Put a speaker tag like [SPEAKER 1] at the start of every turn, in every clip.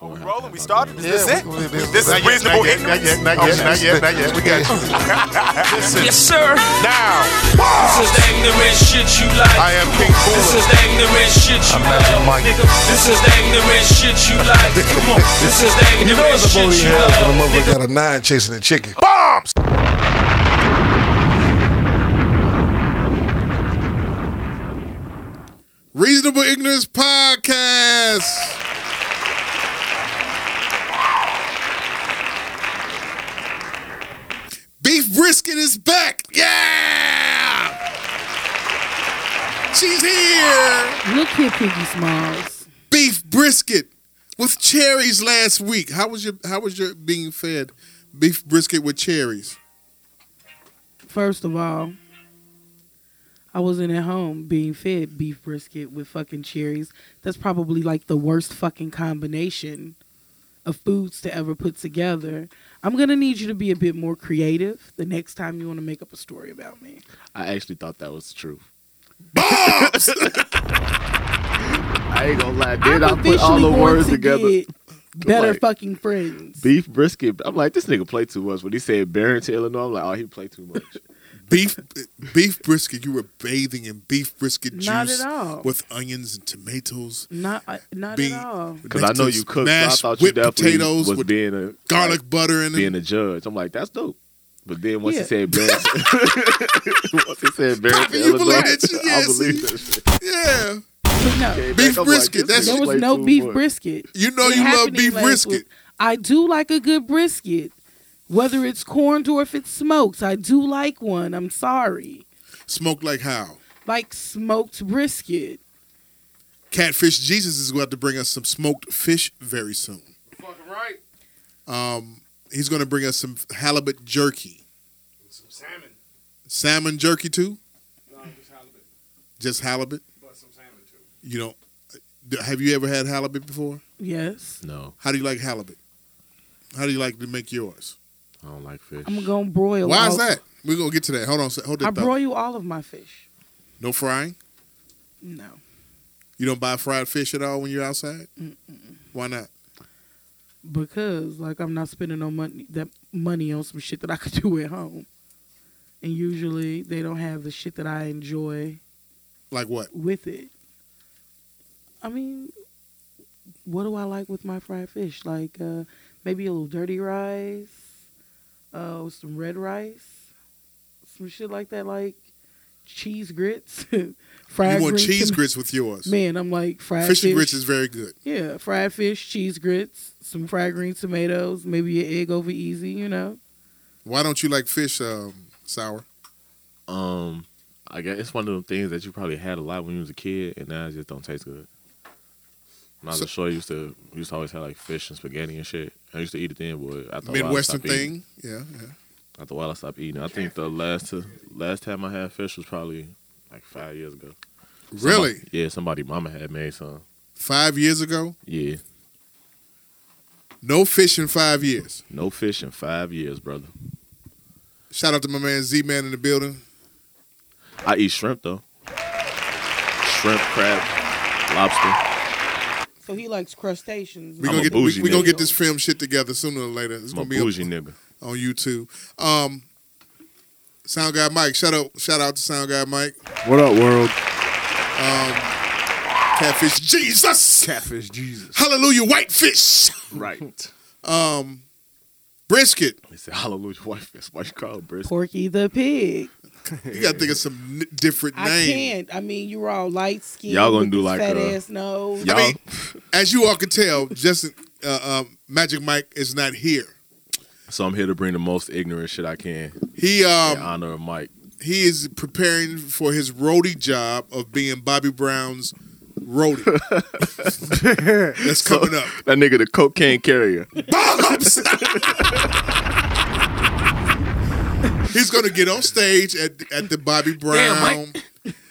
[SPEAKER 1] We rolling. We started.
[SPEAKER 2] Yeah,
[SPEAKER 1] This is it.
[SPEAKER 2] we- we- we-
[SPEAKER 1] This
[SPEAKER 2] not
[SPEAKER 1] is
[SPEAKER 2] yet,
[SPEAKER 1] reasonable
[SPEAKER 2] not yet, Not
[SPEAKER 1] ignorance.
[SPEAKER 2] yet, not yet, not yet, not yet. We got you.
[SPEAKER 3] Yes, sir.
[SPEAKER 2] Now,
[SPEAKER 3] This is the ignorant shit you like.
[SPEAKER 2] I am King
[SPEAKER 3] This
[SPEAKER 2] Cooler.
[SPEAKER 3] is the ignorant shit you
[SPEAKER 2] Imagine
[SPEAKER 3] like.
[SPEAKER 2] Mike.
[SPEAKER 3] Nigga, this is the ignorant shit you like. Come on. This is the
[SPEAKER 4] You know
[SPEAKER 3] ignorant
[SPEAKER 4] it's a
[SPEAKER 3] shit
[SPEAKER 4] booty
[SPEAKER 3] you
[SPEAKER 4] hell when a
[SPEAKER 3] love.
[SPEAKER 4] motherfucker got a nine chasing a chicken.
[SPEAKER 2] Bombs!
[SPEAKER 5] Reasonable Ignorance Podcast. Beef Brisket is back. Yeah! She's here.
[SPEAKER 6] Look here, Piggy Smalls.
[SPEAKER 5] Beef Brisket with cherries last week. How was your how was your being fed beef brisket with cherries?
[SPEAKER 6] First of all, I wasn't at home being fed beef brisket with fucking cherries. That's probably like the worst fucking combination of foods to ever put together. I'm gonna need you to be a bit more creative the next time you want to make up a story about me.
[SPEAKER 7] I actually thought that was true. I ain't gonna lie. Did I put all the
[SPEAKER 6] going
[SPEAKER 7] words
[SPEAKER 6] to
[SPEAKER 7] together?
[SPEAKER 6] get better
[SPEAKER 7] Like-
[SPEAKER 6] fucking friends.
[SPEAKER 7] Beef brisket. I'm like, this nigga played too much. When he said Barrington, Illinois, I'm like, oh, he played too much.
[SPEAKER 5] Beef beef brisket. You were bathing in beef brisket juice
[SPEAKER 6] Not at all.
[SPEAKER 5] with onions and tomatoes.
[SPEAKER 6] not uh, not
[SPEAKER 5] Beef.
[SPEAKER 6] at all.
[SPEAKER 7] Because I know you cooked, so I
[SPEAKER 5] Mashed
[SPEAKER 7] thought you
[SPEAKER 5] whipped
[SPEAKER 7] definitely
[SPEAKER 5] potatoes
[SPEAKER 7] was
[SPEAKER 5] with
[SPEAKER 7] being a
[SPEAKER 5] garlic
[SPEAKER 7] like,
[SPEAKER 5] butter in
[SPEAKER 7] being
[SPEAKER 5] it.
[SPEAKER 7] a judge. I'm like, that's dope. But then once
[SPEAKER 6] Yeah.
[SPEAKER 7] he said Barrington, once he said
[SPEAKER 5] Poppy,
[SPEAKER 7] Barrington,
[SPEAKER 5] you
[SPEAKER 7] Illinois,
[SPEAKER 5] believe that shit?
[SPEAKER 7] I
[SPEAKER 5] Yes.
[SPEAKER 7] believe that shit.
[SPEAKER 5] Yeah,
[SPEAKER 6] But no,
[SPEAKER 7] Came
[SPEAKER 5] Beef
[SPEAKER 7] back, I'm
[SPEAKER 5] brisket,
[SPEAKER 7] this
[SPEAKER 5] that's-
[SPEAKER 7] nigga
[SPEAKER 6] there was
[SPEAKER 7] played
[SPEAKER 6] no
[SPEAKER 7] too
[SPEAKER 6] beef
[SPEAKER 7] much.
[SPEAKER 6] brisket.
[SPEAKER 5] you know
[SPEAKER 6] It
[SPEAKER 5] you love
[SPEAKER 6] happened
[SPEAKER 5] beef
[SPEAKER 6] last
[SPEAKER 5] brisket.
[SPEAKER 6] week. I do like a good brisket, whether it's corned or if it's smoked. I do like one. I'm sorry,
[SPEAKER 5] Smoke like how?
[SPEAKER 6] like smoked brisket.
[SPEAKER 5] Catfish Jesus is going to bring us some smoked fish very soon.
[SPEAKER 7] Fucking right.
[SPEAKER 5] Um, he's going to bring us some halibut jerky,
[SPEAKER 7] Some salmon.
[SPEAKER 5] salmon jerky too.
[SPEAKER 7] No, just halibut,
[SPEAKER 5] Just halibut.
[SPEAKER 7] but some salmon too.
[SPEAKER 5] You don't. Have you ever had halibut before?
[SPEAKER 6] Yes,
[SPEAKER 7] No,
[SPEAKER 5] How do you like halibut? How do you like to make yours?
[SPEAKER 7] I don't like fish.
[SPEAKER 6] I'm gonna broil.
[SPEAKER 5] Why is
[SPEAKER 6] all-
[SPEAKER 5] that? We're gonna get to that. Hold on. Hold
[SPEAKER 6] I
[SPEAKER 5] that thought.
[SPEAKER 6] broil all of my fish.
[SPEAKER 5] No frying.
[SPEAKER 6] No,
[SPEAKER 5] You don't buy fried fish at all when you're outside. Why not?
[SPEAKER 6] because like I'm not spending no money that money on some shit that I could do at home. And usually they don't have the shit that I enjoy
[SPEAKER 5] Like what?
[SPEAKER 6] with it. I mean, what do I like with my fried fish? Like uh, maybe a little dirty rice, uh, with some red rice, some shit like that, like cheese grits, fried.
[SPEAKER 5] You want
[SPEAKER 6] grits
[SPEAKER 5] cheese
[SPEAKER 6] and-
[SPEAKER 5] grits with yours.
[SPEAKER 6] Man, I'm like fried
[SPEAKER 5] Fish
[SPEAKER 6] fish.
[SPEAKER 5] and grits is very good.
[SPEAKER 6] yeah, fried fish, cheese grits, some fried green tomatoes, maybe an egg over easy. You know,
[SPEAKER 5] Why don't you like fish um, sour?
[SPEAKER 7] Um, I guess it's one of them things that you probably had a lot when you was a kid, and now it just don't taste good. When I was
[SPEAKER 5] So-
[SPEAKER 7] a short, I used to we used to always have like fish and spaghetti and shit. I used to eat it then, but after a while, I
[SPEAKER 5] Midwestern
[SPEAKER 7] stopped eating.
[SPEAKER 5] thing. Yeah, yeah.
[SPEAKER 7] After a while, I stopped eating. I think the last t- last time I had fish was probably like five years ago.
[SPEAKER 5] Really?
[SPEAKER 7] Somebody- yeah, somebody mama had made some.
[SPEAKER 5] Five years ago?
[SPEAKER 7] Yeah,
[SPEAKER 5] No fish in five years.
[SPEAKER 7] no fish in five years, brother.
[SPEAKER 5] Shout out to my man Z Man in the building.
[SPEAKER 7] I eat shrimp though. Shrimp, crab, lobster.
[SPEAKER 6] so he likes crustaceans.
[SPEAKER 5] We're
[SPEAKER 7] I'm
[SPEAKER 5] gonna
[SPEAKER 7] a
[SPEAKER 5] get we,
[SPEAKER 7] bougie
[SPEAKER 5] we gonna
[SPEAKER 7] nigga.
[SPEAKER 5] get this film shit together sooner or later. It's
[SPEAKER 7] I'm a
[SPEAKER 5] gonna be up
[SPEAKER 7] bougie nigga.
[SPEAKER 5] on YouTube. Um Sound Guy Mike, shout out shout out to Sound Guy Mike.
[SPEAKER 7] What up, world?
[SPEAKER 5] Catfish Jesus.
[SPEAKER 2] Catfish Jesus.
[SPEAKER 5] Hallelujah, white fish.
[SPEAKER 7] Right.
[SPEAKER 5] Um brisket.
[SPEAKER 7] They said hallelujah, wife. That's why you call it brisket.
[SPEAKER 6] Porky the pig.
[SPEAKER 5] You gotta think of some n- different
[SPEAKER 6] I
[SPEAKER 5] name.
[SPEAKER 6] can't. I mean, you were all light skinned.
[SPEAKER 7] Y'all gonna do like,
[SPEAKER 6] fat
[SPEAKER 7] uh,
[SPEAKER 6] ass nose.
[SPEAKER 7] Y'all,
[SPEAKER 5] I mean, as you all can tell, Justin uh, um, Magic Mike is not here.
[SPEAKER 7] so I'm here to bring the most ignorant shit I can
[SPEAKER 5] He um
[SPEAKER 7] in honor of Mike.
[SPEAKER 5] he is preparing for his roadie job of being Bobby Brown's roadie. That's coming up.
[SPEAKER 7] That nigga, the cocaine carrier.
[SPEAKER 5] Bob's. He's gonna get on stage at at the Bobby Brown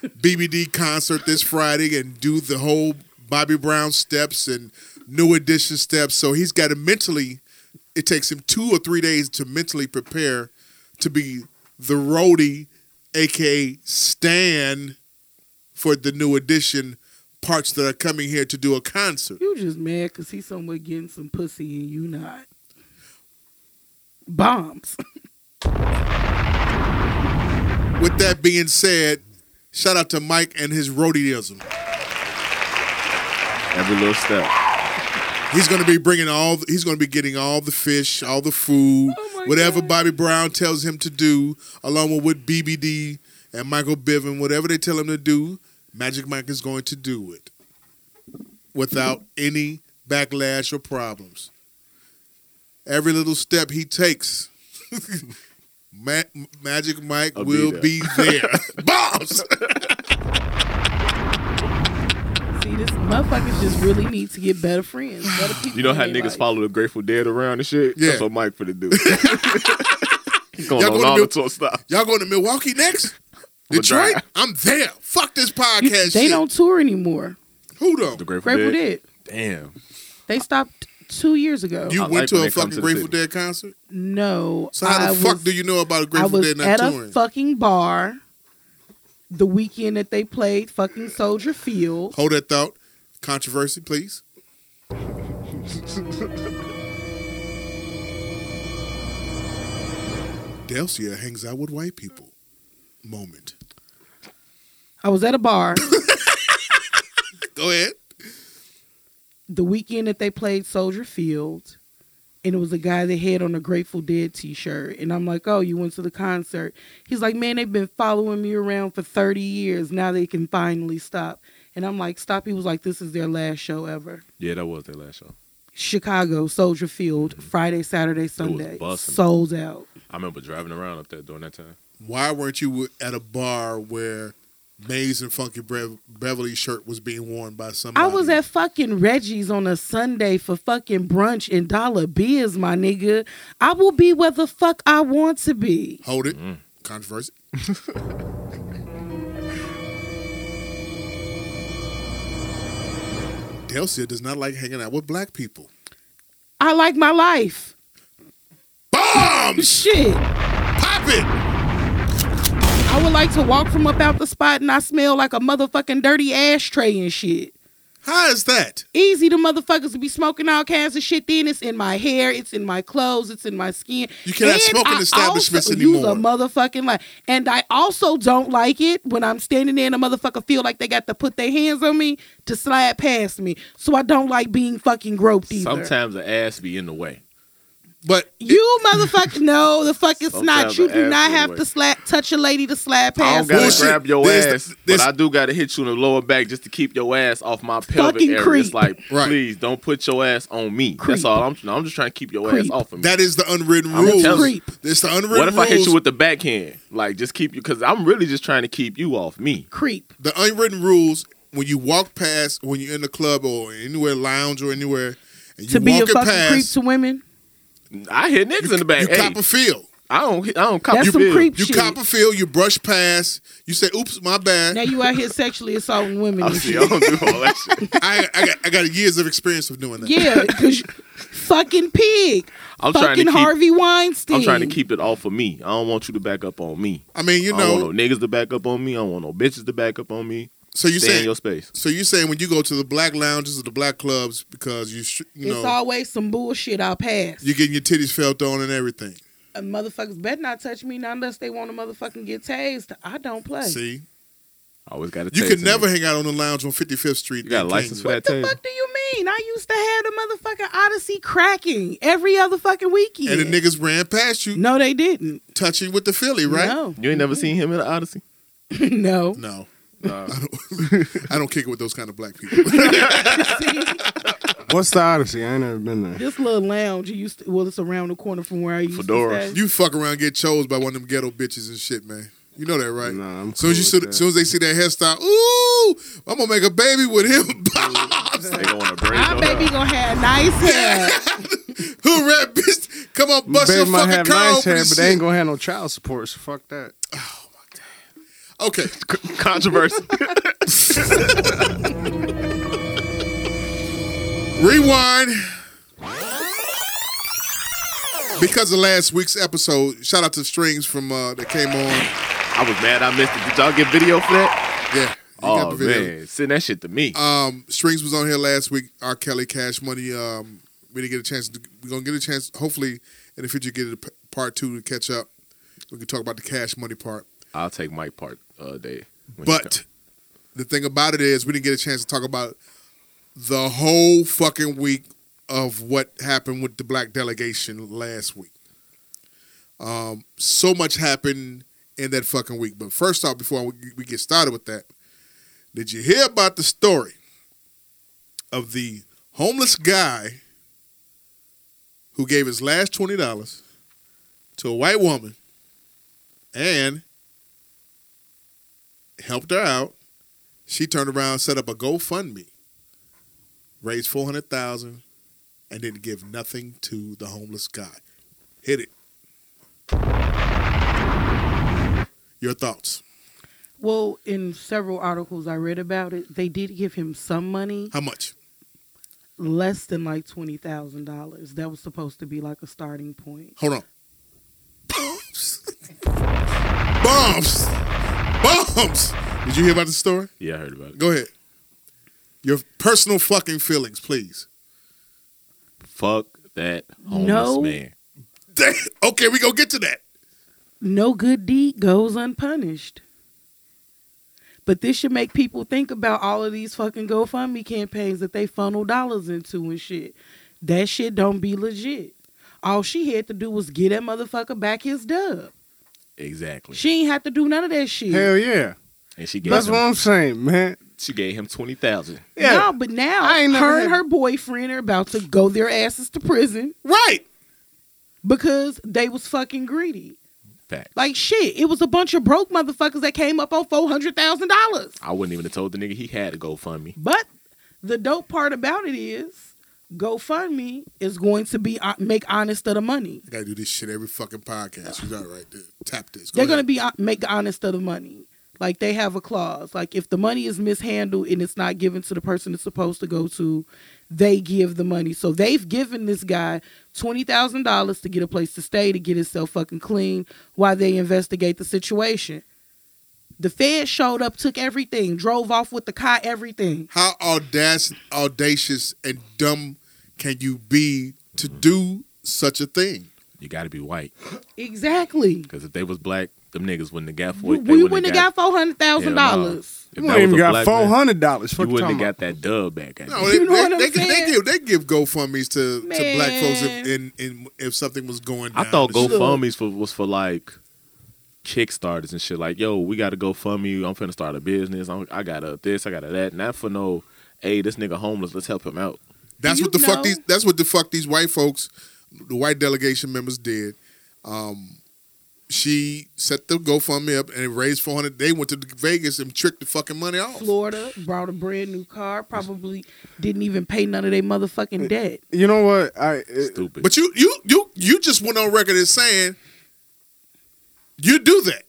[SPEAKER 5] BBD concert this Friday and do the whole Bobby Brown steps and New Edition steps. So he's got to mentally. It takes him two or three days to mentally prepare to be the roadie, aka Stan, for the New Edition parts that are coming here to do a concert.
[SPEAKER 6] You just mad because he's somewhere getting some pussy and you not. Bombs.
[SPEAKER 5] With that being said, shout out to Mike and his roadieism.
[SPEAKER 7] Every little step.
[SPEAKER 5] He's going to be bringing all. He's going to be getting all the fish, all the food,
[SPEAKER 6] Oh my
[SPEAKER 5] whatever
[SPEAKER 6] God.
[SPEAKER 5] Bobby Brown tells him to do, along with what BBD and Michael Bivin, whatever they tell him to do, Magic Mike is going to do it without any backlash or problems. Every little step he takes, Ma- Magic Mike
[SPEAKER 7] I'll be
[SPEAKER 5] will
[SPEAKER 7] there.
[SPEAKER 5] be there. Boss.
[SPEAKER 6] See, this motherfuckers just really need to get better friends. Better people
[SPEAKER 7] You know
[SPEAKER 6] in
[SPEAKER 7] how
[SPEAKER 6] their
[SPEAKER 7] niggas
[SPEAKER 6] life.
[SPEAKER 7] follow the Grateful Dead around and shit?
[SPEAKER 5] Yeah.
[SPEAKER 7] That's what Mike for the dude. He's going
[SPEAKER 5] Y'all
[SPEAKER 7] on
[SPEAKER 5] gonna
[SPEAKER 7] all
[SPEAKER 5] do-
[SPEAKER 7] the tour stop.
[SPEAKER 5] Y'all going to Milwaukee next?
[SPEAKER 7] I'ma
[SPEAKER 5] Detroit?
[SPEAKER 7] drive.
[SPEAKER 5] I'm there. Fuck this podcast.
[SPEAKER 6] You- they
[SPEAKER 5] shit.
[SPEAKER 6] don't tour anymore.
[SPEAKER 5] Who don't?
[SPEAKER 7] The Grateful,
[SPEAKER 6] Grateful
[SPEAKER 7] Dead.
[SPEAKER 6] Dead.
[SPEAKER 7] Damn.
[SPEAKER 6] They stopped two years ago.
[SPEAKER 5] You
[SPEAKER 7] I
[SPEAKER 5] went
[SPEAKER 7] like
[SPEAKER 5] to
[SPEAKER 7] when
[SPEAKER 5] a
[SPEAKER 7] they come
[SPEAKER 5] fucking
[SPEAKER 7] to the
[SPEAKER 5] Grateful
[SPEAKER 7] city.
[SPEAKER 5] Dead concert?
[SPEAKER 6] no.
[SPEAKER 5] So how the
[SPEAKER 6] I
[SPEAKER 5] fuck
[SPEAKER 6] was,
[SPEAKER 5] do you know about a
[SPEAKER 6] I
[SPEAKER 5] Grateful
[SPEAKER 6] was
[SPEAKER 5] Dead not
[SPEAKER 6] at
[SPEAKER 5] touring?
[SPEAKER 6] a fucking bar the weekend that they played fucking Soldier Field.
[SPEAKER 5] Hold that thought. Controversy, please. Delcia hangs out with white people. Moment.
[SPEAKER 6] I was at a bar
[SPEAKER 5] Go ahead.
[SPEAKER 6] the weekend that they played Soldier Field, and it was a guy that had on a Grateful Dead T-shirt, and I'm like, "Oh, you went to the concert?" He's like, "Man, they've been following me around for 30 years. Now they can finally stop." And I'm like, "Stop!" He was like, "This is their last show ever."
[SPEAKER 7] Yeah, that was their last show.
[SPEAKER 6] Chicago, Soldier Field, Friday, Saturday, Sunday,
[SPEAKER 7] bussin'.
[SPEAKER 6] sold out.
[SPEAKER 7] I remember driving around up there during that time.
[SPEAKER 5] Why weren't you at a bar where Maze and Funky Bre- Beverly shirt was being worn by somebody?
[SPEAKER 6] I was at fucking Reggie's on a Sunday for fucking brunch and dollar beers, my nigga. I will be where the fuck I want to be.
[SPEAKER 5] Hold it.
[SPEAKER 7] Mm.
[SPEAKER 5] Controversy. Delcia does not like hanging out with black people.
[SPEAKER 6] I like my life.
[SPEAKER 5] Bombs!
[SPEAKER 6] Shit.
[SPEAKER 5] Pop it!
[SPEAKER 6] I would like to walk from up out the spot and I smell like a motherfucking dirty ashtray and shit.
[SPEAKER 5] How is that?
[SPEAKER 6] Easy the motherfuckers to be smoking all kinds of shit. Then it's in my hair, it's in my clothes, it's in my skin.
[SPEAKER 5] You cannot smoke in
[SPEAKER 6] I
[SPEAKER 5] establishments
[SPEAKER 6] also
[SPEAKER 5] anymore.
[SPEAKER 6] Use a motherfucking light. And I also don't like it when I'm standing there and a motherfucker feel like they got to put their hands on me to slide past me. So I don't like being fucking groped either.
[SPEAKER 7] Sometimes the ass be in the way.
[SPEAKER 5] But
[SPEAKER 6] You motherfucker, no, the fuck it's not.
[SPEAKER 7] Sometimes
[SPEAKER 6] You
[SPEAKER 7] I
[SPEAKER 6] do
[SPEAKER 7] ask
[SPEAKER 6] not
[SPEAKER 7] anyway.
[SPEAKER 6] have to slap, touch a lady to slide
[SPEAKER 7] I
[SPEAKER 6] past.
[SPEAKER 7] don't gotta
[SPEAKER 6] her.
[SPEAKER 5] Bullshit.
[SPEAKER 7] grab your
[SPEAKER 5] There's the-
[SPEAKER 7] ass,
[SPEAKER 5] there's-
[SPEAKER 7] but I do gotta hit you in the lower back just to keep your ass off my pelvic
[SPEAKER 6] Fucking
[SPEAKER 7] area.
[SPEAKER 6] creep.
[SPEAKER 7] It's like,
[SPEAKER 5] Right.
[SPEAKER 7] please don't put your ass on me.
[SPEAKER 6] Creep.
[SPEAKER 7] That's all. I'm. I'm just trying to keep your ass
[SPEAKER 6] Creep.
[SPEAKER 7] off of me.
[SPEAKER 5] that is the unwritten
[SPEAKER 7] I'm
[SPEAKER 5] rule.
[SPEAKER 7] telling
[SPEAKER 6] you.
[SPEAKER 5] It's the unwritten
[SPEAKER 7] what if I
[SPEAKER 5] rules.
[SPEAKER 7] hit you with the backhand? Like, just keep you because I'm really just trying to keep you off me.
[SPEAKER 6] Creep.
[SPEAKER 5] the unwritten rules when you walk past, when you're in the club or anywhere, lounge or anywhere, and you
[SPEAKER 6] to be a
[SPEAKER 5] walk it
[SPEAKER 6] fucking creep
[SPEAKER 5] past,
[SPEAKER 6] to women.
[SPEAKER 7] I hit niggas in the back.
[SPEAKER 5] you
[SPEAKER 7] Hey,
[SPEAKER 5] cop a feel.
[SPEAKER 7] I don't. I don't cop
[SPEAKER 6] That's
[SPEAKER 7] your
[SPEAKER 6] some
[SPEAKER 7] bill.
[SPEAKER 6] creep
[SPEAKER 5] You
[SPEAKER 6] shit.
[SPEAKER 5] cop a feel, you brush past, you say, oops, my bad.
[SPEAKER 6] now you out here sexually assaulting women.
[SPEAKER 7] I
[SPEAKER 6] and
[SPEAKER 7] Oh, see.
[SPEAKER 6] shit.
[SPEAKER 7] I don't do all that shit.
[SPEAKER 5] I, I, got, I got years of experience of doing that.
[SPEAKER 6] Yeah, because fucking pig.
[SPEAKER 7] I'm trying to
[SPEAKER 6] fucking
[SPEAKER 7] keep.
[SPEAKER 6] Harvey Weinstein.
[SPEAKER 7] I'm trying to keep it off of me. I don't want you to back up on me.
[SPEAKER 5] I mean, you
[SPEAKER 7] I don't
[SPEAKER 5] know,
[SPEAKER 7] want no niggas to back up on me. I don't want no bitches to back up on me.
[SPEAKER 5] so you
[SPEAKER 7] Stay in
[SPEAKER 5] saying
[SPEAKER 7] your space.
[SPEAKER 5] so you saying when you go to the black lounges or the black clubs because you sh- you
[SPEAKER 6] It's
[SPEAKER 5] know
[SPEAKER 6] always some bullshit I'll pass.
[SPEAKER 5] you're getting your titties felt on and everything.
[SPEAKER 6] And motherfuckers better not touch me not unless they want to motherfucking get tased. I don't play.
[SPEAKER 5] See,
[SPEAKER 7] I always got to.
[SPEAKER 5] you can never hang out on the lounge on 55th Street.
[SPEAKER 7] You got a
[SPEAKER 5] and
[SPEAKER 7] license for
[SPEAKER 5] King.
[SPEAKER 7] that
[SPEAKER 6] The
[SPEAKER 7] table?
[SPEAKER 6] fuck do you mean? I used to have the motherfucking Odyssey cracking every other fucking weekend.
[SPEAKER 5] And the niggas ran past you,
[SPEAKER 6] no, they didn't.
[SPEAKER 5] touching with the Philly, right?
[SPEAKER 6] Mm. No.
[SPEAKER 7] You ain't never seen him in the Odyssey.
[SPEAKER 6] no.
[SPEAKER 5] No.
[SPEAKER 7] Nah.
[SPEAKER 5] I, don't, I don't kick it with those kind of black people.
[SPEAKER 1] What's the Odyssey? I ain't never been there.
[SPEAKER 6] This little lounge you used to, well, it's around the corner from where I used
[SPEAKER 7] Fedoras.
[SPEAKER 6] to stay.
[SPEAKER 5] you fuck around, get chose by one of them ghetto bitches and shit, man. You know that, right?
[SPEAKER 1] Nah, I'm
[SPEAKER 5] soon as you
[SPEAKER 1] cool
[SPEAKER 5] see,
[SPEAKER 1] with
[SPEAKER 5] soon as they see that hairstyle, ooh, I'm gonna make a baby with him.
[SPEAKER 7] They going to break.
[SPEAKER 6] My baby gonna have nice hair.
[SPEAKER 5] Who rap bitch? Come on, bust your
[SPEAKER 1] Baby might
[SPEAKER 5] fucking
[SPEAKER 1] have
[SPEAKER 5] car
[SPEAKER 1] nice
[SPEAKER 5] open
[SPEAKER 1] hair,
[SPEAKER 5] and
[SPEAKER 1] but they ain't
[SPEAKER 5] shit.
[SPEAKER 1] gonna have no child support. So fuck that.
[SPEAKER 5] Okay,
[SPEAKER 7] Controversy.
[SPEAKER 5] rewind. Because of last week's episode, shout out to Strings from uh, that came on.
[SPEAKER 7] I was mad I missed it. Did y'all get video for that?
[SPEAKER 5] Yeah, got
[SPEAKER 7] oh
[SPEAKER 5] the video.
[SPEAKER 7] man, send that shit to me.
[SPEAKER 5] Um, Strings was on here last week. R. Kelly, Cash Money. Um, we didn't get a chance. To, we're gonna get a chance. Hopefully, in the future, get a p- part two to catch up. We can talk about the Cash Money part.
[SPEAKER 7] I'll take Mike part uh, day. when he
[SPEAKER 5] But the thing about it is, we didn't get a chance to talk about the whole fucking week of what happened with the black delegation last week. Um, so much happened in that fucking week. But first off, before we, we get started with that, did you hear about the story of the homeless guy who gave his last twenty dollars to a white woman and helped her out. She turned around, set up a GoFundMe, raised four hundred thousand, and didn't give nothing to the homeless guy. Hit it. Your thoughts?
[SPEAKER 6] Well, in several articles I read about it, they did give him some money,
[SPEAKER 5] How much?
[SPEAKER 6] less than like twenty thousand dollars. That was supposed to be like a starting point.
[SPEAKER 5] Hold on. Bumps. Bumps. Bumps. Did you hear about the story?
[SPEAKER 7] co- yeah, I heard about it.
[SPEAKER 5] Go ahead. Your personal fucking feelings, please.
[SPEAKER 7] Fuck that homeless
[SPEAKER 6] No.
[SPEAKER 7] man.
[SPEAKER 5] okay, we gonna get to that.
[SPEAKER 6] No good deed goes unpunished. But this should make people think about all of these fucking GoFundMe campaigns that they funnel dollars into and shit. That shit don't be legit. All she had to do was get that motherfucker back his dub.
[SPEAKER 7] Exactly.
[SPEAKER 6] She ain't have to do none of that shit.
[SPEAKER 1] Hell yeah.
[SPEAKER 7] and she gave
[SPEAKER 1] That's
[SPEAKER 7] him,
[SPEAKER 1] what I'm saying, man.
[SPEAKER 7] she gave him twenty thousand.
[SPEAKER 1] Yeah.
[SPEAKER 6] No, but now
[SPEAKER 1] I ain't never
[SPEAKER 6] her and
[SPEAKER 1] had-
[SPEAKER 6] her boyfriend are about to go their asses to prison
[SPEAKER 5] Right.
[SPEAKER 6] because they was fucking greedy.
[SPEAKER 7] Fact.
[SPEAKER 6] Like shit, it was a bunch of broke motherfuckers that came up on four hundred thousand dollars.
[SPEAKER 7] I wouldn't even have told the nigga he had to go fund me.
[SPEAKER 6] But the dope part about it is GoFundMe is going to be uh, make honest of the money.
[SPEAKER 5] I gotta do this shit every fucking podcast. You got it right there. Tap this. Go
[SPEAKER 6] They're going to
[SPEAKER 5] ahead.
[SPEAKER 6] be uh, make honest of the money. Like they have a clause. Like if the money is mishandled and it's not given to the person it's supposed to go to, they give the money. So they've given this guy twenty thousand dollars to get a place to stay to get himself fucking clean while they investigate the situation. The Fed showed up, took everything, drove off with the car, everything.
[SPEAKER 5] How audacious, audacious and dumb can you be to do such a thing?
[SPEAKER 7] You got to be white
[SPEAKER 6] Exactly.
[SPEAKER 7] because if they was black, them niggas wouldn't have got for
[SPEAKER 6] We,
[SPEAKER 7] it. They
[SPEAKER 6] wouldn't have got four hundred thousand dollars.
[SPEAKER 7] If
[SPEAKER 1] You
[SPEAKER 7] that
[SPEAKER 1] ain't even
[SPEAKER 7] was a
[SPEAKER 1] got
[SPEAKER 7] black
[SPEAKER 1] four
[SPEAKER 7] man,
[SPEAKER 1] hundred dollars.
[SPEAKER 7] You wouldn't have got that dub back. at
[SPEAKER 5] No,
[SPEAKER 7] you.
[SPEAKER 5] they,
[SPEAKER 6] You know
[SPEAKER 5] they,
[SPEAKER 6] what I'm
[SPEAKER 5] they, can- they
[SPEAKER 6] saying?
[SPEAKER 5] give they give GoFundmes to, to
[SPEAKER 6] Man.
[SPEAKER 5] black folks if in, in if something was going.
[SPEAKER 7] I
[SPEAKER 5] Down
[SPEAKER 7] thought
[SPEAKER 5] It's-
[SPEAKER 7] GoFundMe's for, was for like Kickstarters and shit. Like, yo, we got to GoFundMe. I'm finna start a business. I'm, I got to this. I got to that. Not for no. Hey, this nigga homeless. Let's help him out.
[SPEAKER 5] That's
[SPEAKER 6] Do
[SPEAKER 5] what the
[SPEAKER 6] you
[SPEAKER 5] fuck
[SPEAKER 6] know-
[SPEAKER 5] these. That's what the fuck these white folks, the white delegation members did. Um, she set the GoFundMe up and it raised four hundred. They went to Vegas and tricked the fucking money off.
[SPEAKER 6] Florida brought a brand new car. Probably didn't even pay none of their motherfucking debt.
[SPEAKER 1] You know what? I it,
[SPEAKER 7] Stupid.
[SPEAKER 5] But you you you you just went on record as saying you do that.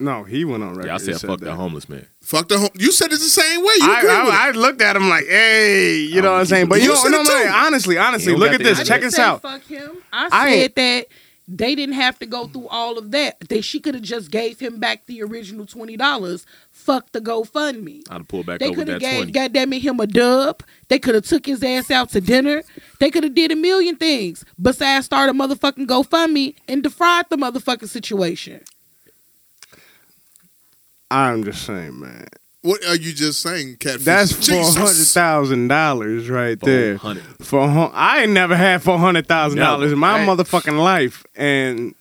[SPEAKER 1] no, he went on record.
[SPEAKER 7] yeah, I said,
[SPEAKER 1] and
[SPEAKER 7] fuck
[SPEAKER 1] that.
[SPEAKER 7] that homeless man.
[SPEAKER 5] Fuck the home. You said it's the same way. You
[SPEAKER 1] I,
[SPEAKER 5] agree with
[SPEAKER 1] I, I looked at him like, hey, you know what I'm saying? But you
[SPEAKER 5] You
[SPEAKER 1] know,
[SPEAKER 5] said
[SPEAKER 1] no,
[SPEAKER 5] it
[SPEAKER 1] man,
[SPEAKER 5] too.
[SPEAKER 1] honestly, honestly,
[SPEAKER 7] You don't
[SPEAKER 1] look
[SPEAKER 7] got the
[SPEAKER 1] at this.
[SPEAKER 6] I
[SPEAKER 1] Check
[SPEAKER 6] didn't
[SPEAKER 1] this
[SPEAKER 6] say
[SPEAKER 1] out.
[SPEAKER 6] Fuck him. I,
[SPEAKER 1] I
[SPEAKER 6] said
[SPEAKER 1] ain't-
[SPEAKER 6] that they didn't have to go through all of that. They she could have just gave him back the original twenty dollars. Fuck the GoFundMe.
[SPEAKER 7] I'd have pulled back
[SPEAKER 6] They
[SPEAKER 7] over
[SPEAKER 6] could
[SPEAKER 7] that
[SPEAKER 6] have
[SPEAKER 7] 20.
[SPEAKER 6] gave goddamn it him a dub. They could have took his ass out to dinner. They could have did a million things besides start a motherfucking GoFundMe and defraud the motherfucking situation.
[SPEAKER 1] I'm just saying, man.
[SPEAKER 5] What are you just saying, catfish?
[SPEAKER 1] That's four
[SPEAKER 5] Jesus.
[SPEAKER 1] hundred thousand dollars right there.
[SPEAKER 7] 400.
[SPEAKER 1] For hun- I ain't never had four hundred thousand dollars in my
[SPEAKER 7] Never.
[SPEAKER 1] motherfucking life, and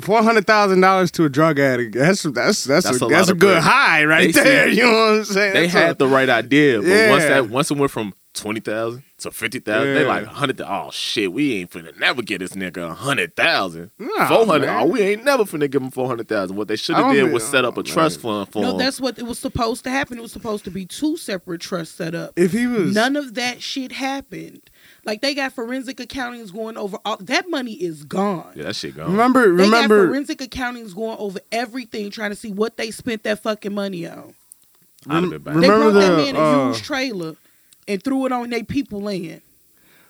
[SPEAKER 1] four hundred thousand dollars to a drug addict. That's that's that's
[SPEAKER 7] That's
[SPEAKER 1] a,
[SPEAKER 7] a lot
[SPEAKER 1] that's a
[SPEAKER 7] of
[SPEAKER 1] good
[SPEAKER 7] bread.
[SPEAKER 1] high right
[SPEAKER 7] They
[SPEAKER 1] there.
[SPEAKER 7] see-
[SPEAKER 1] you know what I'm saying?
[SPEAKER 7] They
[SPEAKER 1] That's
[SPEAKER 7] had
[SPEAKER 1] a-
[SPEAKER 7] the right idea, but once
[SPEAKER 1] Yeah.
[SPEAKER 7] that once it went from twenty thousand to fifty thousand, they
[SPEAKER 1] Yeah.
[SPEAKER 7] like hundred. Oh shit, we ain't finna never get this nigga a hundred thousand.
[SPEAKER 1] Nah,
[SPEAKER 7] four hundred.
[SPEAKER 1] man.
[SPEAKER 7] Oh, we ain't never finna give him four hundred thousand. What they should
[SPEAKER 1] I
[SPEAKER 7] have
[SPEAKER 1] don't
[SPEAKER 7] did
[SPEAKER 1] be-
[SPEAKER 7] was set up a
[SPEAKER 1] oh,
[SPEAKER 7] trust fund for
[SPEAKER 6] No,
[SPEAKER 7] him.
[SPEAKER 6] that's what it was supposed to happen. It was supposed to be two separate trusts set up.
[SPEAKER 1] If he was
[SPEAKER 6] None of that shit happened. Like they got forensic accountings going over all that money is gone.
[SPEAKER 7] yeah, that shit gone.
[SPEAKER 1] remember
[SPEAKER 6] They got
[SPEAKER 1] remember
[SPEAKER 6] forensic accountings going over everything, trying to see what they spent that fucking money on.
[SPEAKER 7] I'd have been back.
[SPEAKER 6] they brought
[SPEAKER 1] Remember the,
[SPEAKER 6] that man a
[SPEAKER 1] uh,
[SPEAKER 6] huge trailer and threw it on their people land.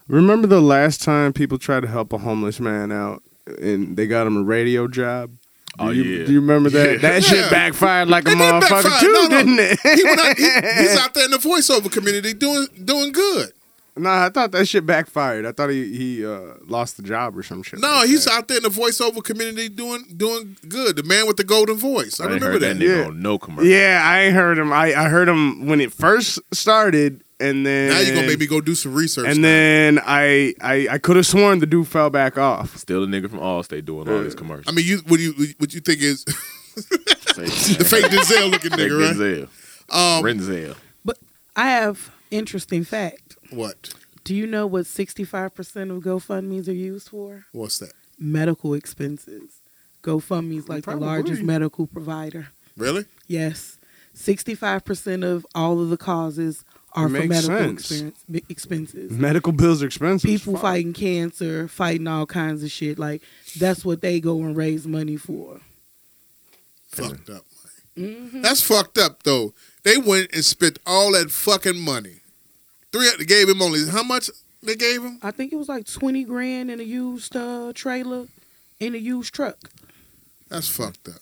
[SPEAKER 1] remember the last time people tried to help a homeless man out and they got him a radio job.
[SPEAKER 7] Oh
[SPEAKER 1] you,
[SPEAKER 7] yeah.
[SPEAKER 1] Do you remember that? That
[SPEAKER 5] Yeah.
[SPEAKER 1] shit backfired like a
[SPEAKER 5] It did
[SPEAKER 1] motherfucker
[SPEAKER 5] backfire.
[SPEAKER 1] too,
[SPEAKER 5] No, no.
[SPEAKER 1] didn't it?
[SPEAKER 5] He went out- he- he's out there in the voiceover community doing doing good.
[SPEAKER 1] Nah, I thought that shit backfired. I thought he he uh, lost the job or some shit.
[SPEAKER 5] No,
[SPEAKER 1] like
[SPEAKER 5] he's
[SPEAKER 1] that.
[SPEAKER 5] out there in the voiceover community doing doing good. The man with the golden voice. I,
[SPEAKER 7] I, ain't
[SPEAKER 5] remember that.
[SPEAKER 7] heard that, nigga
[SPEAKER 1] Yeah.
[SPEAKER 7] on no commercial.
[SPEAKER 1] Yeah, I ain't heard him. I, I heard him when it first started, and then
[SPEAKER 5] Now you're gonna make me go do some research.
[SPEAKER 1] And
[SPEAKER 5] now.
[SPEAKER 1] then I I, I could have sworn the dude fell back off.
[SPEAKER 7] Still a nigga from Allstate doing all these commercials.
[SPEAKER 5] I mean, you what you what you think is the
[SPEAKER 7] the
[SPEAKER 5] fake Denzel looking nigga, right?
[SPEAKER 7] Renzel.
[SPEAKER 5] Um,
[SPEAKER 7] Renzel.
[SPEAKER 6] I have interesting fact.
[SPEAKER 5] what?
[SPEAKER 6] Do you know what 65% of GoFundMe's are used for?
[SPEAKER 5] What's that?
[SPEAKER 6] Medical expenses. GoFundMe's like the largest
[SPEAKER 1] Probably.
[SPEAKER 6] medical provider.
[SPEAKER 5] Really?
[SPEAKER 6] Yes. 65% of all of the causes are for
[SPEAKER 1] Makes
[SPEAKER 6] medical
[SPEAKER 1] sense.
[SPEAKER 6] experience- b- expenses.
[SPEAKER 1] Medical bills are expensive.
[SPEAKER 6] People
[SPEAKER 1] Fuck.
[SPEAKER 6] fighting cancer, fighting all kinds of shit. Like, that's what they go and raise money for.
[SPEAKER 5] Fucked up.
[SPEAKER 6] Mm-hmm.
[SPEAKER 5] man. That's fucked up though. They went and spent all that fucking money. Three they gave him only how much they gave him?
[SPEAKER 6] I think it was like 20 grand in a used uh, trailer, in a used truck.
[SPEAKER 5] That's fucked up.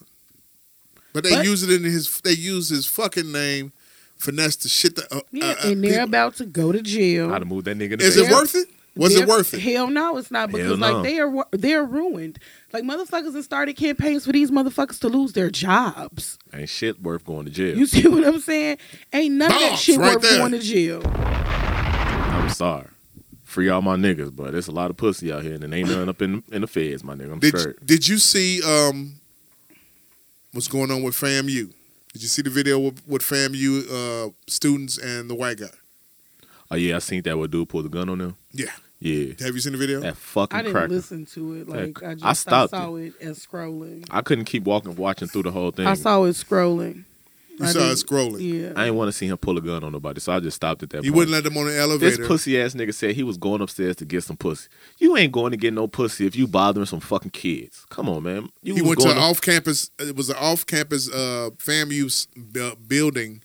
[SPEAKER 5] But they
[SPEAKER 6] But-
[SPEAKER 5] use it in his. They use his fucking name, finesse the shit. That, uh,
[SPEAKER 6] Yeah,
[SPEAKER 5] uh, uh,
[SPEAKER 6] and they're
[SPEAKER 5] people-
[SPEAKER 6] about to go to jail.
[SPEAKER 7] I'd have moved that nigga. To
[SPEAKER 5] Is
[SPEAKER 7] jail.
[SPEAKER 5] it worth it? Was
[SPEAKER 6] They're-
[SPEAKER 5] it worth it?
[SPEAKER 6] Hell no, it's not because
[SPEAKER 7] Hell no.
[SPEAKER 6] like they are wor- they're ruined. Like motherfuckers and started campaigns for these motherfuckers to lose their jobs.
[SPEAKER 7] Ain't shit worth going to jail.
[SPEAKER 6] You see what I'm saying? Ain't none of that
[SPEAKER 5] Bombs
[SPEAKER 6] shit
[SPEAKER 5] right
[SPEAKER 6] worth
[SPEAKER 5] there.
[SPEAKER 6] going to jail.
[SPEAKER 7] I'm sorry. Free all my niggas, but it's a lot of pussy out here, and it ain't none up in in the feds, my nigga. I'm
[SPEAKER 5] Did
[SPEAKER 7] scared.
[SPEAKER 5] Did you see um, what's going on with FAMU? Did you see the video with, with FAMU uh, students and the white guy?
[SPEAKER 7] Oh yeah, I seen that what dude pulled the gun on them.
[SPEAKER 5] Yeah.
[SPEAKER 7] Yeah,
[SPEAKER 5] Have you seen the video?
[SPEAKER 7] that fucking
[SPEAKER 6] I didn't
[SPEAKER 7] cracker.
[SPEAKER 6] listen to it. Like I just
[SPEAKER 7] I
[SPEAKER 6] I,
[SPEAKER 7] stopped
[SPEAKER 6] saw it. as scrolling.
[SPEAKER 7] I couldn't keep walking, watching through the whole thing.
[SPEAKER 6] I saw it scrolling.
[SPEAKER 5] You
[SPEAKER 6] I
[SPEAKER 5] saw it
[SPEAKER 6] didn't-
[SPEAKER 5] scrolling.
[SPEAKER 6] Yeah.
[SPEAKER 7] I didn't want to see him pull a gun on nobody, so I just stopped at that.
[SPEAKER 5] You
[SPEAKER 7] point.
[SPEAKER 5] wouldn't let them on the
[SPEAKER 7] This
[SPEAKER 5] elevator.
[SPEAKER 7] pussy ass nigga said he was going upstairs to get some pussy. You ain't going to get no pussy if you bothering some fucking kids. Come on, man. You
[SPEAKER 5] he
[SPEAKER 7] was
[SPEAKER 5] went to
[SPEAKER 7] going
[SPEAKER 5] an off campus. It was an off campus uh, FAMU s- bu- building,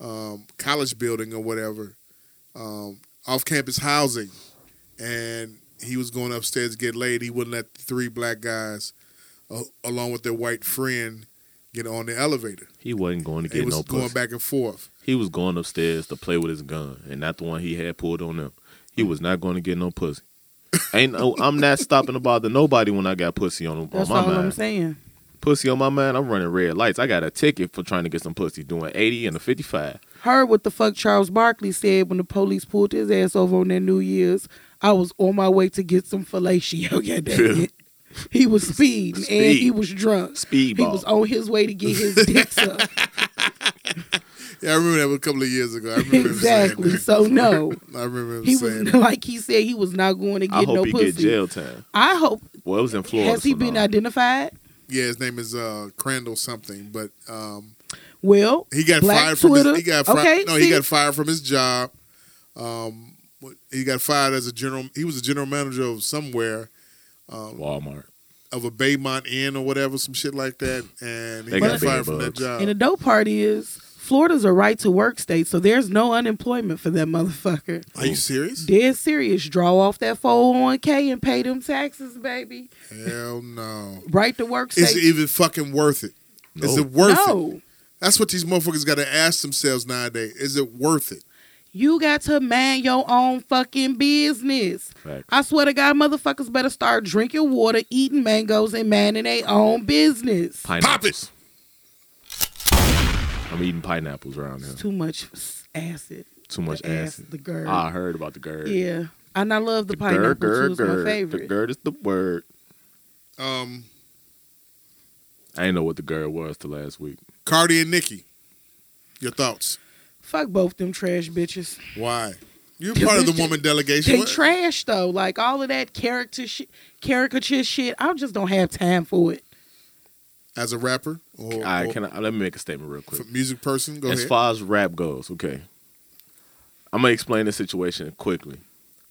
[SPEAKER 5] um, college building or whatever, um, off campus housing, and he was going upstairs to get laid. He wouldn't let the three black guys, uh, along with their white friend, get on the elevator.
[SPEAKER 7] He wasn't going to
[SPEAKER 5] It
[SPEAKER 7] get
[SPEAKER 5] was
[SPEAKER 7] no
[SPEAKER 5] going
[SPEAKER 7] pussy.
[SPEAKER 5] back and forth.
[SPEAKER 7] He was going upstairs to play with his gun, and not the one he had pulled on them. He was not going to get no pussy. Ain't no, I'm not stopping to bother nobody when I got pussy on, on
[SPEAKER 6] That's
[SPEAKER 7] my
[SPEAKER 6] all
[SPEAKER 7] mind.
[SPEAKER 6] I'm saying.
[SPEAKER 7] Pussy on my mind. I'm running red lights. I got a ticket for trying to get some pussy, doing 80 and a 55.
[SPEAKER 6] Heard what the fuck Charles Barkley said when the police pulled his ass over on that New Year's. I was on my way to get some fellatio. Yeah, damn it. He was speeding and
[SPEAKER 7] Speed.
[SPEAKER 6] he was drunk.
[SPEAKER 7] Speedball.
[SPEAKER 6] He was on his way to get his dicks up.
[SPEAKER 5] Yeah, I remember that was a couple of years ago. I remember him
[SPEAKER 6] exactly.
[SPEAKER 5] saying
[SPEAKER 6] So no.
[SPEAKER 5] that. I remember him
[SPEAKER 6] He was
[SPEAKER 5] saying that.
[SPEAKER 6] like he said he was not going to get
[SPEAKER 7] I hope
[SPEAKER 6] no
[SPEAKER 7] he
[SPEAKER 6] pussy.
[SPEAKER 7] get jail time.
[SPEAKER 6] I hope
[SPEAKER 7] Well, it was in Florida.
[SPEAKER 6] has he
[SPEAKER 7] so
[SPEAKER 6] been
[SPEAKER 7] no.
[SPEAKER 6] identified?
[SPEAKER 5] Yeah, his name is uh, Crandall something, but um,
[SPEAKER 6] Well,
[SPEAKER 5] He got
[SPEAKER 6] Black
[SPEAKER 5] fired from
[SPEAKER 6] Twitter.
[SPEAKER 5] his, he got fired,
[SPEAKER 6] Okay,
[SPEAKER 5] no,
[SPEAKER 6] see?
[SPEAKER 5] he got fired from his job. Um, what- he got fired as a general. He was a general manager of somewhere
[SPEAKER 7] Walmart?
[SPEAKER 5] of a Baymont Inn or whatever, some shit like that, and he
[SPEAKER 7] They
[SPEAKER 5] got
[SPEAKER 7] got bigger
[SPEAKER 5] fired from that
[SPEAKER 7] bugs.
[SPEAKER 5] job.
[SPEAKER 6] and the dope part is Florida's a right to work state, so there's no unemployment for that motherfucker.
[SPEAKER 5] Are you serious?
[SPEAKER 6] Dead serious. Draw off that 401k and pay them taxes, baby.
[SPEAKER 5] Hell no.
[SPEAKER 6] Right to work
[SPEAKER 5] Is it
[SPEAKER 6] state.
[SPEAKER 5] even fucking worth it? Is
[SPEAKER 7] No.
[SPEAKER 5] it worth it?
[SPEAKER 6] no.
[SPEAKER 5] That's what these motherfuckers got to ask themselves nowadays. Is it worth it?
[SPEAKER 6] You got to man your own fucking business.
[SPEAKER 7] Fact.
[SPEAKER 6] I swear to God, motherfuckers better start drinking water, eating mangoes, and manning their own business.
[SPEAKER 7] Pineapples. I'm eating pineapples around here.
[SPEAKER 6] It's too much s- acid.
[SPEAKER 7] Too much
[SPEAKER 6] The ass,
[SPEAKER 7] acid.
[SPEAKER 6] the GERD.
[SPEAKER 7] I heard about the GERD.
[SPEAKER 6] Yeah. And I love the,
[SPEAKER 7] The
[SPEAKER 6] pineapple
[SPEAKER 7] GERD,
[SPEAKER 6] too.
[SPEAKER 7] GERD,
[SPEAKER 6] It's my
[SPEAKER 7] GERD. The
[SPEAKER 6] favorite.
[SPEAKER 7] GERD is the word.
[SPEAKER 5] Um,
[SPEAKER 7] I ain't know what the GERD was till last week.
[SPEAKER 5] Cardi and Nicki, your thoughts?
[SPEAKER 6] Fuck both them trash bitches.
[SPEAKER 5] Why? You're part of the woman delegation.
[SPEAKER 6] They
[SPEAKER 5] What-
[SPEAKER 6] trash though. Like all of that character shit, caricature shit. I just don't have time for it.
[SPEAKER 5] As a rapper or,
[SPEAKER 7] I
[SPEAKER 5] or
[SPEAKER 7] can I, let me make a statement real quick.
[SPEAKER 5] music person, go
[SPEAKER 7] as
[SPEAKER 5] ahead.
[SPEAKER 7] far as rap goes, okay. I'm gonna explain the situation quickly.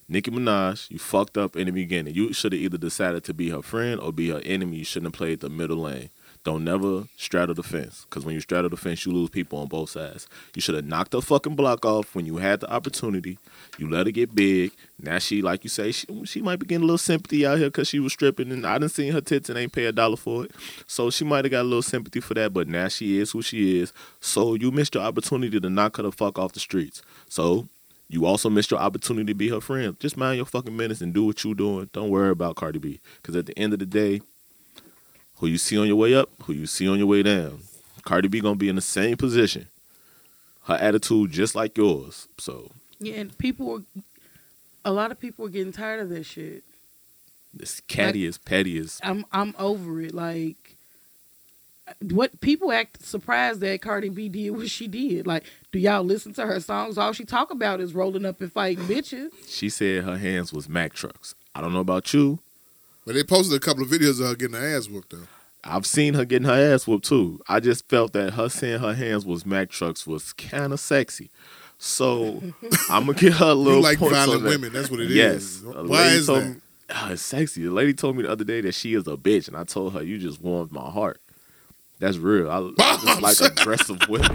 [SPEAKER 7] Nicki Minaj, you fucked up in the beginning. You should have either decided to be her friend or be her enemy. You shouldn't have played the middle lane. Don't never straddle the fence because when you straddle the fence, you lose people on both sides. You should have knocked the fucking block off when you had the opportunity. You let her get big. Now she, like you say, she, she might be getting a little sympathy out here because she was stripping and I didn't see her tits and ain't pay a dollar for it. So she might have got a little sympathy for that, but now she is who she is. So you missed your opportunity to knock her the fuck off the streets. So you also missed your opportunity to be her friend. Just mind your fucking business and do what you doing. Don't worry about Cardi B. Because at the end of the day, who you see on your way up, who you see on your way down, Cardi B gonna be in the same position. Her attitude just like yours. So
[SPEAKER 6] Yeah, and people were, a lot of people were getting tired of this shit.
[SPEAKER 7] this catty is petty is
[SPEAKER 6] I'm I'm over it. Like, what people act surprised that Cardi B did what she did. Like, do y'all listen to her songs? All she talk about is rolling up and fighting bitches.
[SPEAKER 7] she said her hands was Mack trucks. I don't know about you.
[SPEAKER 5] But they posted a couple of videos of her getting her ass whooped though.
[SPEAKER 7] I've seen her getting her ass whooped too. I just felt that her saying her hands was Mack trucks was kinda sexy. So I'm gonna give her a little
[SPEAKER 5] You like
[SPEAKER 7] points
[SPEAKER 5] violent
[SPEAKER 7] on that.
[SPEAKER 5] women? That's what it is.
[SPEAKER 7] yes. A
[SPEAKER 5] Why
[SPEAKER 7] lady
[SPEAKER 5] is
[SPEAKER 7] told
[SPEAKER 5] that?
[SPEAKER 7] me- Ah, it's sexy. The lady told me the other day that she is a bitch, and I told her, "You just warmed my heart." That's real. I I just like aggressive women.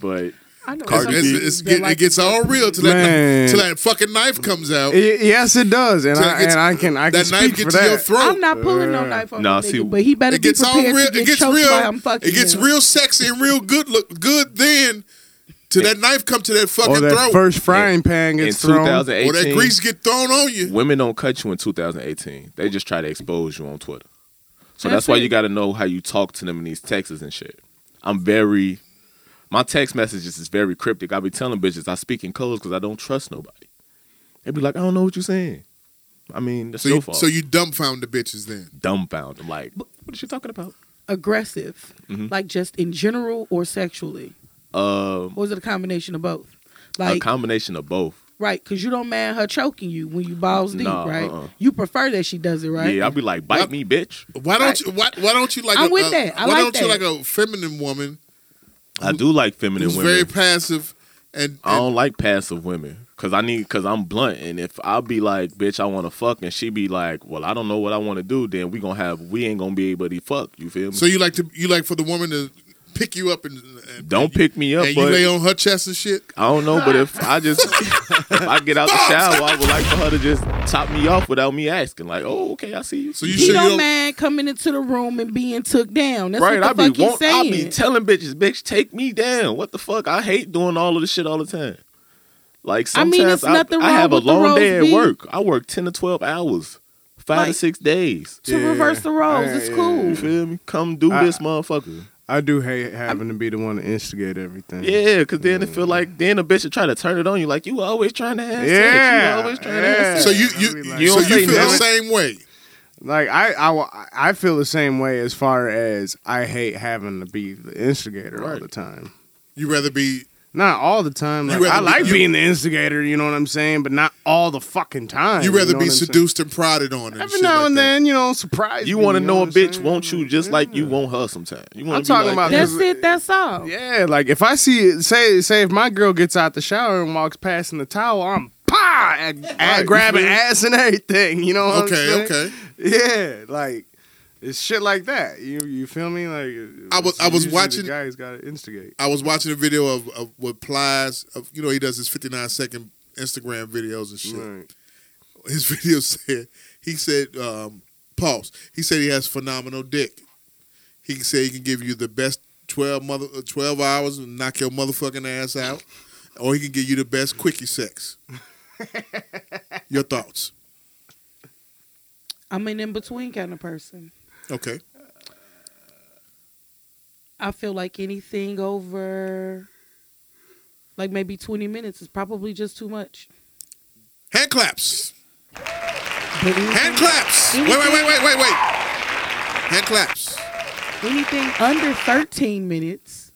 [SPEAKER 7] but
[SPEAKER 6] I know
[SPEAKER 7] Cardi
[SPEAKER 6] some
[SPEAKER 5] It's,
[SPEAKER 7] B.
[SPEAKER 6] dudes
[SPEAKER 5] it's
[SPEAKER 6] that
[SPEAKER 5] get,
[SPEAKER 6] like
[SPEAKER 5] it gets all real till that
[SPEAKER 1] Man.
[SPEAKER 5] till that fucking knife comes out.
[SPEAKER 1] Y- yes, it does, and
[SPEAKER 5] So it
[SPEAKER 1] I
[SPEAKER 5] gets-
[SPEAKER 1] and I can I can
[SPEAKER 5] that knife
[SPEAKER 1] speak for
[SPEAKER 5] gets to your
[SPEAKER 1] that.
[SPEAKER 5] throat.
[SPEAKER 6] I'm not pulling no knife on nah,
[SPEAKER 7] Nah,
[SPEAKER 6] nigga,
[SPEAKER 7] see,
[SPEAKER 6] but he better
[SPEAKER 5] Uh, it gets
[SPEAKER 6] be
[SPEAKER 5] all
[SPEAKER 6] prepared
[SPEAKER 5] real.
[SPEAKER 6] to get
[SPEAKER 5] It gets
[SPEAKER 6] choked
[SPEAKER 5] real.
[SPEAKER 6] while I'm fucking
[SPEAKER 5] It gets
[SPEAKER 6] him.
[SPEAKER 5] real sexy and real good. Look good then. Till that knife come to that fucking
[SPEAKER 1] Or that
[SPEAKER 5] throat,
[SPEAKER 1] first frying pan
[SPEAKER 7] in
[SPEAKER 1] gets thrown.
[SPEAKER 5] or Oh, that
[SPEAKER 7] 2018,
[SPEAKER 5] grease get thrown on you.
[SPEAKER 7] women don't cut you in 2018. They just try to expose you on Twitter. So that's,
[SPEAKER 6] That's
[SPEAKER 7] why
[SPEAKER 6] it.
[SPEAKER 7] you got to know how you talk to them in these texts and shit. I'm very, my text messages is very cryptic. I be telling bitches I speak in codes because I don't trust nobody. They be like, I don't know what you're saying. I mean, that's
[SPEAKER 5] So
[SPEAKER 7] your
[SPEAKER 5] you,
[SPEAKER 7] fault.
[SPEAKER 5] so you dumbfound the bitches then.
[SPEAKER 7] dumbfound. I'm like, what is she talking about?
[SPEAKER 6] aggressive,
[SPEAKER 7] Mm-hmm.
[SPEAKER 6] like just in general or sexually,
[SPEAKER 7] Um,
[SPEAKER 6] or is it a combination of both?
[SPEAKER 7] a
[SPEAKER 6] Like,
[SPEAKER 7] combination of both.
[SPEAKER 6] right? Because you don't mind her choking you when you balls deep,
[SPEAKER 7] Nah,
[SPEAKER 6] right?
[SPEAKER 7] uh-uh.
[SPEAKER 6] You prefer that she does it, right?
[SPEAKER 7] Yeah, I'll be like, bite
[SPEAKER 5] Yep.
[SPEAKER 7] me, bitch.
[SPEAKER 5] Why don't you? Why, why don't you like?
[SPEAKER 6] I'm
[SPEAKER 5] a,
[SPEAKER 6] with
[SPEAKER 5] a-
[SPEAKER 6] that. I
[SPEAKER 5] why
[SPEAKER 6] like
[SPEAKER 5] don't you like
[SPEAKER 6] that.
[SPEAKER 5] a feminine woman
[SPEAKER 7] I do like feminine
[SPEAKER 5] who's
[SPEAKER 7] women.
[SPEAKER 5] very passive and,
[SPEAKER 7] I
[SPEAKER 5] and
[SPEAKER 7] don't like passive women because I need because I'm blunt and if I be like bitch I want to fuck and she be like well I don't know what I want to do then we gonna have we ain't gonna be able to fuck you feel me
[SPEAKER 5] so you like to you like for the woman to pick you up and, and
[SPEAKER 7] don't pick me up
[SPEAKER 5] and you
[SPEAKER 7] but
[SPEAKER 5] lay on her chest and shit.
[SPEAKER 7] I don't know but if I just if I get out the shower I would like for her to just top me off without me asking like oh okay I see you
[SPEAKER 5] So you
[SPEAKER 6] He
[SPEAKER 5] sure you
[SPEAKER 6] don't
[SPEAKER 5] don't?
[SPEAKER 6] mind coming into the room and being took down. That's
[SPEAKER 7] right I
[SPEAKER 6] what the
[SPEAKER 7] be
[SPEAKER 6] fuck he's
[SPEAKER 7] want, I
[SPEAKER 6] saying.
[SPEAKER 7] be telling bitches bitch take me down what the fuck I hate doing all of this shit all the time like
[SPEAKER 6] I mean, it's
[SPEAKER 7] sometimes
[SPEAKER 6] nothing
[SPEAKER 7] I
[SPEAKER 6] wrong
[SPEAKER 7] have a
[SPEAKER 6] with the
[SPEAKER 7] long
[SPEAKER 6] roles
[SPEAKER 7] day at
[SPEAKER 6] being-
[SPEAKER 7] work I work ten to twelve hours five to
[SPEAKER 6] Like-
[SPEAKER 7] six days.
[SPEAKER 6] to reverse the roles,
[SPEAKER 1] Yeah,
[SPEAKER 6] it's
[SPEAKER 1] yeah,
[SPEAKER 6] cool.
[SPEAKER 7] You feel me? Come do
[SPEAKER 1] I-
[SPEAKER 7] this, motherfucker.
[SPEAKER 1] I do hate having to be the one to instigate everything.
[SPEAKER 7] Yeah, because then it
[SPEAKER 1] Mm.
[SPEAKER 7] feel like then a bitch will try to turn it on you. Like you always trying to have sex.
[SPEAKER 1] Yeah,
[SPEAKER 7] You always trying to
[SPEAKER 1] yeah.
[SPEAKER 7] have
[SPEAKER 5] So
[SPEAKER 7] sex.
[SPEAKER 5] you
[SPEAKER 1] I'll
[SPEAKER 5] you,
[SPEAKER 1] be like-
[SPEAKER 7] You
[SPEAKER 5] so
[SPEAKER 7] don't say
[SPEAKER 5] you feel
[SPEAKER 7] no.
[SPEAKER 5] the same way.
[SPEAKER 1] Like I, I, I feel the same way as far as I hate having to be the instigator all
[SPEAKER 7] Right.
[SPEAKER 1] the time.
[SPEAKER 5] You rather be
[SPEAKER 1] Not all the time.
[SPEAKER 5] You
[SPEAKER 1] Like, I
[SPEAKER 5] rather be-
[SPEAKER 1] like
[SPEAKER 5] you-
[SPEAKER 1] being the instigator. You know what I'm saying? But not all the fucking time.
[SPEAKER 5] you rather
[SPEAKER 1] know
[SPEAKER 5] be
[SPEAKER 1] what I'm saying?
[SPEAKER 5] seduced and prodded on. And
[SPEAKER 1] Every
[SPEAKER 5] shit
[SPEAKER 1] now
[SPEAKER 5] like
[SPEAKER 1] and
[SPEAKER 5] that.
[SPEAKER 1] then, you know, surprise.
[SPEAKER 7] You
[SPEAKER 1] me,
[SPEAKER 7] want to
[SPEAKER 1] what
[SPEAKER 7] know a
[SPEAKER 1] I'm
[SPEAKER 7] bitch
[SPEAKER 1] saying?
[SPEAKER 7] won't you just like you want her sometimes. You want
[SPEAKER 1] I'm talking about
[SPEAKER 6] That's it. That's all.
[SPEAKER 1] Yeah, like if I see it, say say if my girl gets out the shower and walks past in the towel, I'm pa at,
[SPEAKER 7] Right.
[SPEAKER 1] grabbing ass and everything. You know? What
[SPEAKER 5] Okay,
[SPEAKER 1] I'm saying?
[SPEAKER 5] okay.
[SPEAKER 1] Yeah, like it's shit like that. You you feel me? Like
[SPEAKER 5] I was- I was
[SPEAKER 1] usually
[SPEAKER 5] watching-
[SPEAKER 1] The guy's got to instigate.
[SPEAKER 5] I was watching a video of, of what Plies of you know he does his 59 second Instagram videos and shit.
[SPEAKER 1] Right.
[SPEAKER 5] His video said he said um, pause. He said he has phenomenal dick. He said he can give you the best 12 mother uh, 12 hours and knock your motherfucking ass out, or he can give you the best quickie sex. your thoughts?
[SPEAKER 6] I'm an in between kind of person.
[SPEAKER 5] Okay.
[SPEAKER 6] I feel like anything over, like maybe 20 minutes, is probably just too much.
[SPEAKER 5] Hand claps.
[SPEAKER 6] But
[SPEAKER 5] Hand
[SPEAKER 6] anything,
[SPEAKER 5] claps. Wait, wait, wait, wait, wait, wait. Hand claps.
[SPEAKER 6] anything under 13 minutes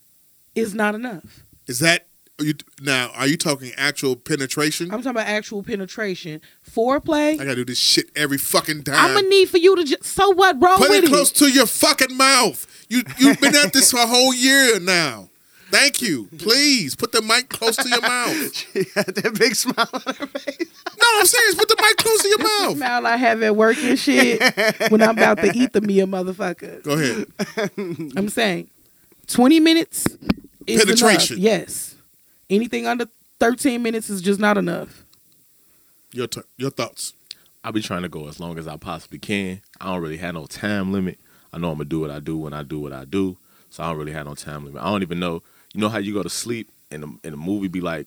[SPEAKER 6] is not enough.
[SPEAKER 5] Is that are you now? Are you talking actual penetration?
[SPEAKER 6] I'm
[SPEAKER 5] i
[SPEAKER 6] talking about actual penetration, foreplay.
[SPEAKER 5] gotta do this shit every fucking
[SPEAKER 6] I'm
[SPEAKER 5] time.
[SPEAKER 6] gonna need for you to just so what wrong
[SPEAKER 5] Put
[SPEAKER 6] with
[SPEAKER 5] it close
[SPEAKER 6] it?
[SPEAKER 5] to your fucking mouth. You you've been at this for a whole year now. Thank you. Please put the mic close to your mouth.
[SPEAKER 1] She had that big smile.
[SPEAKER 5] No, I'm serious. Put the mic close to your mouth.
[SPEAKER 6] Smile I have at work and shit when I'm about to eat the meal, motherfucker.
[SPEAKER 5] Go ahead.
[SPEAKER 6] I'm saying 20 minutes is
[SPEAKER 5] Penetration.
[SPEAKER 6] Enough. Yes. Anything under 13 minutes is just not enough.
[SPEAKER 5] Your turn. Your thoughts.
[SPEAKER 7] I be trying to go as long as I possibly can. I don't really have no time limit. I know I'm gonna do what I do when I do what I do, so I don't really have no time limit. I don't even know. You know how you go to sleep and the, and the movie be like,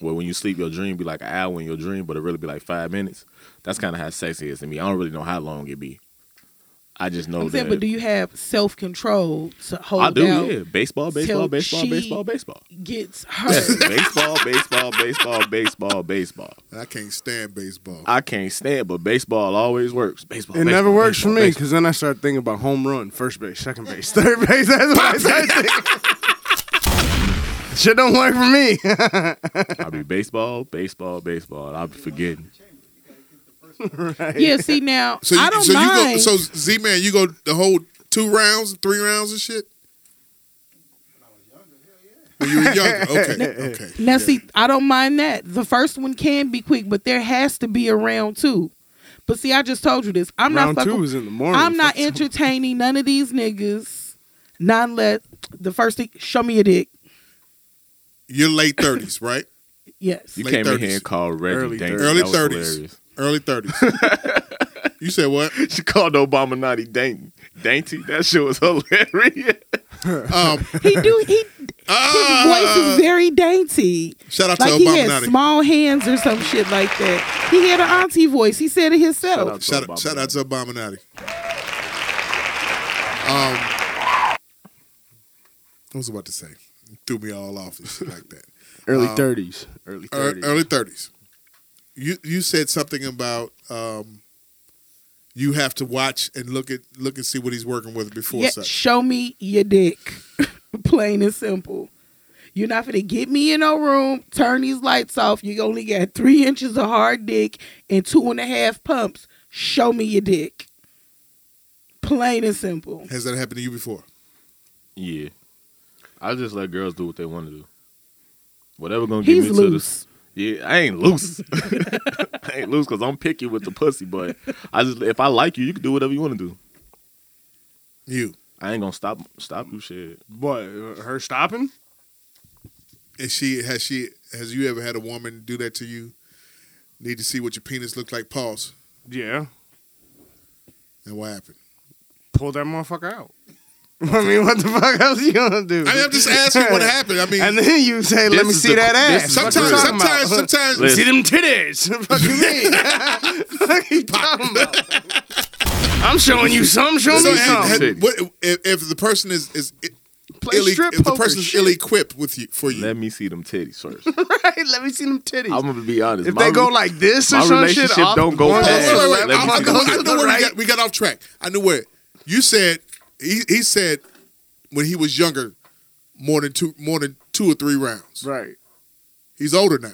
[SPEAKER 7] well, when you sleep, your dream be like an hour in your dream, but it really be like five minutes. That's kind of how sex is to me. I don't really know how long it be. I just know
[SPEAKER 6] I'm
[SPEAKER 7] that.
[SPEAKER 6] saying, but do you have self control to hold
[SPEAKER 7] I do,
[SPEAKER 6] out?
[SPEAKER 7] yeah. Baseball, baseball,
[SPEAKER 6] till
[SPEAKER 7] baseball,
[SPEAKER 6] she-
[SPEAKER 7] baseball, baseball.
[SPEAKER 6] Gets
[SPEAKER 7] Yes,
[SPEAKER 6] hurt.
[SPEAKER 7] baseball, baseball, baseball, baseball, baseball.
[SPEAKER 5] I can't stand baseball.
[SPEAKER 7] I can't stand, but baseball always works. Baseball.
[SPEAKER 1] It
[SPEAKER 7] baseball,
[SPEAKER 1] never works
[SPEAKER 7] baseball,
[SPEAKER 1] for me
[SPEAKER 7] baseball.
[SPEAKER 1] because then I start thinking about home run, first base, second base, third base. That's what I start thinking. Shit don't work for me.
[SPEAKER 7] I'll be baseball, baseball, baseball. and I'll be forgetting.
[SPEAKER 6] yeah, see now
[SPEAKER 5] so you,
[SPEAKER 6] I don't
[SPEAKER 5] so you go.
[SPEAKER 6] mind.
[SPEAKER 5] So Z man, you go the whole two rounds, three rounds, and shit. When you were younger, okay, okay.
[SPEAKER 6] now see, I don't mind that. The first one can be quick, but there has to be a round two. But see, I just told you this. I'm
[SPEAKER 1] Round
[SPEAKER 6] not fucking
[SPEAKER 1] two is in the morning.
[SPEAKER 6] I'm not
[SPEAKER 1] Fuck
[SPEAKER 6] entertaining none of these niggas. None let the first thing show me your dick.
[SPEAKER 5] You're late thirties, right?
[SPEAKER 6] Yes.
[SPEAKER 7] You
[SPEAKER 5] Late
[SPEAKER 7] came in
[SPEAKER 5] 30s.
[SPEAKER 7] here and called Reggie
[SPEAKER 1] Early
[SPEAKER 7] Dangerous.
[SPEAKER 5] Early
[SPEAKER 7] That was
[SPEAKER 5] thirties,
[SPEAKER 7] hilarious.
[SPEAKER 5] early thirties. you said what?
[SPEAKER 7] She called Obama Naughty Dainty. Dainty. That shit was hilarious.
[SPEAKER 5] Um, ah!
[SPEAKER 6] He do he
[SPEAKER 1] Ah.
[SPEAKER 6] his voice is very dainty.
[SPEAKER 5] shout out
[SPEAKER 6] Like
[SPEAKER 5] to
[SPEAKER 6] he
[SPEAKER 5] Obama
[SPEAKER 6] had
[SPEAKER 5] Naughty.
[SPEAKER 6] small hands or some shit like that. He had an auntie voice. He said it himself.
[SPEAKER 7] Shout
[SPEAKER 5] Shout out,
[SPEAKER 7] out. Obama
[SPEAKER 5] shout out to Obama Naughty. Um, I was about to say, threw me all off and shit like that.
[SPEAKER 1] Early 30s. Uh, Early
[SPEAKER 5] Ear-
[SPEAKER 1] 30s.
[SPEAKER 5] Early thirties. You you said something about um, you have to watch and look at look and see what he's working with before
[SPEAKER 6] Yeah,
[SPEAKER 5] sex.
[SPEAKER 6] show me your dick. Plain and simple. You're not gonna get me in no room, turn these lights off. You only got three inches of hard dick and two and a half pumps. Show me your dick. Plain and simple.
[SPEAKER 5] Has that happened to you before?
[SPEAKER 7] Yeah. I just let girls do what they want to do. Whatever gonna get
[SPEAKER 6] He's
[SPEAKER 7] me to this.
[SPEAKER 6] loose.
[SPEAKER 7] Yeah, I ain't loose. I ain't loose because I'm picky with the pussy, but I just if I like you, you can do whatever you want to do.
[SPEAKER 5] You
[SPEAKER 7] I ain't gonna stop stop you shit.
[SPEAKER 1] What? Her stopping?
[SPEAKER 5] is she has she has you ever had a woman do that to you? Need to see what your penis looks like. Pause.
[SPEAKER 1] Yeah.
[SPEAKER 5] And what happened?
[SPEAKER 1] Pull that motherfucker out. I mean, what the fuck else you gonna do?
[SPEAKER 5] I mean, I'm just asking what happened. I mean,
[SPEAKER 1] And then you say,
[SPEAKER 7] This
[SPEAKER 1] "Let me
[SPEAKER 7] is
[SPEAKER 1] see
[SPEAKER 7] the-
[SPEAKER 1] that
[SPEAKER 7] this is
[SPEAKER 1] ass." What you
[SPEAKER 5] sometimes,
[SPEAKER 1] talking about?
[SPEAKER 5] sometimes, sometimes,
[SPEAKER 7] Listen.
[SPEAKER 1] See them titties. Fuck you mean? Fuck you talking about? I'm showing you some. Show
[SPEAKER 5] So
[SPEAKER 1] me
[SPEAKER 5] had-
[SPEAKER 1] some.
[SPEAKER 5] had-
[SPEAKER 7] something.
[SPEAKER 5] what- if, if the person is is
[SPEAKER 1] Play
[SPEAKER 5] ill,
[SPEAKER 1] strip
[SPEAKER 5] if the
[SPEAKER 1] poker.
[SPEAKER 5] person's
[SPEAKER 1] shit.
[SPEAKER 5] ill equipped with you for you,
[SPEAKER 7] Let me see them titties first.
[SPEAKER 1] right? Let me see them titties.
[SPEAKER 7] I'm gonna be honest.
[SPEAKER 1] if
[SPEAKER 7] My
[SPEAKER 1] they go
[SPEAKER 7] re-
[SPEAKER 1] like this or
[SPEAKER 7] my
[SPEAKER 1] some shit,
[SPEAKER 7] relationship
[SPEAKER 1] off
[SPEAKER 7] don't
[SPEAKER 1] the
[SPEAKER 7] go
[SPEAKER 1] point,
[SPEAKER 5] Wait, wait,
[SPEAKER 7] past-
[SPEAKER 5] wait, wait. I,
[SPEAKER 7] Let me
[SPEAKER 5] I
[SPEAKER 7] see
[SPEAKER 5] know,
[SPEAKER 7] this.
[SPEAKER 5] I know where
[SPEAKER 1] Right.
[SPEAKER 5] we got, we got off track. I knew where you said he, he said when he was younger, more than two more than two or three rounds.
[SPEAKER 1] Right.
[SPEAKER 5] He's older now.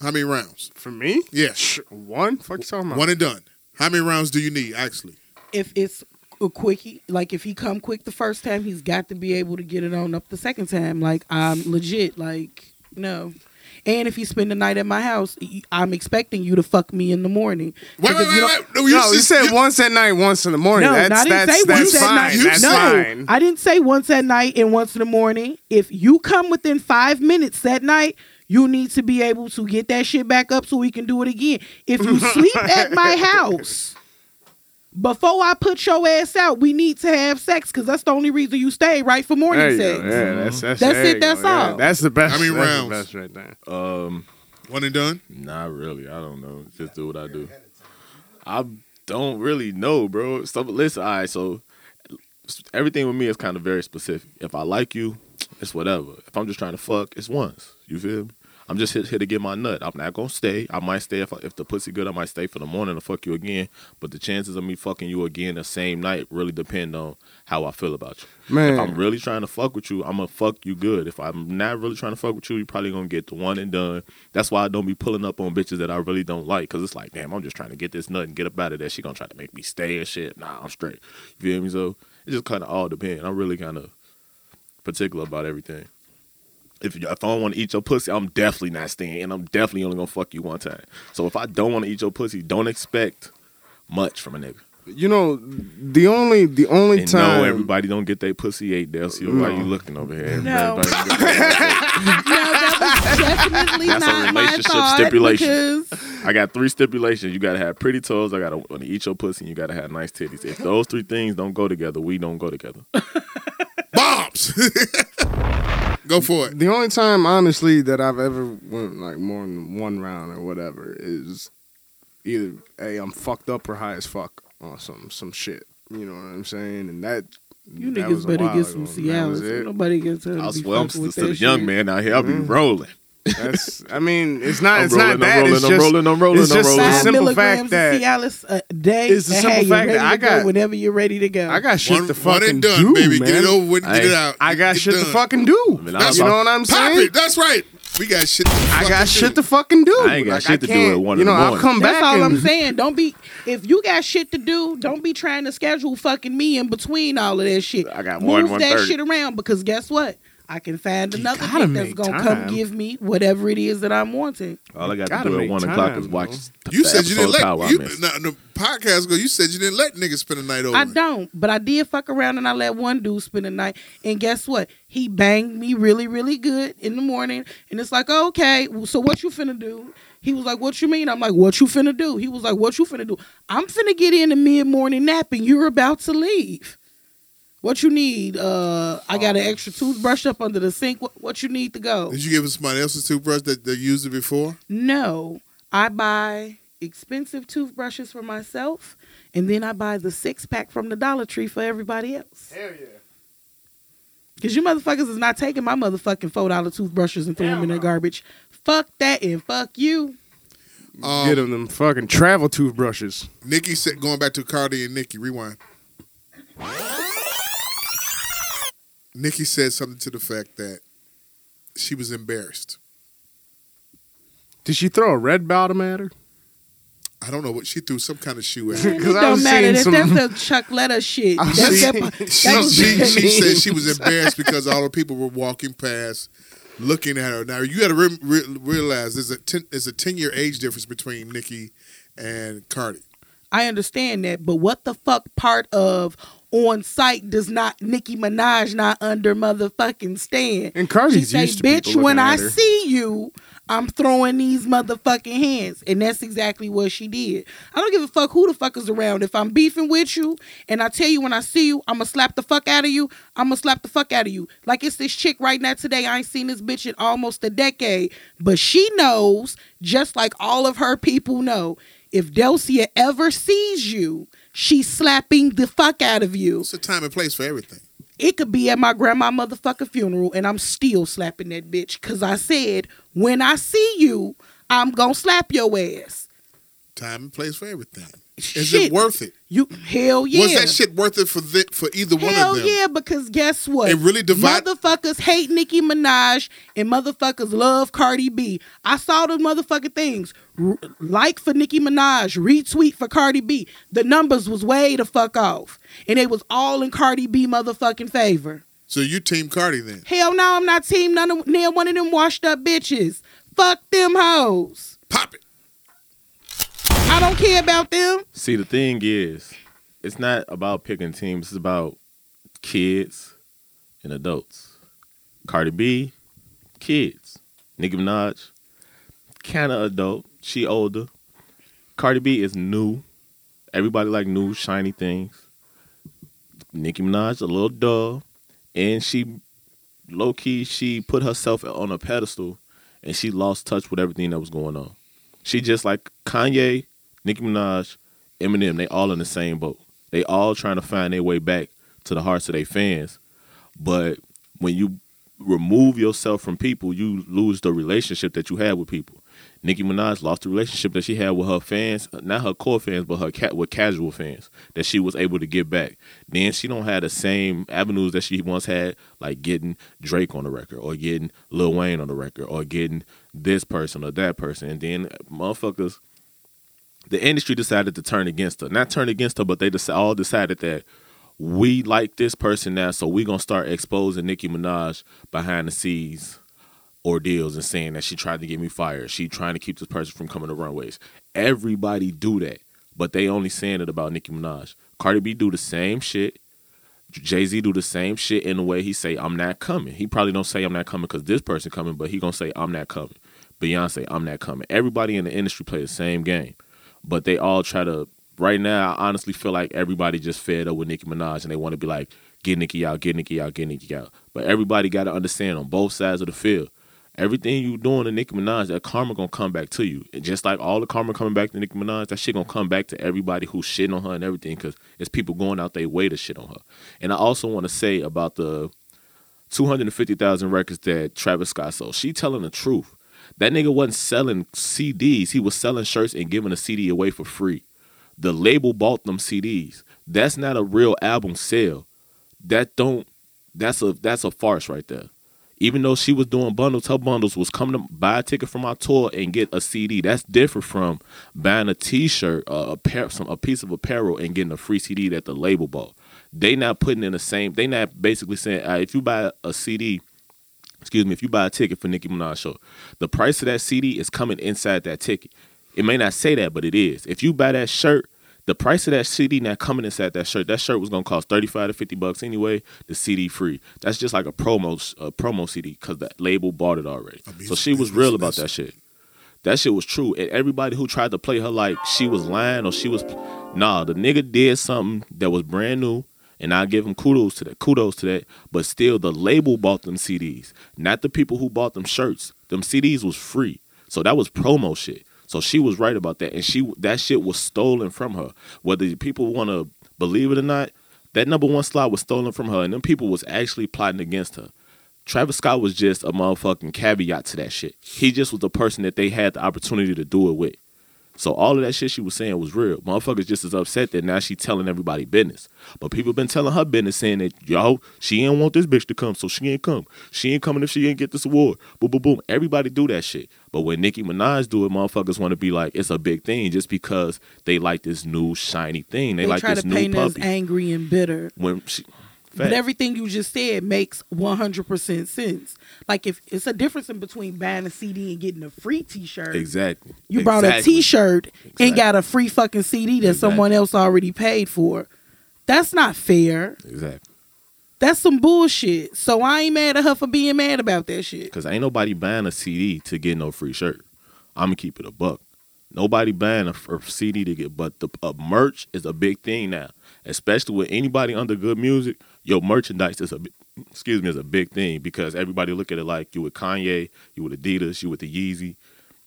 [SPEAKER 5] How many rounds?
[SPEAKER 1] For me,
[SPEAKER 5] Yeah,
[SPEAKER 1] one. Fuck you talking about?
[SPEAKER 5] one and done. How many rounds do you need actually?
[SPEAKER 6] If it's a quickie, like if he come quick the first time, he's got to be able to get it on up the second time. Like I'm legit. Like no. And if you spend the night at my house, y- I'm expecting you to fuck me in the morning.
[SPEAKER 5] Wait,
[SPEAKER 6] Because
[SPEAKER 5] wait,
[SPEAKER 6] if you
[SPEAKER 5] wait,
[SPEAKER 6] don't-
[SPEAKER 5] wait. No,
[SPEAKER 1] No, you
[SPEAKER 5] just-
[SPEAKER 1] said
[SPEAKER 5] you-
[SPEAKER 1] once at night, once in the morning.
[SPEAKER 6] No,
[SPEAKER 1] that's
[SPEAKER 6] no, I didn't
[SPEAKER 1] that's,
[SPEAKER 6] say
[SPEAKER 1] that's
[SPEAKER 6] once at
[SPEAKER 1] fine.
[SPEAKER 6] night.
[SPEAKER 1] That's
[SPEAKER 6] no,
[SPEAKER 1] fine.
[SPEAKER 6] I didn't say once at night and once in the morning. If you come within five minutes that night, you need to be able to get that shit back up so we can do it again. If you sleep at my house before I put your ass out, we need to have sex because that's the only reason you stay right for morning
[SPEAKER 1] There
[SPEAKER 6] sex.
[SPEAKER 1] you go. Yeah, that's that's,
[SPEAKER 6] That's
[SPEAKER 1] there
[SPEAKER 6] it,
[SPEAKER 1] you
[SPEAKER 6] that's
[SPEAKER 1] go. Yeah,
[SPEAKER 6] all.
[SPEAKER 1] that's the best.
[SPEAKER 5] How many
[SPEAKER 1] that's
[SPEAKER 5] rounds?
[SPEAKER 1] The best right there.
[SPEAKER 7] Um,
[SPEAKER 5] One and done.
[SPEAKER 7] Not really. I don't know. Just do what I do. I don't really know, bro. So listen, all right. So everything with me is kind of very specific. If I like you, it's whatever. If I'm just trying to fuck, it's once. You feel me? I'm just here, here to get my nut. I'm not gonna stay. I might stay if I, if the pussy good. I might stay for the morning to fuck you again. But the chances of me fucking you again the same night really depend on how I feel about you. If
[SPEAKER 1] Man.
[SPEAKER 7] I'm really trying to fuck with you, I'm gonna fuck you good. If I'm not really trying to fuck with you, you probably gonna get the one and done. That's why I don't be pulling up on bitches that I really don't like, cause it's like, damn, I'm just trying to get this nut and get up out of there. She gonna try to make me stay and shit. Nah, I'm straight. You feel me? So it just kind of all depends. I'm really kind of particular about everything. if you- if I don't want to eat your pussy, I'm definitely not staying, and I'm definitely only gonna fuck you one time. So if I don't want to eat your pussy, don't expect much from a nigga.
[SPEAKER 1] You know, the only the only
[SPEAKER 7] And
[SPEAKER 1] time
[SPEAKER 7] no, everybody don't get their pussy ate there. So why you looking over here?
[SPEAKER 6] No.
[SPEAKER 7] Everybody don't
[SPEAKER 6] No,
[SPEAKER 7] get-
[SPEAKER 6] that was definitely
[SPEAKER 7] That's a
[SPEAKER 6] not my
[SPEAKER 7] relationship
[SPEAKER 6] thought.
[SPEAKER 7] stipulation.
[SPEAKER 6] Because
[SPEAKER 7] I got three stipulations. You gotta have pretty toes. I gotta want to eat your pussy. and You gotta have nice titties. If those three things don't go together, we don't go together.
[SPEAKER 5] Bombs. Go for it.
[SPEAKER 1] the only time honestly that I've ever went like more than one round or whatever is either hey I'm fucked up or high as fuck or some some shit. You know what I'm saying? And that
[SPEAKER 6] you
[SPEAKER 1] that
[SPEAKER 6] niggas
[SPEAKER 1] was a
[SPEAKER 6] better
[SPEAKER 1] while
[SPEAKER 6] get some
[SPEAKER 1] ago. That was
[SPEAKER 6] Cialis.
[SPEAKER 1] it.
[SPEAKER 6] Nobody gets her. to
[SPEAKER 7] I
[SPEAKER 6] be
[SPEAKER 7] swear,
[SPEAKER 6] fucking
[SPEAKER 7] I'm still
[SPEAKER 6] with
[SPEAKER 7] still a
[SPEAKER 6] that
[SPEAKER 7] young
[SPEAKER 6] shit. Mm.
[SPEAKER 7] man out here. I'll be
[SPEAKER 1] Mhm.
[SPEAKER 7] rolling.
[SPEAKER 1] That's I mean it's not
[SPEAKER 7] I'm
[SPEAKER 1] it's
[SPEAKER 7] rolling,
[SPEAKER 1] not that
[SPEAKER 7] I'm rolling,
[SPEAKER 1] it's
[SPEAKER 7] I'm
[SPEAKER 1] just
[SPEAKER 7] rolling, I'm rolling,
[SPEAKER 1] it's
[SPEAKER 7] I'm
[SPEAKER 1] just
[SPEAKER 7] rolling.
[SPEAKER 1] the
[SPEAKER 6] Five
[SPEAKER 1] simple
[SPEAKER 6] milligrams
[SPEAKER 1] fact
[SPEAKER 6] of
[SPEAKER 1] that
[SPEAKER 6] Cialis a day.
[SPEAKER 1] It's the
[SPEAKER 6] and,
[SPEAKER 1] simple
[SPEAKER 6] hey, you're
[SPEAKER 1] fact that
[SPEAKER 6] ready
[SPEAKER 1] I
[SPEAKER 6] to go
[SPEAKER 1] got-
[SPEAKER 6] Whenever you're ready to go,
[SPEAKER 1] I got shit
[SPEAKER 5] one,
[SPEAKER 1] to
[SPEAKER 5] one
[SPEAKER 1] fucking
[SPEAKER 5] and done,
[SPEAKER 1] do,
[SPEAKER 5] baby.
[SPEAKER 1] man.
[SPEAKER 5] Get it over with. and Get
[SPEAKER 7] Hey,
[SPEAKER 5] it out.
[SPEAKER 1] I got
[SPEAKER 5] Get
[SPEAKER 1] shit to
[SPEAKER 5] done.
[SPEAKER 1] fucking do.
[SPEAKER 7] I mean, I-
[SPEAKER 1] you know what I'm
[SPEAKER 5] Pop
[SPEAKER 1] saying?
[SPEAKER 5] it. That's right. We got shit. To
[SPEAKER 1] I
[SPEAKER 5] fucking
[SPEAKER 1] got shit
[SPEAKER 5] do.
[SPEAKER 1] to fucking do.
[SPEAKER 7] I ain't got shit to do
[SPEAKER 1] can't-
[SPEAKER 7] at one in
[SPEAKER 1] You know,
[SPEAKER 7] the
[SPEAKER 1] I'll
[SPEAKER 7] morning.
[SPEAKER 1] come back.
[SPEAKER 6] That's all I'm
[SPEAKER 1] and-
[SPEAKER 6] saying. Don't be if you got shit to do, don't be trying to schedule fucking me in between all of that shit.
[SPEAKER 7] I got one
[SPEAKER 6] Move that
[SPEAKER 7] 1:30.
[SPEAKER 6] shit around because guess what? I can find another
[SPEAKER 1] gotta
[SPEAKER 6] thing that's
[SPEAKER 1] make
[SPEAKER 6] gonna
[SPEAKER 1] time.
[SPEAKER 6] come give me whatever it is that I'm wanting.
[SPEAKER 7] All I got
[SPEAKER 1] Gotta
[SPEAKER 7] to do
[SPEAKER 1] make
[SPEAKER 7] at one
[SPEAKER 1] time,
[SPEAKER 7] o'clock is watch.
[SPEAKER 5] You
[SPEAKER 7] the
[SPEAKER 5] said you didn't
[SPEAKER 7] episode Power
[SPEAKER 5] let
[SPEAKER 7] I
[SPEAKER 5] you,
[SPEAKER 7] missed.
[SPEAKER 5] now, in the podcast go. You said you didn't let niggas spend the night over.
[SPEAKER 6] I don't, but I did fuck around and I let one dude spend the night. And guess what? He banged me really, really good in the morning. And it's like, oh, okay, so what you finna do? He was like, what you mean? I'm like, what you finna do? He was like, what you finna do? I'm finna get in a mid morning nap and you're about to leave. What you need? Uh, I got an extra toothbrush up under the sink. What, what you need to go?
[SPEAKER 5] Did you give him somebody else's toothbrush that they used it before?
[SPEAKER 6] No, I buy expensive toothbrushes for myself, and then I buy the six pack from the Dollar Tree for everybody else. Hell yeah. Cause you motherfuckers is not taking my motherfucking four dollar toothbrushes and throwing them in the garbage. Fuck that and fuck you.
[SPEAKER 5] Um,
[SPEAKER 1] Get them them fucking travel toothbrushes.
[SPEAKER 5] Nikki said, going back to Cardi and Nikki, rewind. Nikki said something to the fact that she was embarrassed.
[SPEAKER 1] Did she throw a red bottom at her?
[SPEAKER 5] I don't know what she threw some kind of shoe at.
[SPEAKER 6] Man, it
[SPEAKER 1] 'Cause I
[SPEAKER 6] don't
[SPEAKER 1] was
[SPEAKER 6] matter.
[SPEAKER 1] seeing
[SPEAKER 6] That,
[SPEAKER 1] some-
[SPEAKER 6] That's the Chuck Letter shit.
[SPEAKER 1] I was
[SPEAKER 6] That's that,
[SPEAKER 1] seeing-
[SPEAKER 6] that
[SPEAKER 5] she,
[SPEAKER 6] was-
[SPEAKER 5] she, she said she was embarrassed because all the people were walking past looking at her. Now, you got to re- re- realize there's a, ten, there's a 10 year age difference between Nikki and Cardi.
[SPEAKER 6] I understand that, but what the fuck part of on site does not Nicki Minaj not under motherfucking stand?
[SPEAKER 1] And Cardi's
[SPEAKER 6] she say,
[SPEAKER 1] used to people
[SPEAKER 6] bitch,
[SPEAKER 1] looking
[SPEAKER 6] when
[SPEAKER 1] at
[SPEAKER 6] I
[SPEAKER 1] her."
[SPEAKER 6] see you, I'm throwing these motherfucking hands. And that's exactly what she did. I don't give a fuck who the fuck is around. If I'm beefing with you and I tell you when I see you, I'ma slap the fuck out of you, I'ma slap the fuck out of you. Like it's this chick right now today. I ain't seen this bitch in almost a decade. But she knows, just like all of her people know, if Delcia ever sees you, she's slapping the fuck out of you.
[SPEAKER 5] It's a time and place for everything.
[SPEAKER 6] It could be at my grandma motherfucker funeral, and I'm still slapping that bitch because I said when I see you, I'm gonna slap your ass.
[SPEAKER 5] Time and place for everything. Is
[SPEAKER 6] Shit,
[SPEAKER 5] it worth it?
[SPEAKER 6] you? Hell yeah.
[SPEAKER 5] Was that shit worth it for the, for either
[SPEAKER 6] Hell
[SPEAKER 5] one of them?
[SPEAKER 6] yeah, because guess what?
[SPEAKER 5] It really divide-
[SPEAKER 6] motherfuckers hate Nicki Minaj and motherfuckers love Cardi B. I saw the motherfucking things. R- like for Nicki Minaj, retweet for Cardi B. The numbers was way the fuck off. And it was all in Cardi B motherfucking favor.
[SPEAKER 5] So you team Cardi then?
[SPEAKER 6] Hell no, I'm not team none of near one of them washed up bitches. Fuck them hoes.
[SPEAKER 5] Pop it.
[SPEAKER 6] I don't care about them.
[SPEAKER 7] See, the thing is, it's not about picking teams. It's about kids and adults. Cardi B, kids. Nicki Minaj, kind of adult. She older. Cardi B is new. Everybody like new shiny things. Nicki Minaj a little dull, and she low key she put herself on a pedestal, and she lost touch with everything that was going on. She just like Kanye, Nicki Minaj, Eminem, they all in the same boat. They all trying to find their way back to the hearts of their fans. But when you remove yourself from people, you lose the relationship that you had with people. Nicki Minaj lost the relationship that she had with her fans, uh, not her core fans, but her cat with casual fans that she was able to get back. Then she don't have the same avenues that she once had, like getting Drake on the record or getting Lil Wayne on the record or getting this person or that person. And then uh, motherfuckers the industry decided to turn against her. Not turn against her, but they deci- all decided that we like this person now, so we're gonna start exposing Nicki Minaj behind the scenes ordeals and saying that she tried to get me fired. She trying to keep this person from coming to runways. Everybody do that, but they only saying it about Nicki Minaj. Cardi B do the same shit. Jay Z do the same shit in the way he say I'm not coming. He probably don't say I'm not coming because this person coming, but he gonna say I'm not coming. Beyonce, I'm not coming. Everybody in the industry play the same game, but they all try to. Right now, I honestly feel like everybody just fed up with Nicki Minaj and they want to be like, get Nicki out, get Nicki out, get Nicki out. But everybody got to understand on both sides of the field, everything you doing to Nicki Minaj, that karma gonna come back to you. And just like all the karma coming back to Nicki Minaj, that shit gonna come back to everybody who's shitting on her and everything, because it's people going out their way to shit on her. And I also want to say about the 250,000 records that Travis Scott sold. She telling the truth. That nigga wasn't selling CDs. He was selling shirts and giving a CD away for free. The label bought them CDs. That's not a real album sale. That don't that's a that's a farce right there. Even though she was doing bundles, her bundles was coming to buy a ticket from our tour and get a CD. That's different from buying a T-shirt, uh, a pair, some a piece of apparel, and getting a free CD that the label bought. They not putting in the same. They not basically saying "All right, if you buy a CD, excuse me, if you buy a ticket for Nicki Minaj show, the price of that CD is coming inside that ticket. It may not say that, but it is. If you buy that shirt, the price of that CD not coming inside that shirt. That shirt was gonna cost thirty five to fifty bucks anyway. The CD free. That's just like a promo a promo CD because that label bought it already. so she was real about that shit. That shit was true. And everybody who tried to play her like she was lying or she was nah, the nigga did something that was brand new. And I give him kudos to that. Kudos to that. But still the label bought them CDs. Not the people who bought them shirts. Them CDs was free. So that was promo shit. So she was right about that. And she that shit was stolen from her. Whether people wanna believe it or not, that number one slot was stolen from her. And them people was actually plotting against her. Travis Scott was just a motherfucking caveat to that shit. He just was the person that they had the opportunity to do it with. So all of that shit she was saying was real. Motherfuckers just as upset that now she telling everybody business. But people been telling her business saying that, yo, she ain't want this bitch to come, so she ain't come. She ain't coming if she ain't get this award. Boom, boom, boom. Everybody do that shit. But when Nicki Minaj do it, motherfuckers want to be like, it's a big thing just because they like this new shiny thing. They,
[SPEAKER 6] They
[SPEAKER 7] like
[SPEAKER 6] try
[SPEAKER 7] this
[SPEAKER 6] to
[SPEAKER 7] new
[SPEAKER 6] paint us
[SPEAKER 7] puppy.
[SPEAKER 6] angry and bitter.
[SPEAKER 7] when she,
[SPEAKER 6] But
[SPEAKER 7] Facts.
[SPEAKER 6] everything you just said makes 100% sense. Like, if it's a difference in between buying a CD and getting a free t shirt,
[SPEAKER 7] exactly.
[SPEAKER 6] you brought a
[SPEAKER 7] Exactly.
[SPEAKER 6] t shirt and got a free fucking CD that
[SPEAKER 7] Exactly.
[SPEAKER 6] someone else already paid for. That's not fair.
[SPEAKER 7] Exactly.
[SPEAKER 6] That's some bullshit. So I ain't mad at her for being mad about that shit.
[SPEAKER 7] Cause ain't nobody buying a CD to get no free shirt. I'ma keep it a buck. Nobody buying a, a CD to get, but the uh, merch is a big thing now, especially with anybody under good music. Your merchandise is a, bi- excuse me, is a big thing because everybody look at it like you with Kanye, you with Adidas, you with the Yeezy.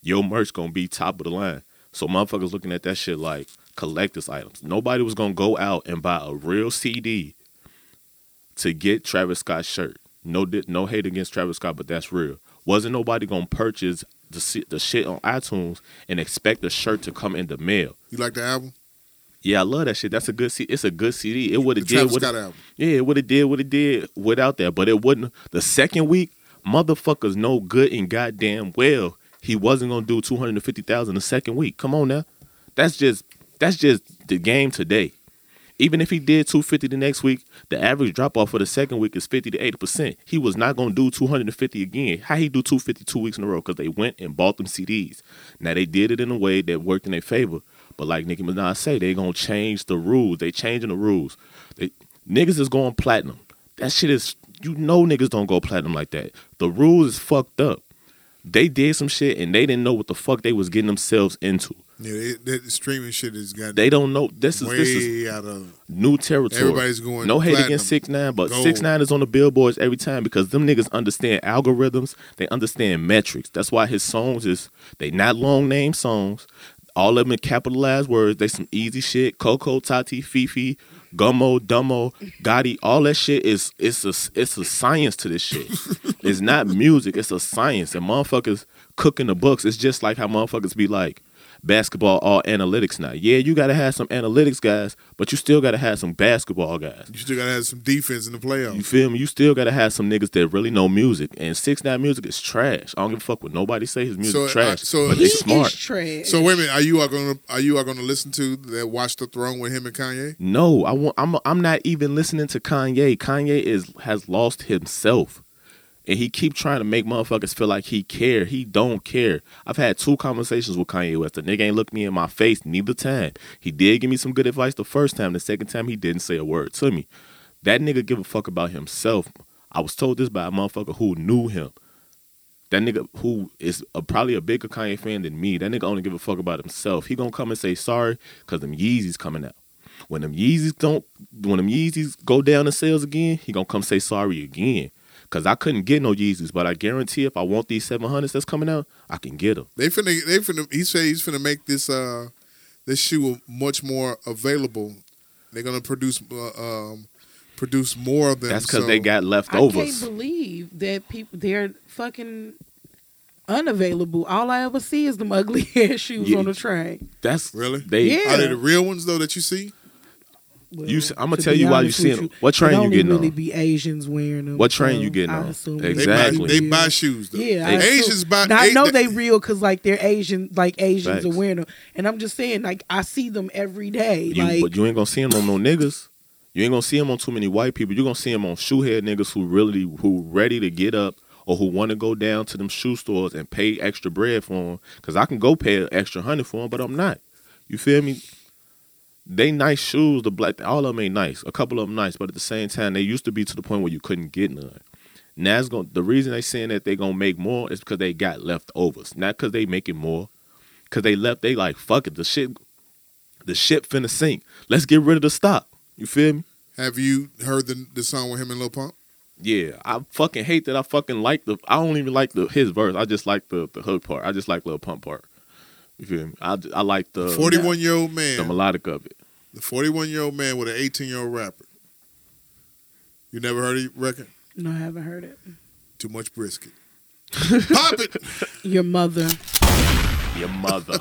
[SPEAKER 7] Your merch gonna be top of the line. So motherfuckers looking at that shit like collectors items. Nobody was gonna go out and buy a real CD to get Travis Scott's shirt. No, di- no hate against Travis Scott, but that's real. Wasn't nobody gonna purchase the si- the shit on iTunes and expect the shirt to come in the mail?
[SPEAKER 5] You like the album?
[SPEAKER 7] Yeah, I love that shit. That's a good CD. It's a good CD. It would
[SPEAKER 5] The
[SPEAKER 7] have did
[SPEAKER 5] Travis
[SPEAKER 7] what.
[SPEAKER 5] Scott album.
[SPEAKER 7] Yeah, it would have did what it did without that, but it wouldn't. The second week, motherfuckers know good and goddamn well he wasn't gonna do two hundred and fifty thousand the second week. Come on now, that's just that's just the game today. Even if he did two fifty the next week, the average drop off for the second week is fifty to eighty percent. He was not gonna do two hundred and fifty again. How he do two fifty two weeks in a row? Because they went and bought them CDs. Now they did it in a way that worked in their favor. But like Nicki Minaj say, they gonna change the rules. They changing the rules. They niggas is going platinum. That shit is you know niggas don't go platinum like that. The rules is fucked up. They did some shit and they didn't know what the fuck they was getting themselves into.
[SPEAKER 5] Yeah, it, that streaming shit has got
[SPEAKER 7] They don't know this is
[SPEAKER 5] way
[SPEAKER 7] this is
[SPEAKER 5] out of.
[SPEAKER 7] new territory.
[SPEAKER 5] Everybody's going
[SPEAKER 7] No hate
[SPEAKER 5] platinum.
[SPEAKER 7] against six nine, but
[SPEAKER 5] Gold.
[SPEAKER 7] six nine is on the billboards every time because them niggas understand algorithms. They understand metrics. That's why his songs is they not long name songs. All of them in capitalized words. They some easy shit. Coco, Tati, Fifi, Gummo, Dumbo, Gotti. All that shit is it's a it's a science to this shit. it's not music. It's a science. And motherfuckers cooking the books. It's just like how motherfuckers be like basketball all analytics now. Yeah, you gotta have some analytics guys, but you still gotta have some basketball guys.
[SPEAKER 5] You still gotta have some defense in the
[SPEAKER 7] You
[SPEAKER 5] playoffs.
[SPEAKER 7] feel me? You still gotta have some niggas that really know music. And six nine music is trash. I don't give a fuck what nobody say his music
[SPEAKER 5] So,
[SPEAKER 7] trash.
[SPEAKER 5] uh, so-
[SPEAKER 7] but
[SPEAKER 5] He
[SPEAKER 7] they
[SPEAKER 5] is
[SPEAKER 7] smart.
[SPEAKER 6] It's trash.
[SPEAKER 5] So wait a minute, are you are gonna are you are gonna listen to that Watch the Throne with him and Kanye?
[SPEAKER 7] no, I want. I'm. I'm not even listening to Kanye. Kanye is has lost himself. and he keep trying to make motherfuckers feel like he care. He don't care. I've had two conversations with Kanye West. The nigga ain't looked me in my face neither time. He did give me some good advice the first time. The second time he didn't say a word to me. That nigga give a fuck about himself. I was told this by a motherfucker who knew him. That nigga who is a, probably a bigger Kanye fan than me. That nigga only give a fuck about himself. He gonna come and say sorry because them Yeezys coming out. When them Yeezys don't, when them Yeezys go down in sales again, he gonna come say sorry again. Cause I couldn't get no Yeezys, but I guarantee if I want these seven hundreds that's coming out, I can get them.
[SPEAKER 5] They finna, they finna. He said he's finna make this uh, this shoe much more available. They're gonna produce uh, um, produce more of them.
[SPEAKER 7] That's because
[SPEAKER 5] so-
[SPEAKER 7] they got
[SPEAKER 6] I can't
[SPEAKER 7] leftovers.
[SPEAKER 6] believe that people they're fucking unavailable. All I ever see is them ugly ass shoes
[SPEAKER 7] Yeah.
[SPEAKER 6] on the train.
[SPEAKER 7] That's
[SPEAKER 5] Really?
[SPEAKER 7] They,
[SPEAKER 6] Yeah.
[SPEAKER 5] Are they the real ones though that you see?
[SPEAKER 6] Well,
[SPEAKER 7] You s- I'ma
[SPEAKER 6] to
[SPEAKER 7] tell
[SPEAKER 6] be
[SPEAKER 7] you why you
[SPEAKER 6] honest
[SPEAKER 7] seeing
[SPEAKER 6] with
[SPEAKER 7] 'em. What train
[SPEAKER 6] it
[SPEAKER 7] you
[SPEAKER 6] only
[SPEAKER 7] getting
[SPEAKER 6] really
[SPEAKER 7] on?
[SPEAKER 6] Be Asians wearing them.
[SPEAKER 7] What train
[SPEAKER 6] so
[SPEAKER 7] you getting
[SPEAKER 6] I
[SPEAKER 7] on?
[SPEAKER 6] assume
[SPEAKER 5] They
[SPEAKER 7] Exactly.
[SPEAKER 5] buy they buy shoes though.
[SPEAKER 6] Yeah, I
[SPEAKER 7] They-
[SPEAKER 6] assume-
[SPEAKER 5] Asians buy.
[SPEAKER 6] Now, I
[SPEAKER 5] they-
[SPEAKER 6] know
[SPEAKER 5] they-
[SPEAKER 6] they real because like they're Asian, like Asians
[SPEAKER 7] Facts.
[SPEAKER 6] are wearing them, and I'm just saying like I see them every day.
[SPEAKER 7] You,
[SPEAKER 6] like
[SPEAKER 7] but you ain't gonna see him on no niggas. You ain't gonna see him on too many white people. You're gonna see him on shoehead niggas who really who ready to get up or who want to go down to them shoe stores and pay extra bread for them. Cause I can go pay an extra hundred for them, but I'm not. You feel me? They nice shoes. The black, all of them ain't nice. A couple of them nice, but at the same time, they used to be to the point where you couldn't get none. Now it's going the reason they saying that they gonna make more is because they got leftovers, not because they making more. Cause they left, they like fuck it. The shit, the ship finna sink. Let's get rid of the stock. You feel me?
[SPEAKER 5] have you heard the the song with him and Lil Pump?
[SPEAKER 7] Yeah, I fucking hate that. I fucking like the. I don't even like the his verse. I just like the the hook part. I just like Lil Pump part. You feel me? I, I like the
[SPEAKER 5] Forty one year old
[SPEAKER 7] the
[SPEAKER 5] man,
[SPEAKER 7] melodic of it.
[SPEAKER 5] the forty one year old man with an eighteen year old rapper. You never heard it record?
[SPEAKER 6] no, I haven't heard it.
[SPEAKER 5] Too much brisket. Pop it.
[SPEAKER 6] Your mother,
[SPEAKER 7] Your mother.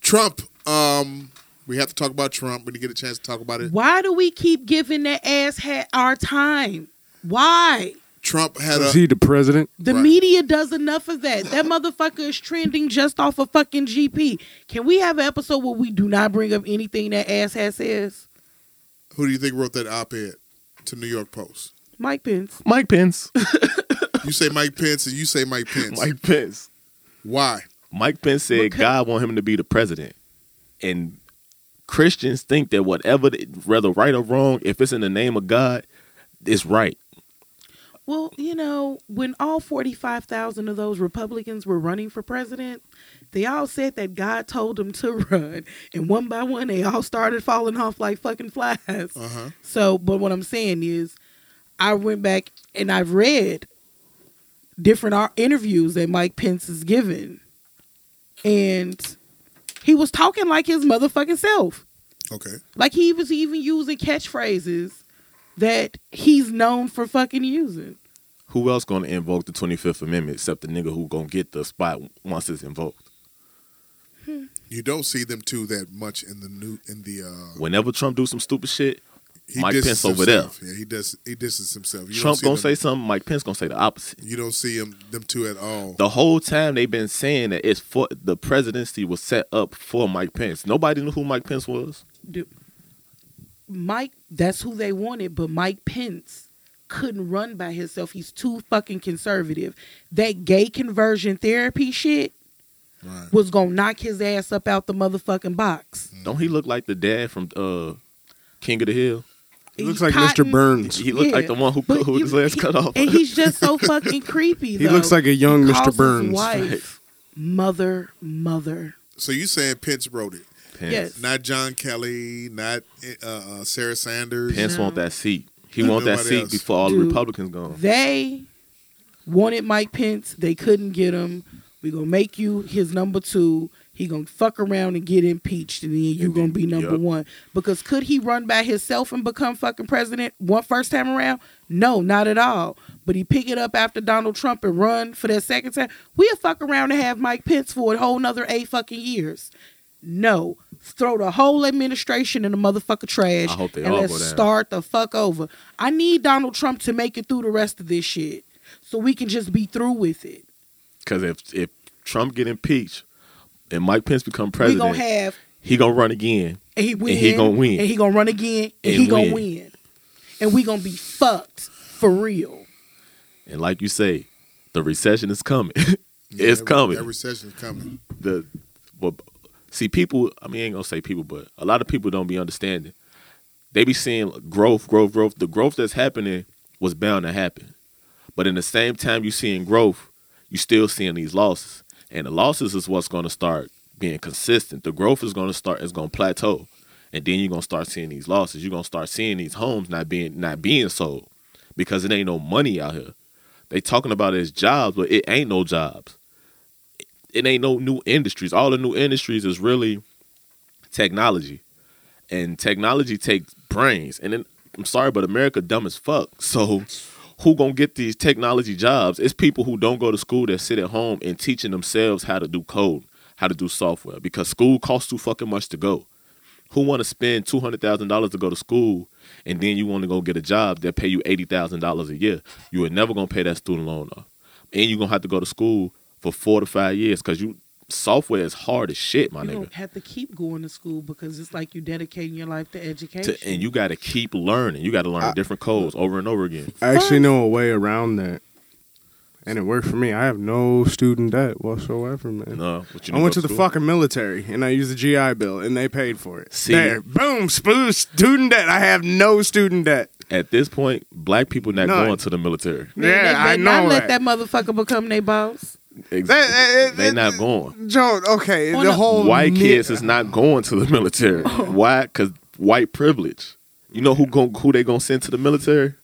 [SPEAKER 5] Trump. Um, we have to talk about Trump. We need to get a chance to talk about it.
[SPEAKER 6] why do we keep giving that ass hat our time? Why?
[SPEAKER 5] Trump had a
[SPEAKER 1] Is he the president?
[SPEAKER 6] The
[SPEAKER 5] Right.
[SPEAKER 6] media does enough of that. That motherfucker is trending just off of fucking GP. Can we have an episode where we do not bring up anything that ass hat says?
[SPEAKER 5] who do you think wrote that op ed to New York Post?
[SPEAKER 6] Mike Pence.
[SPEAKER 7] Mike Pence.
[SPEAKER 5] You say Mike Pence and you say Mike Pence.
[SPEAKER 7] Mike Pence.
[SPEAKER 5] Why?
[SPEAKER 7] Mike Pence said
[SPEAKER 6] Because-
[SPEAKER 7] God want him to be the president, and Christians think that whatever, whether right or wrong, if it's in the name of God, it's right.
[SPEAKER 6] Well, you know, when all 45,000 of those Republicans were running for president, they all said that God told them to run. And one by one, they all started falling off like fucking flies.
[SPEAKER 5] Uh huh.
[SPEAKER 6] So, but what I'm saying is, I went back and I've read different ar- interviews that Mike Pence is given, and he was talking like his motherfucking self.
[SPEAKER 5] Okay.
[SPEAKER 6] Like he was even using catchphrases that he's known for fucking using.
[SPEAKER 7] Who else gonna invoke the Twenty Fifth Amendment except the nigga who gonna get the spot once it's invoked?
[SPEAKER 5] You don't see them too that much in the new in the. uh
[SPEAKER 7] Whenever Trump do some stupid shit,
[SPEAKER 5] he
[SPEAKER 7] Mike
[SPEAKER 5] disses
[SPEAKER 7] Pence over
[SPEAKER 5] himself. Yeah, he does. He disses himself. You
[SPEAKER 7] Trump
[SPEAKER 5] don't
[SPEAKER 7] gonna
[SPEAKER 5] see
[SPEAKER 7] say
[SPEAKER 5] them,
[SPEAKER 7] something, Mike Pence gonna say the opposite.
[SPEAKER 5] You don't see him them two at all.
[SPEAKER 7] The whole time they've been saying that it's for the presidency was set up for Mike Pence. Nobody knew who Mike Pence was.
[SPEAKER 6] Do- Mike, that's who they wanted, but Mike Pence couldn't run by himself. He's too fucking conservative. That gay conversion therapy shit
[SPEAKER 5] Right.
[SPEAKER 6] was gonna knock his ass up out the motherfucking box.
[SPEAKER 5] Mm.
[SPEAKER 7] Don't he look like the dad from uh, King of the Hill?
[SPEAKER 1] He looks like Mr.
[SPEAKER 6] Cotton-
[SPEAKER 1] Burns.
[SPEAKER 7] He looked
[SPEAKER 6] Yeah,
[SPEAKER 7] like the one who
[SPEAKER 6] but
[SPEAKER 7] who
[SPEAKER 6] you-
[SPEAKER 7] his legs
[SPEAKER 6] he-
[SPEAKER 7] cut off.
[SPEAKER 6] And he's just so fucking creepy.
[SPEAKER 1] He
[SPEAKER 6] though.
[SPEAKER 1] looks like a young
[SPEAKER 6] He calls
[SPEAKER 1] Mr.
[SPEAKER 6] his
[SPEAKER 1] Burns.
[SPEAKER 6] wife, mother, mother.
[SPEAKER 5] So you saying Pence wrote it?
[SPEAKER 7] Pence,
[SPEAKER 6] Yes.
[SPEAKER 5] Not John Kelly. Not uh, uh, Sarah Sanders.
[SPEAKER 7] Pence want that seat. He
[SPEAKER 5] And
[SPEAKER 7] want that
[SPEAKER 5] nobody
[SPEAKER 7] seat
[SPEAKER 5] else.
[SPEAKER 7] before all the
[SPEAKER 6] Dude.
[SPEAKER 7] Republicans gone.
[SPEAKER 6] They wanted Mike Pence. They couldn't get him. We gonna make you his number two. He gonna fuck around and get impeached, and then you
[SPEAKER 7] And
[SPEAKER 6] gonna
[SPEAKER 7] then-
[SPEAKER 6] be number
[SPEAKER 7] yup.
[SPEAKER 6] one. Because could he run by himself and become fucking president one first time around? No, not at all. But he pick it up after Donald Trump and run for that second time. We'll fuck around and have Mike Pence for a whole nother eight fucking years. No, throw the whole administration in the motherfucker trash.
[SPEAKER 7] I hope they
[SPEAKER 6] and
[SPEAKER 7] all
[SPEAKER 6] let's
[SPEAKER 7] go down.
[SPEAKER 6] start the fuck over. I need Donald Trump to make it through the rest of this shit, so we can just be through with it.
[SPEAKER 7] Because if if Trump get impeached and Mike Pence become
[SPEAKER 6] We
[SPEAKER 7] president,
[SPEAKER 6] gonna have
[SPEAKER 7] he gonna run again.
[SPEAKER 6] and he win,
[SPEAKER 7] he gonna win.
[SPEAKER 6] and he gonna run again, and,
[SPEAKER 7] And
[SPEAKER 6] he gonna
[SPEAKER 7] win.
[SPEAKER 6] win, and we gonna be fucked for real.
[SPEAKER 7] And like you say, the recession is coming. it's
[SPEAKER 5] That-
[SPEAKER 7] coming.
[SPEAKER 5] That recession's coming.
[SPEAKER 7] the well, see people. I mean, I ain't gonna say people, but a lot of people don't be understanding. They be seeing growth, growth, growth. The growth that's happening was bound to happen, but in the same time you seeing growth, you still seeing these losses, and the losses is what's going to start being consistent. The growth is going to start. It's going to plateau, and then you're going to start seeing these losses. You're going to start seeing these homes not being not being sold because it ain't no money out here. They talking about it as jobs, but it ain't no jobs it ain't no new industries. All the new industries is really technology, and technology takes brains. And then I'm sorry, but America dumb as fuck. So who gonna get these technology jobs? It's people who don't go to school that sit at home and teaching themselves how to do code, how to do software, because school costs too fucking much to go. Who want to spend two hundred thousand dollars to go to school, and then you want to go get a job that pay you eighty thousand dollars a year? You are never gonna pay that student loan off and you're gonna have to go to school for four to five years because you software is hard as shit, my
[SPEAKER 6] you
[SPEAKER 7] nigga.
[SPEAKER 6] don't have to keep going to school because it's like you dedicating your life to education.
[SPEAKER 7] To- and you got to keep learning. You got to learn different codes over and over again.
[SPEAKER 1] I actually know a way around that, and it worked for me. I have no student debt whatsoever, man.
[SPEAKER 7] No, what you
[SPEAKER 1] I
[SPEAKER 7] need
[SPEAKER 1] went
[SPEAKER 7] go
[SPEAKER 1] to the
[SPEAKER 7] school?
[SPEAKER 1] fucking military and I used the GI Bill and they paid for it.
[SPEAKER 7] See?
[SPEAKER 1] there, boom, spoo- student debt. I have no student debt.
[SPEAKER 7] At this point, black people not
[SPEAKER 1] None.
[SPEAKER 7] going to the military.
[SPEAKER 6] Man, they
[SPEAKER 1] yeah, I
[SPEAKER 6] better not
[SPEAKER 1] know
[SPEAKER 6] let that
[SPEAKER 1] that.
[SPEAKER 6] motherfucker become their boss.
[SPEAKER 7] Ex-
[SPEAKER 1] That- eh, eh,
[SPEAKER 7] they
[SPEAKER 1] eh,
[SPEAKER 7] not going.
[SPEAKER 1] Joe, okay,
[SPEAKER 6] On
[SPEAKER 1] the
[SPEAKER 6] a-
[SPEAKER 1] whole
[SPEAKER 7] white
[SPEAKER 1] ni-
[SPEAKER 7] kids is not going to the military.
[SPEAKER 1] Oh.
[SPEAKER 7] Why? Because white privilege. You know who gon' who they gonna send to the military?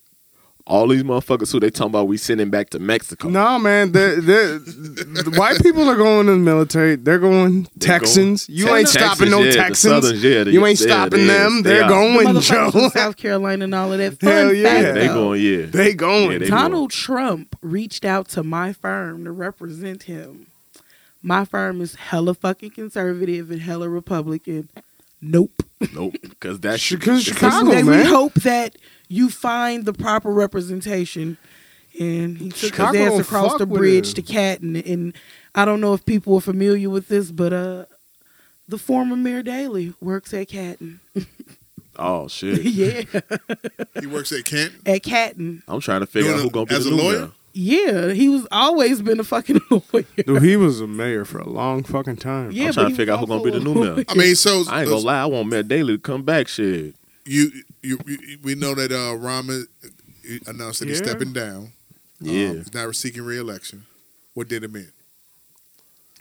[SPEAKER 7] All these motherfuckers who they talking about we sending back to Mexico.
[SPEAKER 1] No man, the, the, the white people are going to the military. They're going Texans. you
[SPEAKER 7] Te-
[SPEAKER 1] ain't
[SPEAKER 7] Texas,
[SPEAKER 1] stopping no
[SPEAKER 7] yeah, the
[SPEAKER 1] Texans.
[SPEAKER 7] Southern, yeah, the-
[SPEAKER 1] you ain't
[SPEAKER 7] yeah,
[SPEAKER 1] stopping
[SPEAKER 7] they is.
[SPEAKER 1] them.
[SPEAKER 7] They
[SPEAKER 1] They're
[SPEAKER 7] are.
[SPEAKER 6] The
[SPEAKER 1] going,
[SPEAKER 6] motherfuckers
[SPEAKER 1] Joe.
[SPEAKER 6] from South Carolina and all of that. Fun
[SPEAKER 1] Hell yeah.
[SPEAKER 7] Yeah,
[SPEAKER 6] fact,
[SPEAKER 7] they
[SPEAKER 6] though,
[SPEAKER 7] going. Yeah,
[SPEAKER 1] they going.
[SPEAKER 7] Yeah, they
[SPEAKER 6] Donald Trump reached out to my firm to represent him. My firm is hella fucking conservative and hella Republican. Nope.
[SPEAKER 7] Nope, because that's
[SPEAKER 1] Chicago, Chicago,
[SPEAKER 6] they,
[SPEAKER 1] man.
[SPEAKER 6] We hope that you find the proper representation. And he took
[SPEAKER 1] Chicago
[SPEAKER 6] his ass
[SPEAKER 1] don't
[SPEAKER 6] across
[SPEAKER 1] fuck
[SPEAKER 6] the
[SPEAKER 1] with
[SPEAKER 6] bridge
[SPEAKER 1] him.
[SPEAKER 6] to Catton. And I don't know if people are familiar with this, but uh, the former Mayor Daley works at Catton.
[SPEAKER 7] Oh shit!
[SPEAKER 6] yeah,
[SPEAKER 5] He works at Canton.
[SPEAKER 6] at Catton.
[SPEAKER 7] I'm trying to figure
[SPEAKER 5] No,
[SPEAKER 7] out
[SPEAKER 5] no,
[SPEAKER 7] who gonna be
[SPEAKER 5] as
[SPEAKER 7] the
[SPEAKER 5] a
[SPEAKER 7] new
[SPEAKER 5] lawyer?
[SPEAKER 7] mayor.
[SPEAKER 6] Yeah, he was always been a fucking lawyer.
[SPEAKER 1] Dude, he was a mayor for a long fucking time.
[SPEAKER 6] Yeah,
[SPEAKER 7] I'm
[SPEAKER 6] but
[SPEAKER 7] trying
[SPEAKER 6] he
[SPEAKER 7] to figure out
[SPEAKER 6] was
[SPEAKER 7] who gonna be the
[SPEAKER 6] also
[SPEAKER 7] new
[SPEAKER 6] a
[SPEAKER 7] mayor.
[SPEAKER 6] lawyer.
[SPEAKER 5] I mean, so
[SPEAKER 7] I ain't gonna lie, I want Matt Daly to come back. Shit,
[SPEAKER 5] You, you, you, we know that uh, Ramen announced that he's
[SPEAKER 1] Yeah.
[SPEAKER 5] stepping down.
[SPEAKER 7] yeah.
[SPEAKER 5] um, he's not seeking reelection. What did it mean?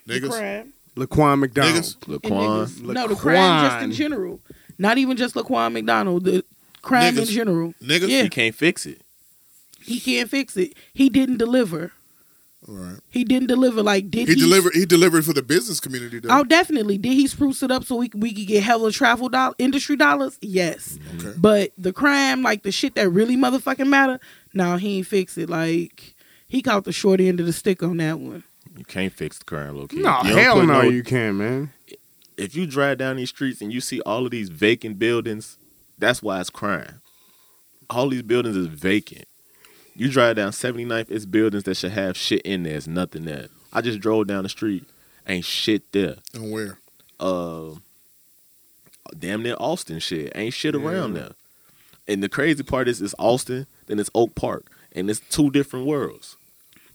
[SPEAKER 6] The
[SPEAKER 5] Niggas.
[SPEAKER 6] crime
[SPEAKER 1] Laquan McDonald.
[SPEAKER 5] Niggas.
[SPEAKER 6] and
[SPEAKER 7] Laquan,
[SPEAKER 6] niggas. No, the crime just in
[SPEAKER 1] Laquan.
[SPEAKER 6] general. Not even just Laquan McDonald. The crime in
[SPEAKER 5] Niggas.
[SPEAKER 6] general.
[SPEAKER 5] Niggas.
[SPEAKER 6] Yeah.
[SPEAKER 7] he can't fix it.
[SPEAKER 6] He can't fix it. He didn't deliver.
[SPEAKER 5] All right.
[SPEAKER 6] He didn't deliver. Like did
[SPEAKER 5] He,
[SPEAKER 6] he,
[SPEAKER 5] delivered. He delivered for the business community though.
[SPEAKER 6] Oh, definitely. Did he spruce it up so we we could get hella travel doll- industry dollars? Yes.
[SPEAKER 5] Okay.
[SPEAKER 6] But the crime, like the shit that really motherfucking matter, no, he ain't fix it. Like he caught the short end of the stick on that one.
[SPEAKER 7] You can't fix the crime, low key.
[SPEAKER 1] No,
[SPEAKER 7] You don't
[SPEAKER 1] hell
[SPEAKER 7] put
[SPEAKER 1] no, you can, man.
[SPEAKER 7] If you drive down these streets and you see all of these vacant buildings, that's why it's crime. All these buildings is vacant. You drive down 79th, it's buildings that should have shit in there. It's nothing there. I just drove down the street, ain't shit there.
[SPEAKER 5] And where?
[SPEAKER 7] uh damn near Austin shit. Ain't shit around there. And the crazy part is it's Austin, then it's Oak Park, and it's two different worlds.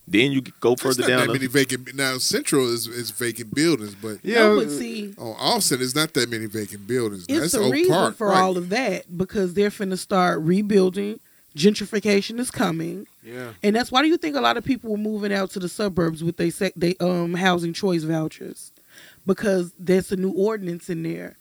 [SPEAKER 7] Then you go
[SPEAKER 5] There's
[SPEAKER 7] further
[SPEAKER 5] not that
[SPEAKER 7] down. the-
[SPEAKER 5] many vacant. Now Central is, is vacant buildings, but
[SPEAKER 1] Yeah,
[SPEAKER 6] No, but see,
[SPEAKER 5] on Austin, it's not that many vacant buildings.
[SPEAKER 6] it's
[SPEAKER 5] That's
[SPEAKER 6] the
[SPEAKER 5] Oak
[SPEAKER 6] reason
[SPEAKER 5] Park,
[SPEAKER 6] for
[SPEAKER 5] right.
[SPEAKER 6] all of that because they're finna start rebuilding. Gentrification is coming,
[SPEAKER 1] yeah.
[SPEAKER 6] and that's why do you think a lot of people were moving out to the suburbs with they sec- they um housing choice vouchers because there's a new ordinance in there.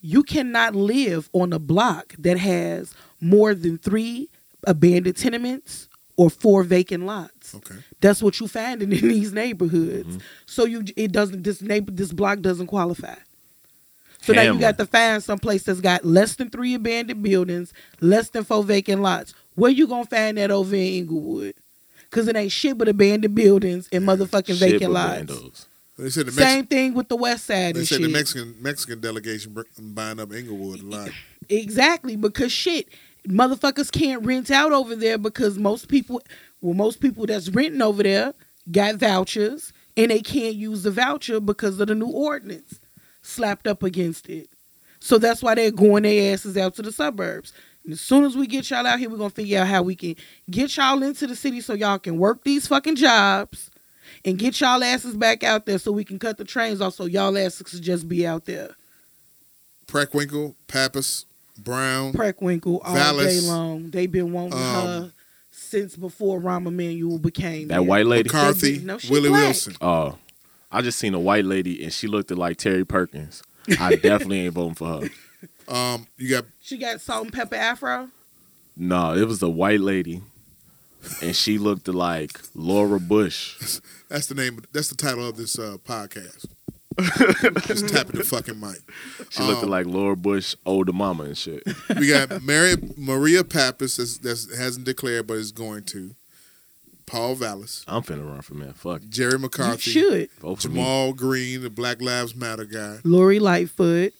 [SPEAKER 6] You cannot live on a block that has more than three abandoned tenements or four vacant lots.
[SPEAKER 5] Okay.
[SPEAKER 6] That's what you finding in these neighborhoods.
[SPEAKER 7] Mm-hmm.
[SPEAKER 6] So you it doesn't this neighbor this block doesn't qualify. So now you
[SPEAKER 7] Hammer.
[SPEAKER 6] got to find some place that's got less than three abandoned buildings, less than four vacant lots. Where you gonna find that over in Inglewood? Cause it ain't shit but abandoned buildings and motherfucking
[SPEAKER 7] shit
[SPEAKER 6] vacant
[SPEAKER 7] with
[SPEAKER 6] lots.
[SPEAKER 7] randos.
[SPEAKER 5] They said the
[SPEAKER 6] Same
[SPEAKER 5] Mexican.
[SPEAKER 6] thing with the West Side
[SPEAKER 5] They
[SPEAKER 6] and
[SPEAKER 5] said
[SPEAKER 6] shit.
[SPEAKER 5] the Mexican Mexican delegation br- buying up Inglewood a lot.
[SPEAKER 6] Exactly, because shit, motherfuckers can't rent out over there because most people, well, most people that's renting over there got vouchers and they can't use the voucher because of the new ordinance slapped up against it. So that's why they're going their asses out to the suburbs. And as soon as we get y'all out here, we're gonna figure out how we can get y'all into the city so y'all can work these fucking jobs and get y'all asses back out there so we can cut the trains off so y'all asses can just be out there.
[SPEAKER 5] Preckwinkle, Pappas, Brown.
[SPEAKER 6] Preckwinkle all
[SPEAKER 5] Vallis. Um,
[SPEAKER 6] day long. They've been wanting her since before Rahm Emanuel became
[SPEAKER 7] That
[SPEAKER 6] mayor.
[SPEAKER 7] white lady.
[SPEAKER 5] McCarthy,
[SPEAKER 6] No, she
[SPEAKER 5] Willie
[SPEAKER 6] black.
[SPEAKER 5] Wilson.
[SPEAKER 7] Oh, I just seen a white lady and she looked at like Terry Perkins. I definitely ain't voting for her.
[SPEAKER 5] Um, you got
[SPEAKER 6] She got salt and pepper afro.
[SPEAKER 7] No, it was the white lady, and she looked like Laura Bush.
[SPEAKER 5] that's the name. That's the title of this uh, podcast. Just tapping the fucking mic.
[SPEAKER 7] She looked
[SPEAKER 5] Um,
[SPEAKER 7] like Laura Bush older mama and shit.
[SPEAKER 5] We got Mary Maria Pappas that's, that's hasn't declared but is going to. Paul Vallis,
[SPEAKER 7] I'm finna run for man. Fuck, it.
[SPEAKER 5] Jerry
[SPEAKER 6] You
[SPEAKER 5] McCarthy,
[SPEAKER 6] should.
[SPEAKER 7] vote for me.
[SPEAKER 5] Jamal Green, the Black Lives Matter guy,
[SPEAKER 6] Lori Lightfoot.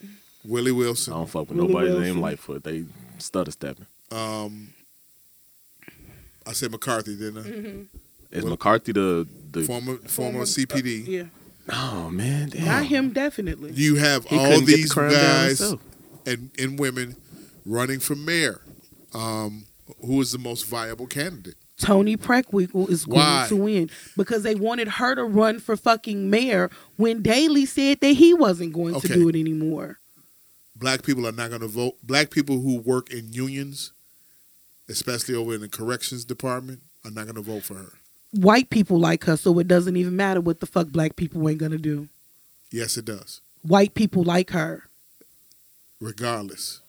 [SPEAKER 5] Willie
[SPEAKER 7] I
[SPEAKER 5] Wilson,
[SPEAKER 7] don't fuck with
[SPEAKER 6] Willie
[SPEAKER 7] nobody named
[SPEAKER 6] Wilson.
[SPEAKER 7] Lightfoot. They stutter stepping.
[SPEAKER 5] Um, I said McCarthy, didn't
[SPEAKER 7] Mm-hmm.
[SPEAKER 5] I?
[SPEAKER 7] Is
[SPEAKER 5] Well-
[SPEAKER 7] McCarthy the the?
[SPEAKER 5] Former former CPD.
[SPEAKER 6] Yeah.
[SPEAKER 7] Oh man, damn.
[SPEAKER 6] Not him, definitely.
[SPEAKER 5] You have
[SPEAKER 7] He
[SPEAKER 5] all
[SPEAKER 7] couldn't get the
[SPEAKER 5] these
[SPEAKER 7] crown down
[SPEAKER 5] guys
[SPEAKER 7] himself.
[SPEAKER 5] and, and women running for mayor. Um, who is the most viable candidate?
[SPEAKER 6] Tony Preckwinkle is going
[SPEAKER 5] Why?
[SPEAKER 6] to win because they wanted her to run for fucking mayor when Daley said that he wasn't going
[SPEAKER 5] Okay.
[SPEAKER 6] to do it anymore.
[SPEAKER 5] Black people are not going to vote. Black people who work in unions, especially over in the corrections department, are not going to vote for her.
[SPEAKER 6] White people like her, so it doesn't even matter what the fuck black people ain't gonna do.
[SPEAKER 5] Yes, it does.
[SPEAKER 6] White people like her.
[SPEAKER 5] Regardless,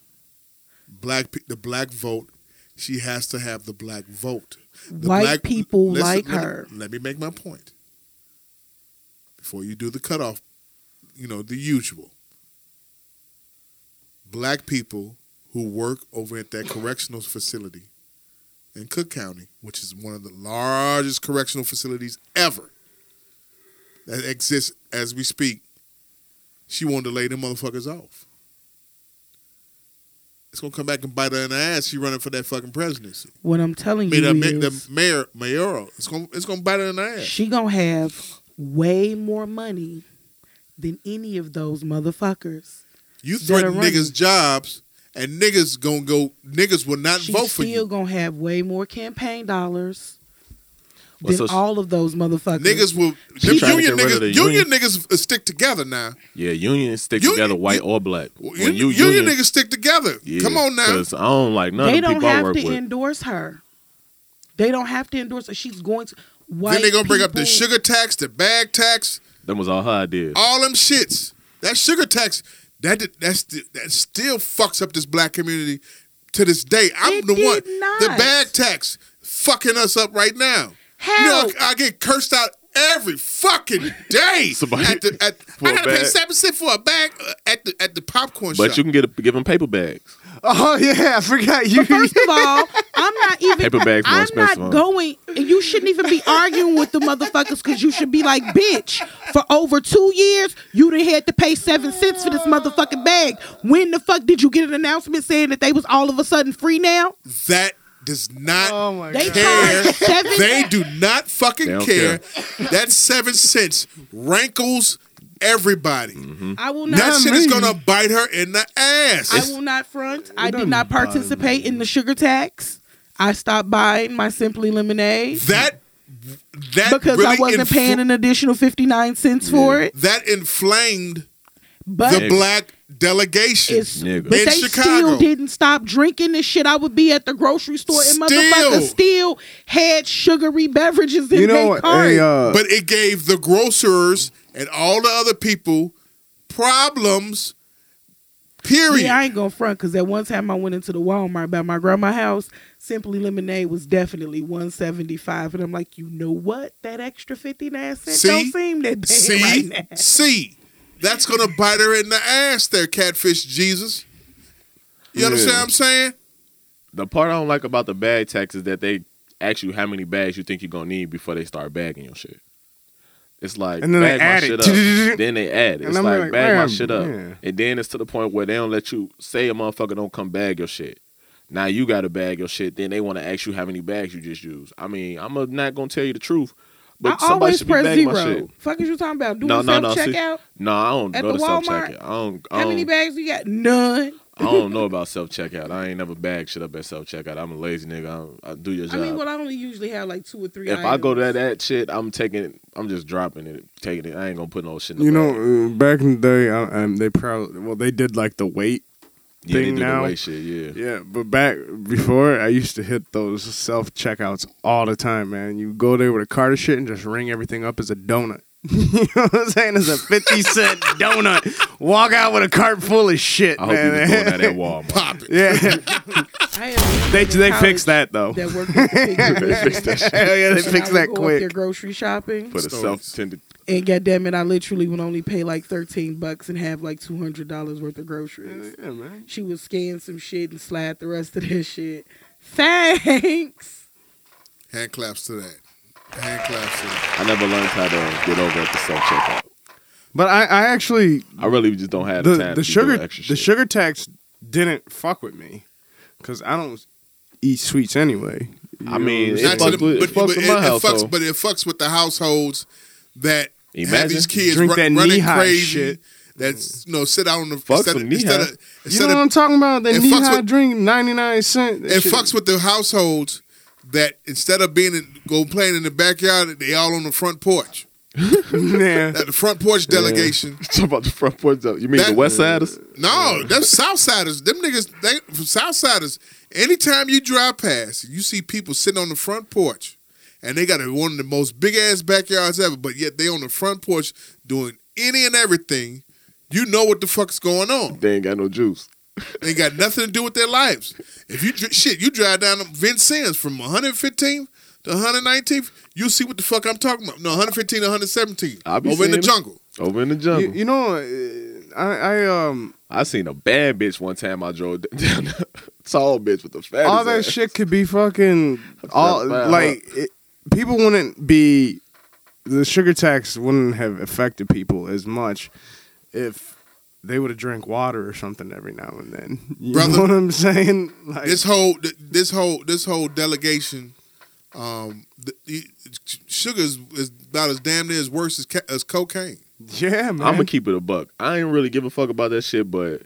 [SPEAKER 5] black pe- the black vote. She has to have the black vote. The
[SPEAKER 6] White
[SPEAKER 5] black-
[SPEAKER 6] people
[SPEAKER 5] listen,
[SPEAKER 6] like
[SPEAKER 5] let me-
[SPEAKER 6] her.
[SPEAKER 5] Let me make my point. Before you do the cutoff, you know, the usual. Black people who work over at that correctional facility in Cook County, which is one of the largest correctional facilities ever that exists as we speak, she wanted to lay them motherfuckers off. It's gonna come back and bite her in the ass. She running for that fucking presidency.
[SPEAKER 6] What I'm telling
[SPEAKER 5] I mean,
[SPEAKER 6] you
[SPEAKER 5] the, ma- the
[SPEAKER 6] is,
[SPEAKER 5] mayor, mayoral. It's gonna, it's gonna bite her in the ass.
[SPEAKER 6] she gonna have way more money than any of those motherfuckers.
[SPEAKER 5] You
[SPEAKER 6] that
[SPEAKER 5] threaten
[SPEAKER 6] are running.
[SPEAKER 5] niggas' jobs, and niggas gonna go. Niggas will not
[SPEAKER 6] She's
[SPEAKER 5] vote for
[SPEAKER 6] still
[SPEAKER 5] you.
[SPEAKER 6] gonna have way more campaign dollars
[SPEAKER 7] Well,
[SPEAKER 6] than
[SPEAKER 7] so she-
[SPEAKER 6] all of those motherfuckers.
[SPEAKER 5] Niggas will.
[SPEAKER 7] She
[SPEAKER 5] Them
[SPEAKER 7] trying to
[SPEAKER 5] union
[SPEAKER 7] get rid
[SPEAKER 5] niggas,
[SPEAKER 7] of the
[SPEAKER 5] union niggas uh, stick together now.
[SPEAKER 7] Yeah, unions stick
[SPEAKER 5] Union-
[SPEAKER 7] together, white or black.
[SPEAKER 5] Well,
[SPEAKER 7] When
[SPEAKER 5] you-
[SPEAKER 7] you
[SPEAKER 5] union,
[SPEAKER 7] union-
[SPEAKER 5] niggas stick together.
[SPEAKER 7] Yeah,
[SPEAKER 5] Come on now.
[SPEAKER 7] 'cause I don't like none
[SPEAKER 6] they
[SPEAKER 7] of the
[SPEAKER 6] don't
[SPEAKER 7] people I
[SPEAKER 6] have
[SPEAKER 7] work
[SPEAKER 6] to
[SPEAKER 7] with.
[SPEAKER 6] endorse her. They don't have to endorse her. She's going to. White
[SPEAKER 5] Then they gonna bring up the
[SPEAKER 6] people-
[SPEAKER 5] sugar tax, the bag tax,
[SPEAKER 7] That was all her ideas.
[SPEAKER 1] Oh,
[SPEAKER 5] all them shits. That sugar tax, that did- that's the- that still fucks up this black community to this day. I'm
[SPEAKER 6] It
[SPEAKER 5] the one.
[SPEAKER 6] did not.
[SPEAKER 5] The bag tax fucking us up right now.
[SPEAKER 6] How?
[SPEAKER 5] You know, I, I get cursed out every fucking day.
[SPEAKER 7] Somebody-
[SPEAKER 5] at the, at,
[SPEAKER 7] for
[SPEAKER 5] I
[SPEAKER 7] a
[SPEAKER 5] gotta pay
[SPEAKER 7] bag.
[SPEAKER 5] seven cents for a bag uh, at the at the popcorn
[SPEAKER 7] But
[SPEAKER 5] shop.
[SPEAKER 7] you can get a, give them paper bags.
[SPEAKER 1] Oh yeah, I forgot you.
[SPEAKER 6] First of all, I'm not even.
[SPEAKER 7] Paper bags more
[SPEAKER 6] I'm
[SPEAKER 7] expensive, huh?
[SPEAKER 6] not going. And you shouldn't even be arguing with the motherfuckers because you should be like, bitch. For over two years, you done had to pay seven cents for this motherfucking bag. When the fuck did you get an announcement saying that they was all of a sudden free now?
[SPEAKER 5] that does not
[SPEAKER 1] oh my
[SPEAKER 6] They
[SPEAKER 1] god.
[SPEAKER 5] care.
[SPEAKER 6] charge seven.
[SPEAKER 5] They do not
[SPEAKER 7] They
[SPEAKER 5] fucking
[SPEAKER 7] don't
[SPEAKER 5] care. That seven cents rankles everybody.
[SPEAKER 7] Mm-hmm.
[SPEAKER 6] I will
[SPEAKER 5] That
[SPEAKER 6] not.
[SPEAKER 5] shit is gonna bite her in the ass.
[SPEAKER 6] I will not front. I did not participate in the sugar tax. I stopped buying my Simply Lemonade
[SPEAKER 5] that that
[SPEAKER 6] because
[SPEAKER 5] really
[SPEAKER 6] I wasn't
[SPEAKER 5] infl-
[SPEAKER 6] paying an additional 59 cents for it.
[SPEAKER 5] that inflamed
[SPEAKER 6] But
[SPEAKER 5] the
[SPEAKER 7] Nigga.
[SPEAKER 5] black delegation.
[SPEAKER 6] it's
[SPEAKER 7] Nigga.
[SPEAKER 6] but
[SPEAKER 5] In
[SPEAKER 6] they
[SPEAKER 5] Chicago.
[SPEAKER 6] still didn't stop drinking this shit. I would be at the grocery store and motherfuckers still had sugary beverages in
[SPEAKER 1] You know
[SPEAKER 6] their
[SPEAKER 1] what?
[SPEAKER 6] cart.
[SPEAKER 1] Hey, uh,
[SPEAKER 5] but it gave the grocers and all the other people problems. Period.
[SPEAKER 6] yeah, I ain't gonna front because at one time I went into the Walmart by my grandma's house. Simply lemonade was definitely one seventy five, and I'm like, you know what? That extra fifty nine cents
[SPEAKER 5] See?
[SPEAKER 6] don't seem that bad right
[SPEAKER 5] see,
[SPEAKER 6] now.
[SPEAKER 5] see, that's gonna bite her in the ass. There, catfish Jesus. You
[SPEAKER 1] Yeah.
[SPEAKER 5] understand what I'm saying?
[SPEAKER 7] The part I don't like about the bag tax is that they ask you how many bags you think you're gonna need before they start bagging your shit. It's like
[SPEAKER 1] And then they
[SPEAKER 7] bag my
[SPEAKER 1] add it.
[SPEAKER 7] shit up. then they add it.
[SPEAKER 1] And
[SPEAKER 7] It's
[SPEAKER 1] I'm
[SPEAKER 7] like,
[SPEAKER 1] like,
[SPEAKER 7] bag my
[SPEAKER 1] man,
[SPEAKER 7] shit up.
[SPEAKER 1] yeah.
[SPEAKER 7] And then it's to the point where they don't let you say a motherfucker don't come bag your shit. Now you gotta bag your shit. Then they wanna ask you how many bags you just used. I mean, I'm not gonna tell you the truth, but
[SPEAKER 6] I
[SPEAKER 7] somebody
[SPEAKER 6] always
[SPEAKER 7] should be
[SPEAKER 6] press
[SPEAKER 7] bagging my
[SPEAKER 6] zero.
[SPEAKER 7] shit.
[SPEAKER 6] Fuck is you talking about? Doing
[SPEAKER 7] No, no,
[SPEAKER 6] self
[SPEAKER 7] no, see- um,
[SPEAKER 6] checkout?
[SPEAKER 7] No, I don't
[SPEAKER 6] At
[SPEAKER 7] go
[SPEAKER 6] the
[SPEAKER 7] to self
[SPEAKER 6] Walmart,
[SPEAKER 7] checking. I don't I
[SPEAKER 6] How
[SPEAKER 7] don't,
[SPEAKER 6] many bags you got? None.
[SPEAKER 7] I don't know about self checkout. I ain't never bagged shit up at self checkout. I'm a lazy nigga. I, I do your
[SPEAKER 6] I
[SPEAKER 7] job.
[SPEAKER 6] mean, well, I only usually have like two or three.
[SPEAKER 7] if I
[SPEAKER 6] items.
[SPEAKER 7] go to that shit, I'm taking. I'm just dropping it, taking it. I ain't gonna put no shit. In the
[SPEAKER 1] You
[SPEAKER 7] bag.
[SPEAKER 1] know, uh, back in the day, I, um, they probably well they did like the weight.
[SPEAKER 7] yeah, they
[SPEAKER 1] thing
[SPEAKER 7] do
[SPEAKER 1] now-
[SPEAKER 7] the way shit. Yeah.
[SPEAKER 1] Yeah, but back before I used to hit those self checkouts all the time, man. You go there with a cart of shit and just ring everything up as a donut. you know what I'm saying? It's a fifty cent donut. Walk out with a cart full of shit,
[SPEAKER 7] I hope you
[SPEAKER 1] man.
[SPEAKER 7] was doing that at Walmart.
[SPEAKER 5] Pop it.
[SPEAKER 1] yeah,
[SPEAKER 6] I had
[SPEAKER 1] they
[SPEAKER 6] a
[SPEAKER 1] they
[SPEAKER 6] college
[SPEAKER 1] fixed that though.
[SPEAKER 6] That worked at the
[SPEAKER 7] they fixed that shit
[SPEAKER 1] Hell yeah, they
[SPEAKER 6] and I
[SPEAKER 1] fixed
[SPEAKER 6] would
[SPEAKER 1] that
[SPEAKER 6] go up there
[SPEAKER 1] quick.
[SPEAKER 6] grocery shopping,
[SPEAKER 7] for the
[SPEAKER 5] Stories.
[SPEAKER 7] self tended.
[SPEAKER 6] and goddamn it, I literally would only pay like thirteen bucks and have like two hundred dollars worth of groceries.
[SPEAKER 1] Yeah, man.
[SPEAKER 6] She would scan some shit and slide the rest of this shit. Thanks.
[SPEAKER 5] Hand claps to that. Hand claps to that.
[SPEAKER 7] I never learned how to get over at the self checkout.
[SPEAKER 1] But I, I actually
[SPEAKER 7] I really just don't have the,
[SPEAKER 1] the
[SPEAKER 7] time. to
[SPEAKER 1] the
[SPEAKER 7] sugar,
[SPEAKER 1] sugar
[SPEAKER 7] do extra
[SPEAKER 1] the
[SPEAKER 7] shit.
[SPEAKER 1] sugar tax didn't fuck with me because I don't eat sweets anyway.
[SPEAKER 7] I mean,
[SPEAKER 1] You
[SPEAKER 7] it
[SPEAKER 1] know,
[SPEAKER 5] Not to
[SPEAKER 7] fucks with, it fucks with
[SPEAKER 5] it,
[SPEAKER 7] my
[SPEAKER 5] it fucks,
[SPEAKER 7] household.
[SPEAKER 5] but it fucks with the households that have
[SPEAKER 7] Imagine.
[SPEAKER 5] these kids
[SPEAKER 1] Drink
[SPEAKER 5] run,
[SPEAKER 1] that
[SPEAKER 5] running
[SPEAKER 1] knee-high
[SPEAKER 5] crazy.
[SPEAKER 1] shit.
[SPEAKER 5] That's you know sit out on the
[SPEAKER 7] Fuck
[SPEAKER 5] instead,
[SPEAKER 7] with
[SPEAKER 5] of,
[SPEAKER 7] knee-high.
[SPEAKER 5] instead of
[SPEAKER 1] you know
[SPEAKER 5] instead
[SPEAKER 1] what
[SPEAKER 5] of
[SPEAKER 1] I'm talking about? The
[SPEAKER 5] it fucks
[SPEAKER 1] knee high
[SPEAKER 5] with-
[SPEAKER 1] drink, ninety nine cent. That
[SPEAKER 5] it
[SPEAKER 1] shit-
[SPEAKER 5] fucks with the households that instead of being in, go playing in the backyard, they all on the front porch.
[SPEAKER 1] yeah.
[SPEAKER 5] At the front porch delegation.
[SPEAKER 7] Talk about the front porch. though. You mean
[SPEAKER 5] That-
[SPEAKER 7] the West Siders?
[SPEAKER 5] No, them Southsiders, them niggas, they from Southsiders. Anytime you drive past, you see people sitting on the front porch, and they got one of the most big ass backyards ever. But yet they on the front porch doing any and everything. You know what the fuck's going on.
[SPEAKER 7] They ain't got no juice.
[SPEAKER 5] They got nothing to do with their lives. If you dri- shit, you drive down Vincennes from 115th to 119th, you'll see what the fuck I'm talking about. No, 115 to 117.
[SPEAKER 7] I be
[SPEAKER 5] Over in the
[SPEAKER 7] seeing it.
[SPEAKER 5] jungle.
[SPEAKER 7] Over in the
[SPEAKER 1] You,
[SPEAKER 7] jungle.
[SPEAKER 1] you know, uh, I, I um,
[SPEAKER 7] I seen a bad bitch one time. I drove down the tall bitch with the fat.
[SPEAKER 1] all that shit could be fucking all
[SPEAKER 7] That's bad,
[SPEAKER 1] like it, people wouldn't be the sugar tax wouldn't have affected people as much if they would have drank water or something every now and then. You
[SPEAKER 5] Brother,
[SPEAKER 1] know what I'm saying? Like,
[SPEAKER 5] this whole th- this whole this whole delegation um the, the, sugar is, is about as damn near as worse as, ca- as cocaine
[SPEAKER 1] yeah, man.
[SPEAKER 7] I'm gonna keep it a buck. I ain't really give a fuck about that shit, but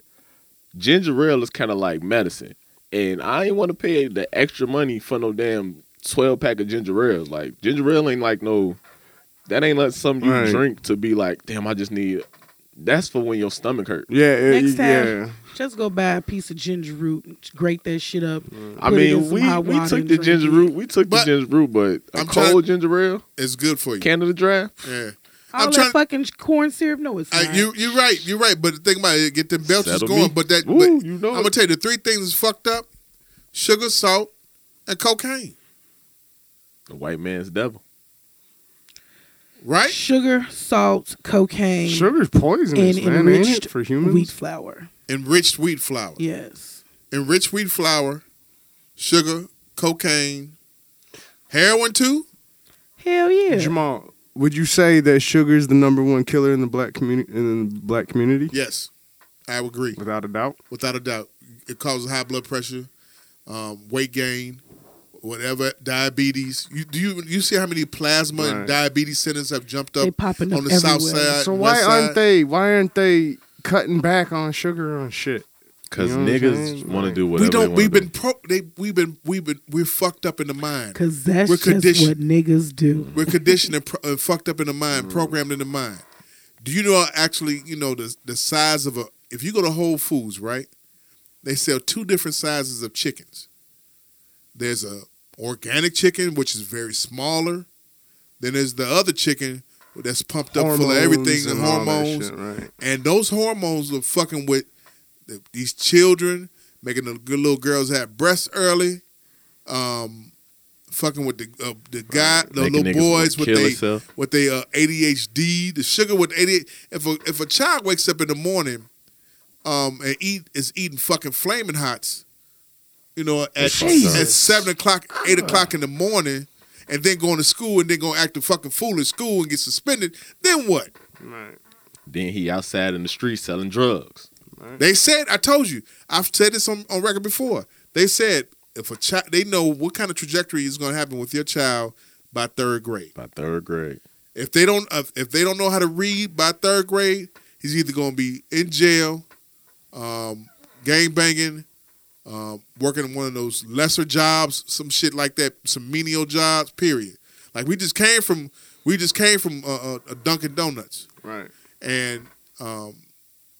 [SPEAKER 7] ginger ale is kind of like medicine, and I ain't want to pay the extra money for no damn twelve pack of ginger ales. Like ginger ale ain't like no, that ain't like something you
[SPEAKER 1] Right.
[SPEAKER 7] drink to be like, damn, I just need. That's for when your stomach hurt.
[SPEAKER 1] yeah, yeah,
[SPEAKER 6] Next
[SPEAKER 1] yeah.
[SPEAKER 6] time. Just go buy a piece of ginger root, and grate that shit up.
[SPEAKER 7] I
[SPEAKER 6] put it in
[SPEAKER 7] mean,
[SPEAKER 6] some
[SPEAKER 7] we
[SPEAKER 6] hot
[SPEAKER 7] we
[SPEAKER 6] water
[SPEAKER 7] took
[SPEAKER 6] and
[SPEAKER 7] the
[SPEAKER 6] drink
[SPEAKER 7] ginger
[SPEAKER 6] it.
[SPEAKER 7] root, we took
[SPEAKER 5] But-
[SPEAKER 7] the ginger root, but a
[SPEAKER 5] I'm trying-
[SPEAKER 7] cold ginger ale,
[SPEAKER 5] it's good for you
[SPEAKER 7] Canada Dry.
[SPEAKER 5] yeah
[SPEAKER 6] All
[SPEAKER 5] I'm
[SPEAKER 6] that
[SPEAKER 5] trying-
[SPEAKER 6] fucking corn syrup. No, it's
[SPEAKER 5] Uh,
[SPEAKER 6] not.
[SPEAKER 5] you you're right you're right but the thing about it get them belches
[SPEAKER 7] Settle
[SPEAKER 5] going
[SPEAKER 7] me.
[SPEAKER 5] but that
[SPEAKER 7] Woo,
[SPEAKER 5] but
[SPEAKER 7] you know
[SPEAKER 5] i'm
[SPEAKER 7] it.
[SPEAKER 5] gonna tell you the three things that's fucked up sugar salt and cocaine
[SPEAKER 7] The white man's devil.
[SPEAKER 5] right
[SPEAKER 6] Sugar, salt, cocaine,
[SPEAKER 1] Sugar's poisonous,
[SPEAKER 6] And
[SPEAKER 1] man. Ain't
[SPEAKER 6] enriched
[SPEAKER 1] it for humans?
[SPEAKER 6] wheat flour.
[SPEAKER 5] enriched wheat flour
[SPEAKER 6] Yes.
[SPEAKER 5] enriched wheat flour sugar cocaine heroin too
[SPEAKER 6] Hell yeah.
[SPEAKER 1] Jamal, would you say that sugar is the number one killer in the black community? In the black community,
[SPEAKER 5] yes i would agree
[SPEAKER 1] without a doubt.
[SPEAKER 5] without a doubt. It causes high blood pressure, um, weight gain, whatever, diabetes. You do you you see how many plasma
[SPEAKER 1] Right.
[SPEAKER 5] and diabetes centers have jumped up
[SPEAKER 6] they popping up
[SPEAKER 5] on the
[SPEAKER 6] everywhere.
[SPEAKER 5] south side?
[SPEAKER 1] So
[SPEAKER 5] west
[SPEAKER 1] why aren't
[SPEAKER 5] side?
[SPEAKER 1] they? Why aren't they cutting back on sugar on shit?
[SPEAKER 7] Cause
[SPEAKER 1] You know what I'm
[SPEAKER 7] niggas
[SPEAKER 1] saying?
[SPEAKER 7] want to
[SPEAKER 1] Like-
[SPEAKER 7] do
[SPEAKER 5] We
[SPEAKER 7] whatever
[SPEAKER 5] don't.
[SPEAKER 7] They
[SPEAKER 5] We've
[SPEAKER 7] wanna
[SPEAKER 5] been pro. They. We've been. We've been. We're fucked up in the mind.
[SPEAKER 6] Cause that's
[SPEAKER 5] We're
[SPEAKER 6] just
[SPEAKER 5] conditioned.
[SPEAKER 6] what niggas do.
[SPEAKER 5] We're conditioned and pro- uh, fucked up in the
[SPEAKER 1] Mm.
[SPEAKER 5] mind, programmed in the mind. Do you know actually? You know the the size of a. If you go to Whole Foods, right? They sell two different sizes of chickens. There's a organic chicken, which is very smaller. Then there's the other chicken that's pumped up full of everything, the
[SPEAKER 1] all that
[SPEAKER 5] hormones,
[SPEAKER 1] shit, right?
[SPEAKER 5] and those hormones are fucking with the, these children, making the good little girls have breasts early, um, fucking with the uh, the guy, the
[SPEAKER 7] Making
[SPEAKER 5] little
[SPEAKER 7] niggas wanna
[SPEAKER 5] boys with
[SPEAKER 7] kill
[SPEAKER 5] they
[SPEAKER 7] itself.
[SPEAKER 5] with they uh, ADHD, the sugar with ADHD. If a if a child wakes up in the morning, um, and eat is eating fucking flaming hots, you know, at, at
[SPEAKER 7] Jesus.
[SPEAKER 5] seven o'clock, eight o'clock in the morning. And then going to school and then going to act a fucking fool in school and get suspended. Then what?
[SPEAKER 1] Right.
[SPEAKER 7] Then he outside in the street selling drugs.
[SPEAKER 5] They said, I told you, I've said this on, on record before. They said if a child, they know what kind of trajectory is going to happen with your child by third grade.
[SPEAKER 7] By third grade,
[SPEAKER 5] If they don't, if, if they don't know how to read by third grade, he's either going to be in jail, um, gang banging, um, working in one of those lesser jobs, some shit like that, some menial jobs. Period. Like we just came from, we just came from uh, uh, a Dunkin' Donuts,
[SPEAKER 1] Right.
[SPEAKER 5] and um,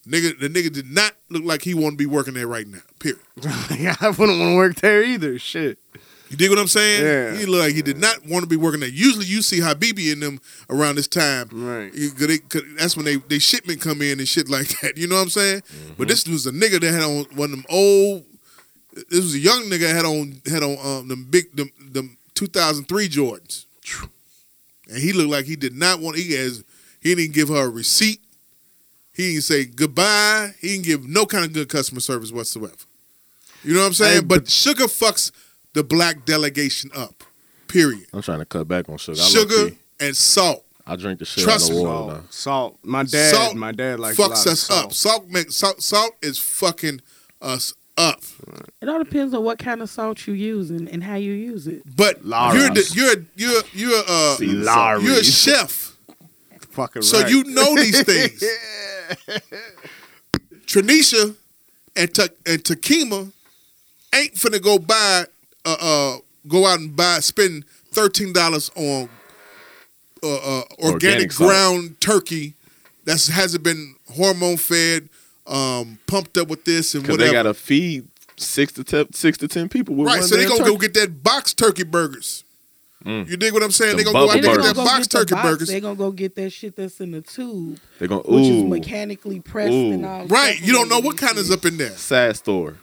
[SPEAKER 5] nigga, the nigga did not look like he want to be working there right now. Period.
[SPEAKER 1] yeah, I wouldn't want to work there either. Shit.
[SPEAKER 5] You dig what I'm saying?
[SPEAKER 1] Yeah.
[SPEAKER 5] He looked like he did not want to be working there. Usually, you see Habibi in them around this time.
[SPEAKER 1] Right.
[SPEAKER 5] You- 'cause they- 'cause that's when they, they shipment come in and shit like that. You know what I'm saying?
[SPEAKER 7] Mm-hmm.
[SPEAKER 5] But this was a nigga that had on one of them old. This was a young nigga that had on had on um them big them them 2003 Jordans, and he looked like he did not want. He has he didn't give her a receipt. He didn't say goodbye. He didn't give no kind of good customer service whatsoever. You know what I'm saying?
[SPEAKER 1] Hey,
[SPEAKER 5] but, Sugar fucks the black delegation up. Period.
[SPEAKER 7] I'm trying to cut back on sugar. I
[SPEAKER 5] Sugar
[SPEAKER 7] low-key-
[SPEAKER 5] and salt
[SPEAKER 7] I drink the shit
[SPEAKER 5] Trust
[SPEAKER 7] out of
[SPEAKER 5] me.
[SPEAKER 7] water now.
[SPEAKER 1] Salt. My dad.
[SPEAKER 5] Uh, Salt
[SPEAKER 1] my dad likes a
[SPEAKER 5] fucks
[SPEAKER 1] lot of
[SPEAKER 5] us
[SPEAKER 1] salt.
[SPEAKER 5] up. Salt makes salt. Salt is fucking us up.
[SPEAKER 6] It all depends on what kind of salt you use and, and how you use it.
[SPEAKER 5] But
[SPEAKER 1] Lara's.
[SPEAKER 5] you're the, you're you're you're uh
[SPEAKER 7] See,
[SPEAKER 1] Lara's.
[SPEAKER 5] you're a chef,
[SPEAKER 1] Fucking
[SPEAKER 5] so
[SPEAKER 1] right.
[SPEAKER 5] you know these things. Tranisha and Ta- and Takima ain't finna go buy uh uh go out and buy spend thirteen dollars on uh, uh organic,
[SPEAKER 7] Organic salt.
[SPEAKER 5] ground turkey that hasn't been hormone fed, um pumped up with this and
[SPEAKER 7] Because
[SPEAKER 5] whatever.
[SPEAKER 7] they gotta feed six to ten, six to ten people with
[SPEAKER 5] Right,
[SPEAKER 7] one
[SPEAKER 5] so they
[SPEAKER 7] damn
[SPEAKER 5] gonna
[SPEAKER 7] turkey.
[SPEAKER 5] go get that box turkey burgers.
[SPEAKER 7] Mm.
[SPEAKER 5] You dig what I'm saying?
[SPEAKER 7] Them
[SPEAKER 5] They gonna go out
[SPEAKER 7] bubble
[SPEAKER 5] and
[SPEAKER 6] They
[SPEAKER 5] get
[SPEAKER 7] burgers.
[SPEAKER 5] that
[SPEAKER 6] gonna go
[SPEAKER 5] box
[SPEAKER 6] get the
[SPEAKER 5] turkey
[SPEAKER 6] box,
[SPEAKER 5] burgers.
[SPEAKER 6] They gonna go get that shit that's in the tube,
[SPEAKER 7] They gonna
[SPEAKER 6] which is
[SPEAKER 7] ooh
[SPEAKER 6] mechanically pressed and all.
[SPEAKER 5] Right, you don't know
[SPEAKER 6] separated
[SPEAKER 5] what kind
[SPEAKER 6] and
[SPEAKER 5] is
[SPEAKER 6] shit.
[SPEAKER 5] up in there.
[SPEAKER 7] sad story.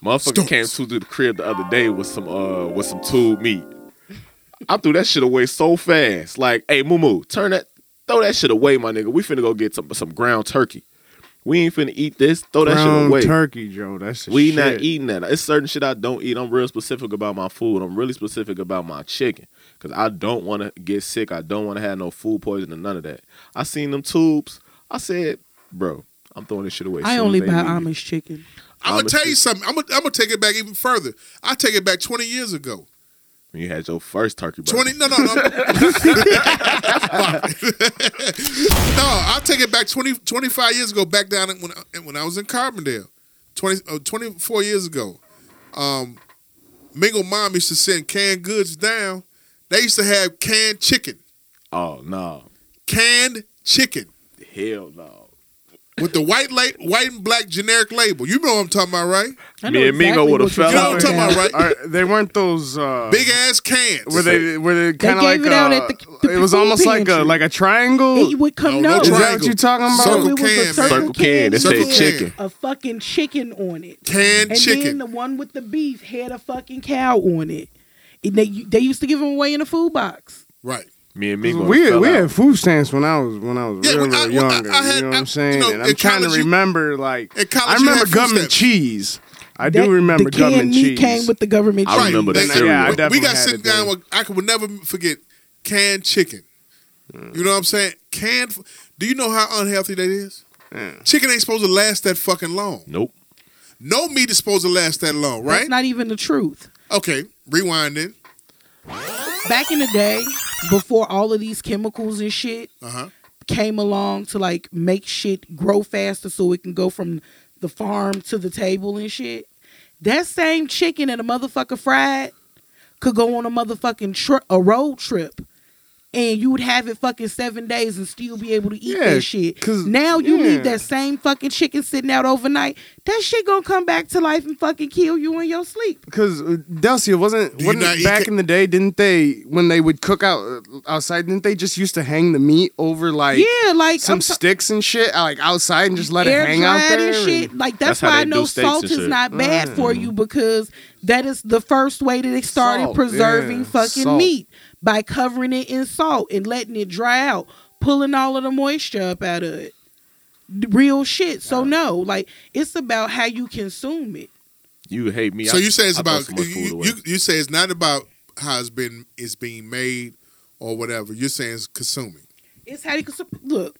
[SPEAKER 7] Motherfucker
[SPEAKER 5] Stories.
[SPEAKER 7] came to the crib the other day with some uh with some tube meat. I threw that shit away so fast. Like, hey, Moo Moo, turn that, throw that shit away, my nigga. We finna go get some some ground turkey. We ain't finna eat this. Throw that
[SPEAKER 1] Ground
[SPEAKER 7] shit away.
[SPEAKER 1] turkey, Joe. That's the
[SPEAKER 7] We
[SPEAKER 1] shit.
[SPEAKER 7] not eating that. It's certain shit I don't eat. I'm real specific about my food. I'm really specific about my chicken because I don't want to get sick. I don't want to have no food poisoning or none of that. I seen them tubes. I said, bro, I'm throwing this shit away.
[SPEAKER 6] I
[SPEAKER 7] Soon as
[SPEAKER 6] only
[SPEAKER 7] they
[SPEAKER 6] buy
[SPEAKER 7] leave.
[SPEAKER 6] Amish chicken.
[SPEAKER 5] I'm gonna
[SPEAKER 7] Honestly.
[SPEAKER 5] tell you something. I'm gonna I'm gonna take it back even further. I take it back 20 years ago.
[SPEAKER 7] When you had your first turkey burger.
[SPEAKER 5] 20 no no no. no, I take it back 20 25 years ago. Back down when when I was in Carbondale, 20 uh, 24 years ago. Um, Mingle Mom used to send canned goods down. They used to have canned chicken.
[SPEAKER 7] Oh no,
[SPEAKER 5] canned chicken
[SPEAKER 7] hell no.
[SPEAKER 5] with the white la- white and black generic label. You know what I'm talking about, right?
[SPEAKER 6] I
[SPEAKER 7] Me
[SPEAKER 6] know
[SPEAKER 7] and Mingo
[SPEAKER 6] exactly
[SPEAKER 7] would've
[SPEAKER 6] what you're
[SPEAKER 7] fell
[SPEAKER 5] You know what I'm talking about, right?
[SPEAKER 1] Are- they weren't those uh,
[SPEAKER 5] Big ass cans.
[SPEAKER 1] Were they? Were they kind of
[SPEAKER 6] gave
[SPEAKER 1] like?
[SPEAKER 6] it out
[SPEAKER 1] uh,
[SPEAKER 6] at the- the
[SPEAKER 1] it was
[SPEAKER 6] food
[SPEAKER 1] almost like a
[SPEAKER 6] pantry.
[SPEAKER 1] like a triangle.
[SPEAKER 6] It would come
[SPEAKER 5] Oh, No, no
[SPEAKER 6] no,
[SPEAKER 1] Is that
[SPEAKER 5] triangle.
[SPEAKER 1] what you talking about?
[SPEAKER 6] No,
[SPEAKER 5] Circle
[SPEAKER 6] it was
[SPEAKER 5] can,
[SPEAKER 6] a
[SPEAKER 5] man.
[SPEAKER 6] circle,
[SPEAKER 7] Circle can. It
[SPEAKER 5] Circle
[SPEAKER 7] said
[SPEAKER 5] can.
[SPEAKER 7] chicken.
[SPEAKER 6] a fucking chicken on it.
[SPEAKER 5] canned
[SPEAKER 6] And then
[SPEAKER 5] chicken?
[SPEAKER 6] the one with the beef had a fucking cow on it. And they they used to give them away in a food box.
[SPEAKER 5] right.
[SPEAKER 7] Me and
[SPEAKER 1] We
[SPEAKER 7] me gonna
[SPEAKER 1] we
[SPEAKER 7] fell out.
[SPEAKER 1] had food stamps when I was when I was
[SPEAKER 5] Yeah,
[SPEAKER 1] real,
[SPEAKER 5] when I-
[SPEAKER 1] real
[SPEAKER 5] when I-
[SPEAKER 1] younger.
[SPEAKER 5] I had-
[SPEAKER 1] you know what
[SPEAKER 5] I-
[SPEAKER 1] I'm saying?
[SPEAKER 5] you know,
[SPEAKER 1] and
[SPEAKER 5] in
[SPEAKER 1] I'm trying to
[SPEAKER 5] college you-
[SPEAKER 1] remember like
[SPEAKER 5] in college
[SPEAKER 1] I
[SPEAKER 5] you
[SPEAKER 1] remember
[SPEAKER 5] had food
[SPEAKER 1] government
[SPEAKER 5] stamps.
[SPEAKER 1] cheese. I
[SPEAKER 6] That-
[SPEAKER 1] do remember
[SPEAKER 6] the canned
[SPEAKER 1] government
[SPEAKER 6] meat
[SPEAKER 1] cheese.
[SPEAKER 6] came with the government
[SPEAKER 7] I
[SPEAKER 6] cheese.
[SPEAKER 5] right.
[SPEAKER 7] remember the
[SPEAKER 5] They-
[SPEAKER 7] cereal. Yeah, I
[SPEAKER 5] we- we
[SPEAKER 1] definitely
[SPEAKER 5] got
[SPEAKER 1] had
[SPEAKER 5] sitting
[SPEAKER 1] it
[SPEAKER 5] down.
[SPEAKER 1] then.
[SPEAKER 5] With, I could never forget canned chicken. You know what I'm saying? Canned. f- Do you know how unhealthy that is?
[SPEAKER 1] Yeah.
[SPEAKER 5] Chicken ain't supposed to last that fucking long.
[SPEAKER 7] Nope.
[SPEAKER 5] No meat is supposed to last that long, right?
[SPEAKER 6] That's not even the truth.
[SPEAKER 5] okay, rewind then.
[SPEAKER 6] Back in the day, before all of these chemicals and shit
[SPEAKER 5] Uh huh.
[SPEAKER 6] came along to like make shit grow faster so it can go from the farm to the table and shit. That same chicken that a motherfucker fried could go on a motherfucking tri- a road trip and you would have it fucking seven days and still be able to eat
[SPEAKER 1] Yeah,
[SPEAKER 6] that shit.
[SPEAKER 1] 'cause-
[SPEAKER 6] now you
[SPEAKER 1] yeah.
[SPEAKER 6] leave that same fucking chicken sitting out overnight. That shit gonna come back to life and fucking kill you in your sleep.
[SPEAKER 1] Because Delcia wasn't
[SPEAKER 5] Do you not
[SPEAKER 1] wasn't
[SPEAKER 5] eat
[SPEAKER 1] back
[SPEAKER 5] ca-
[SPEAKER 1] in the day. Didn't they when they would cook out outside? Didn't they just used to hang the meat over like
[SPEAKER 6] yeah, like
[SPEAKER 1] some
[SPEAKER 6] I'm t-
[SPEAKER 1] sticks and shit like outside and just let it
[SPEAKER 6] air
[SPEAKER 1] hang out
[SPEAKER 6] dried
[SPEAKER 1] there? Mm.
[SPEAKER 6] and shit. Like that's,
[SPEAKER 7] That's how
[SPEAKER 6] why
[SPEAKER 7] they
[SPEAKER 6] I know
[SPEAKER 7] do steaks
[SPEAKER 6] salt
[SPEAKER 7] and
[SPEAKER 6] is
[SPEAKER 7] shit.
[SPEAKER 6] not bad for you because that is the first way that they started
[SPEAKER 1] Salt,
[SPEAKER 6] preserving
[SPEAKER 1] yeah,
[SPEAKER 6] fucking
[SPEAKER 1] salt.
[SPEAKER 6] meat by covering it in salt and letting it dry out, pulling all of the moisture up out of it. D- Real shit. So no, like it's about how you consume it.
[SPEAKER 7] You hate me.
[SPEAKER 5] So
[SPEAKER 7] I-
[SPEAKER 5] you say it's
[SPEAKER 7] I throw
[SPEAKER 5] about
[SPEAKER 7] so much food
[SPEAKER 5] you,
[SPEAKER 7] away.
[SPEAKER 5] you. You say it's not about how it's been it's being made or whatever. You're saying it's consuming.
[SPEAKER 6] It's how you consume. Look,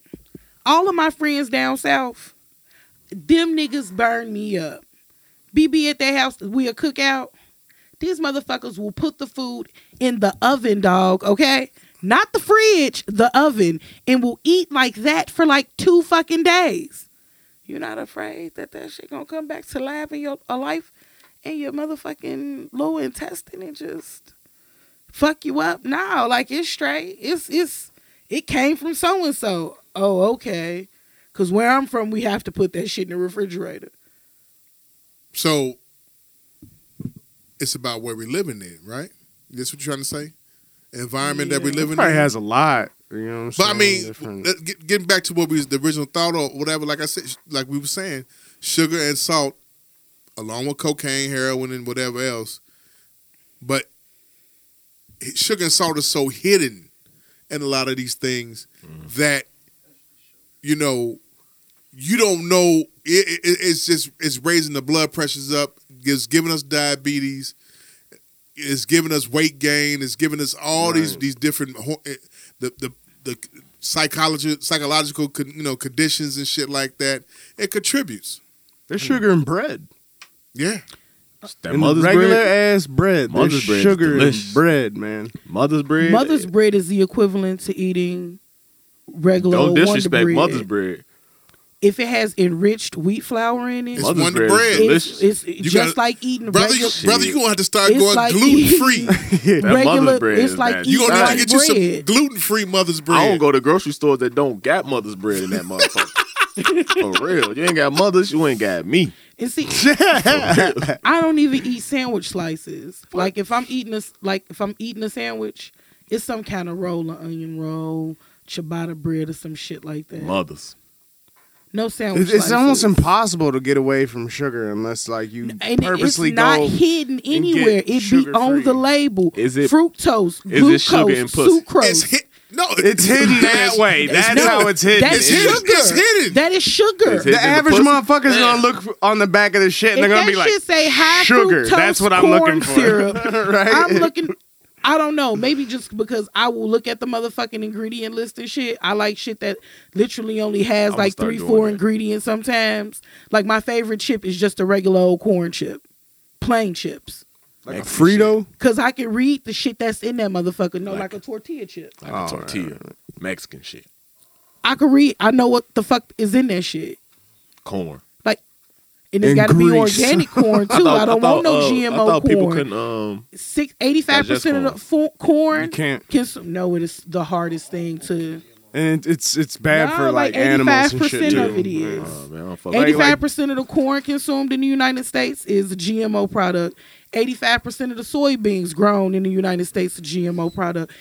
[SPEAKER 6] all of my friends down south, them niggas burn me up. BB at their house, we a cookout. These motherfuckers will put the food in the oven, dog. Okay, not the fridge, the oven, and will eat like that for like two fucking days. You're not afraid that that shit gonna come back to life in your a life in your motherfucking lower intestine and just fuck you up? No, like it's straight. It's it's it came from so and so. Oh, okay. Cause where I'm from, we have to put that shit in the refrigerator.
[SPEAKER 5] So it's about where we living in, right? That's what you're trying to say? Environment that we
[SPEAKER 6] Yeah.
[SPEAKER 5] living
[SPEAKER 1] Probably
[SPEAKER 5] in.
[SPEAKER 1] has a lot. You know what I'm
[SPEAKER 5] but I
[SPEAKER 1] saying?
[SPEAKER 5] mean,
[SPEAKER 1] Different-
[SPEAKER 5] let- get- getting back to what we was the original thought or whatever, like I said, sh- like we were saying, sugar and salt, along with cocaine, heroin, and whatever else. But h- sugar and salt is so hidden in a lot of these things that you know you don't know. It, it, it- it's just it's raising the blood pressures up. It's giving us diabetes. It's giving us weight gain. It's giving us all these these different ho- eh, the the the psychology psychological con- you know conditions and shit like that. It contributes.
[SPEAKER 1] there's sugar in bread.
[SPEAKER 5] Yeah,
[SPEAKER 7] That
[SPEAKER 1] In
[SPEAKER 7] mother's
[SPEAKER 1] regular
[SPEAKER 7] bread.
[SPEAKER 1] ass bread.
[SPEAKER 7] Mother's
[SPEAKER 1] There's
[SPEAKER 7] bread is
[SPEAKER 1] sugar in
[SPEAKER 7] delicious.
[SPEAKER 1] bread, man.
[SPEAKER 7] mother's bread.
[SPEAKER 6] Mother's bread is the equivalent to eating regular
[SPEAKER 7] Don't
[SPEAKER 6] old Wonder
[SPEAKER 7] disrespect
[SPEAKER 6] bread.
[SPEAKER 7] mother's bread.
[SPEAKER 6] If it has enriched wheat flour in it,
[SPEAKER 5] it's
[SPEAKER 6] it's,
[SPEAKER 7] Mother's
[SPEAKER 5] Wonder
[SPEAKER 7] bread is
[SPEAKER 5] bread.
[SPEAKER 7] delicious.
[SPEAKER 6] it's just
[SPEAKER 5] gotta-
[SPEAKER 6] like eating
[SPEAKER 5] brother, you,
[SPEAKER 6] regular.
[SPEAKER 5] brother, you gonna have to start
[SPEAKER 6] It's
[SPEAKER 5] going
[SPEAKER 6] like-
[SPEAKER 5] gluten free.
[SPEAKER 7] That
[SPEAKER 6] regular-
[SPEAKER 7] mother's bread
[SPEAKER 6] it's
[SPEAKER 7] is
[SPEAKER 6] like
[SPEAKER 7] bad.
[SPEAKER 5] You gonna
[SPEAKER 6] Right.
[SPEAKER 5] need to get you some
[SPEAKER 6] Bread.
[SPEAKER 5] gluten free mother's bread.
[SPEAKER 7] I don't go to grocery stores that don't got mother's bread in that motherfucker. For real, you ain't got mothers, you ain't got me.
[SPEAKER 6] And see, I don't even eat sandwich slices. Like if I'm eating a s- like if I'm eating a sandwich, it's some kind of roll, an onion roll, ciabatta bread, or some shit like that.
[SPEAKER 7] Mothers.
[SPEAKER 6] No sandwich.
[SPEAKER 1] It's, it's almost
[SPEAKER 6] slices.
[SPEAKER 1] impossible to get away from sugar unless like you
[SPEAKER 6] And
[SPEAKER 1] purposely
[SPEAKER 6] it's not
[SPEAKER 1] go.
[SPEAKER 6] hidden
[SPEAKER 1] get
[SPEAKER 6] anywhere. It be
[SPEAKER 1] sugar-free.
[SPEAKER 6] on the label.
[SPEAKER 7] Is it-
[SPEAKER 6] fructose,
[SPEAKER 7] it
[SPEAKER 6] glucose,
[SPEAKER 7] sugar in pussy?
[SPEAKER 6] sucrose?
[SPEAKER 5] It's hit. No,
[SPEAKER 1] It's hidden that way. That's
[SPEAKER 6] no,
[SPEAKER 1] how it's hidden.
[SPEAKER 6] that's
[SPEAKER 5] It's hidden.
[SPEAKER 6] sugar.
[SPEAKER 5] It's hidden.
[SPEAKER 6] That is sugar.
[SPEAKER 7] It's
[SPEAKER 1] the
[SPEAKER 7] hidden in
[SPEAKER 1] average
[SPEAKER 7] pussy.
[SPEAKER 1] motherfucker's gonna look f- on the back of the shit and
[SPEAKER 6] if
[SPEAKER 1] they're gonna
[SPEAKER 6] that
[SPEAKER 1] be like,
[SPEAKER 6] shit say high
[SPEAKER 1] sugar.
[SPEAKER 6] fructose
[SPEAKER 1] That's what I'm
[SPEAKER 6] corn
[SPEAKER 1] looking for.
[SPEAKER 6] syrup,
[SPEAKER 1] right?
[SPEAKER 6] I'm looking. I don't know. Maybe just because I will look at the motherfucking ingredient list and shit. I like shit that literally only has
[SPEAKER 7] I'ma
[SPEAKER 6] like
[SPEAKER 7] start
[SPEAKER 6] three,
[SPEAKER 7] doing
[SPEAKER 6] four
[SPEAKER 7] that.
[SPEAKER 6] ingredients sometimes. Like my favorite chip is just a regular old corn chip, plain chips.
[SPEAKER 1] like a Frito.
[SPEAKER 6] Cause I can read the shit that's in that motherfucker. No, like, a tortilla chip.
[SPEAKER 7] Like
[SPEAKER 1] Oh,
[SPEAKER 7] a tortilla. Mexican shit.
[SPEAKER 6] I can read. I know what the fuck is in that shit.
[SPEAKER 7] Corn.
[SPEAKER 6] And it's
[SPEAKER 1] And
[SPEAKER 6] got to be
[SPEAKER 1] grease.
[SPEAKER 6] organic corn too. I, don't want no
[SPEAKER 7] uh,
[SPEAKER 6] GMO
[SPEAKER 7] I thought people
[SPEAKER 6] corn.
[SPEAKER 7] couldn't um
[SPEAKER 6] Six, 85% of the
[SPEAKER 7] Digest
[SPEAKER 6] fo-
[SPEAKER 1] You
[SPEAKER 6] corn
[SPEAKER 1] can't,
[SPEAKER 6] can no it is the hardest thing to
[SPEAKER 1] and it's it's bad
[SPEAKER 6] No,
[SPEAKER 1] for like,
[SPEAKER 6] like
[SPEAKER 1] animals and shit
[SPEAKER 6] 85%
[SPEAKER 1] too.
[SPEAKER 6] of it is.
[SPEAKER 1] Yeah.
[SPEAKER 7] uh, man, I don't fuck
[SPEAKER 1] Like-
[SPEAKER 6] eighty
[SPEAKER 7] with
[SPEAKER 6] five percent of the corn consumed in the United States is a GMO product. Eighty five percent of the soybeans grown in the United States is GMO product.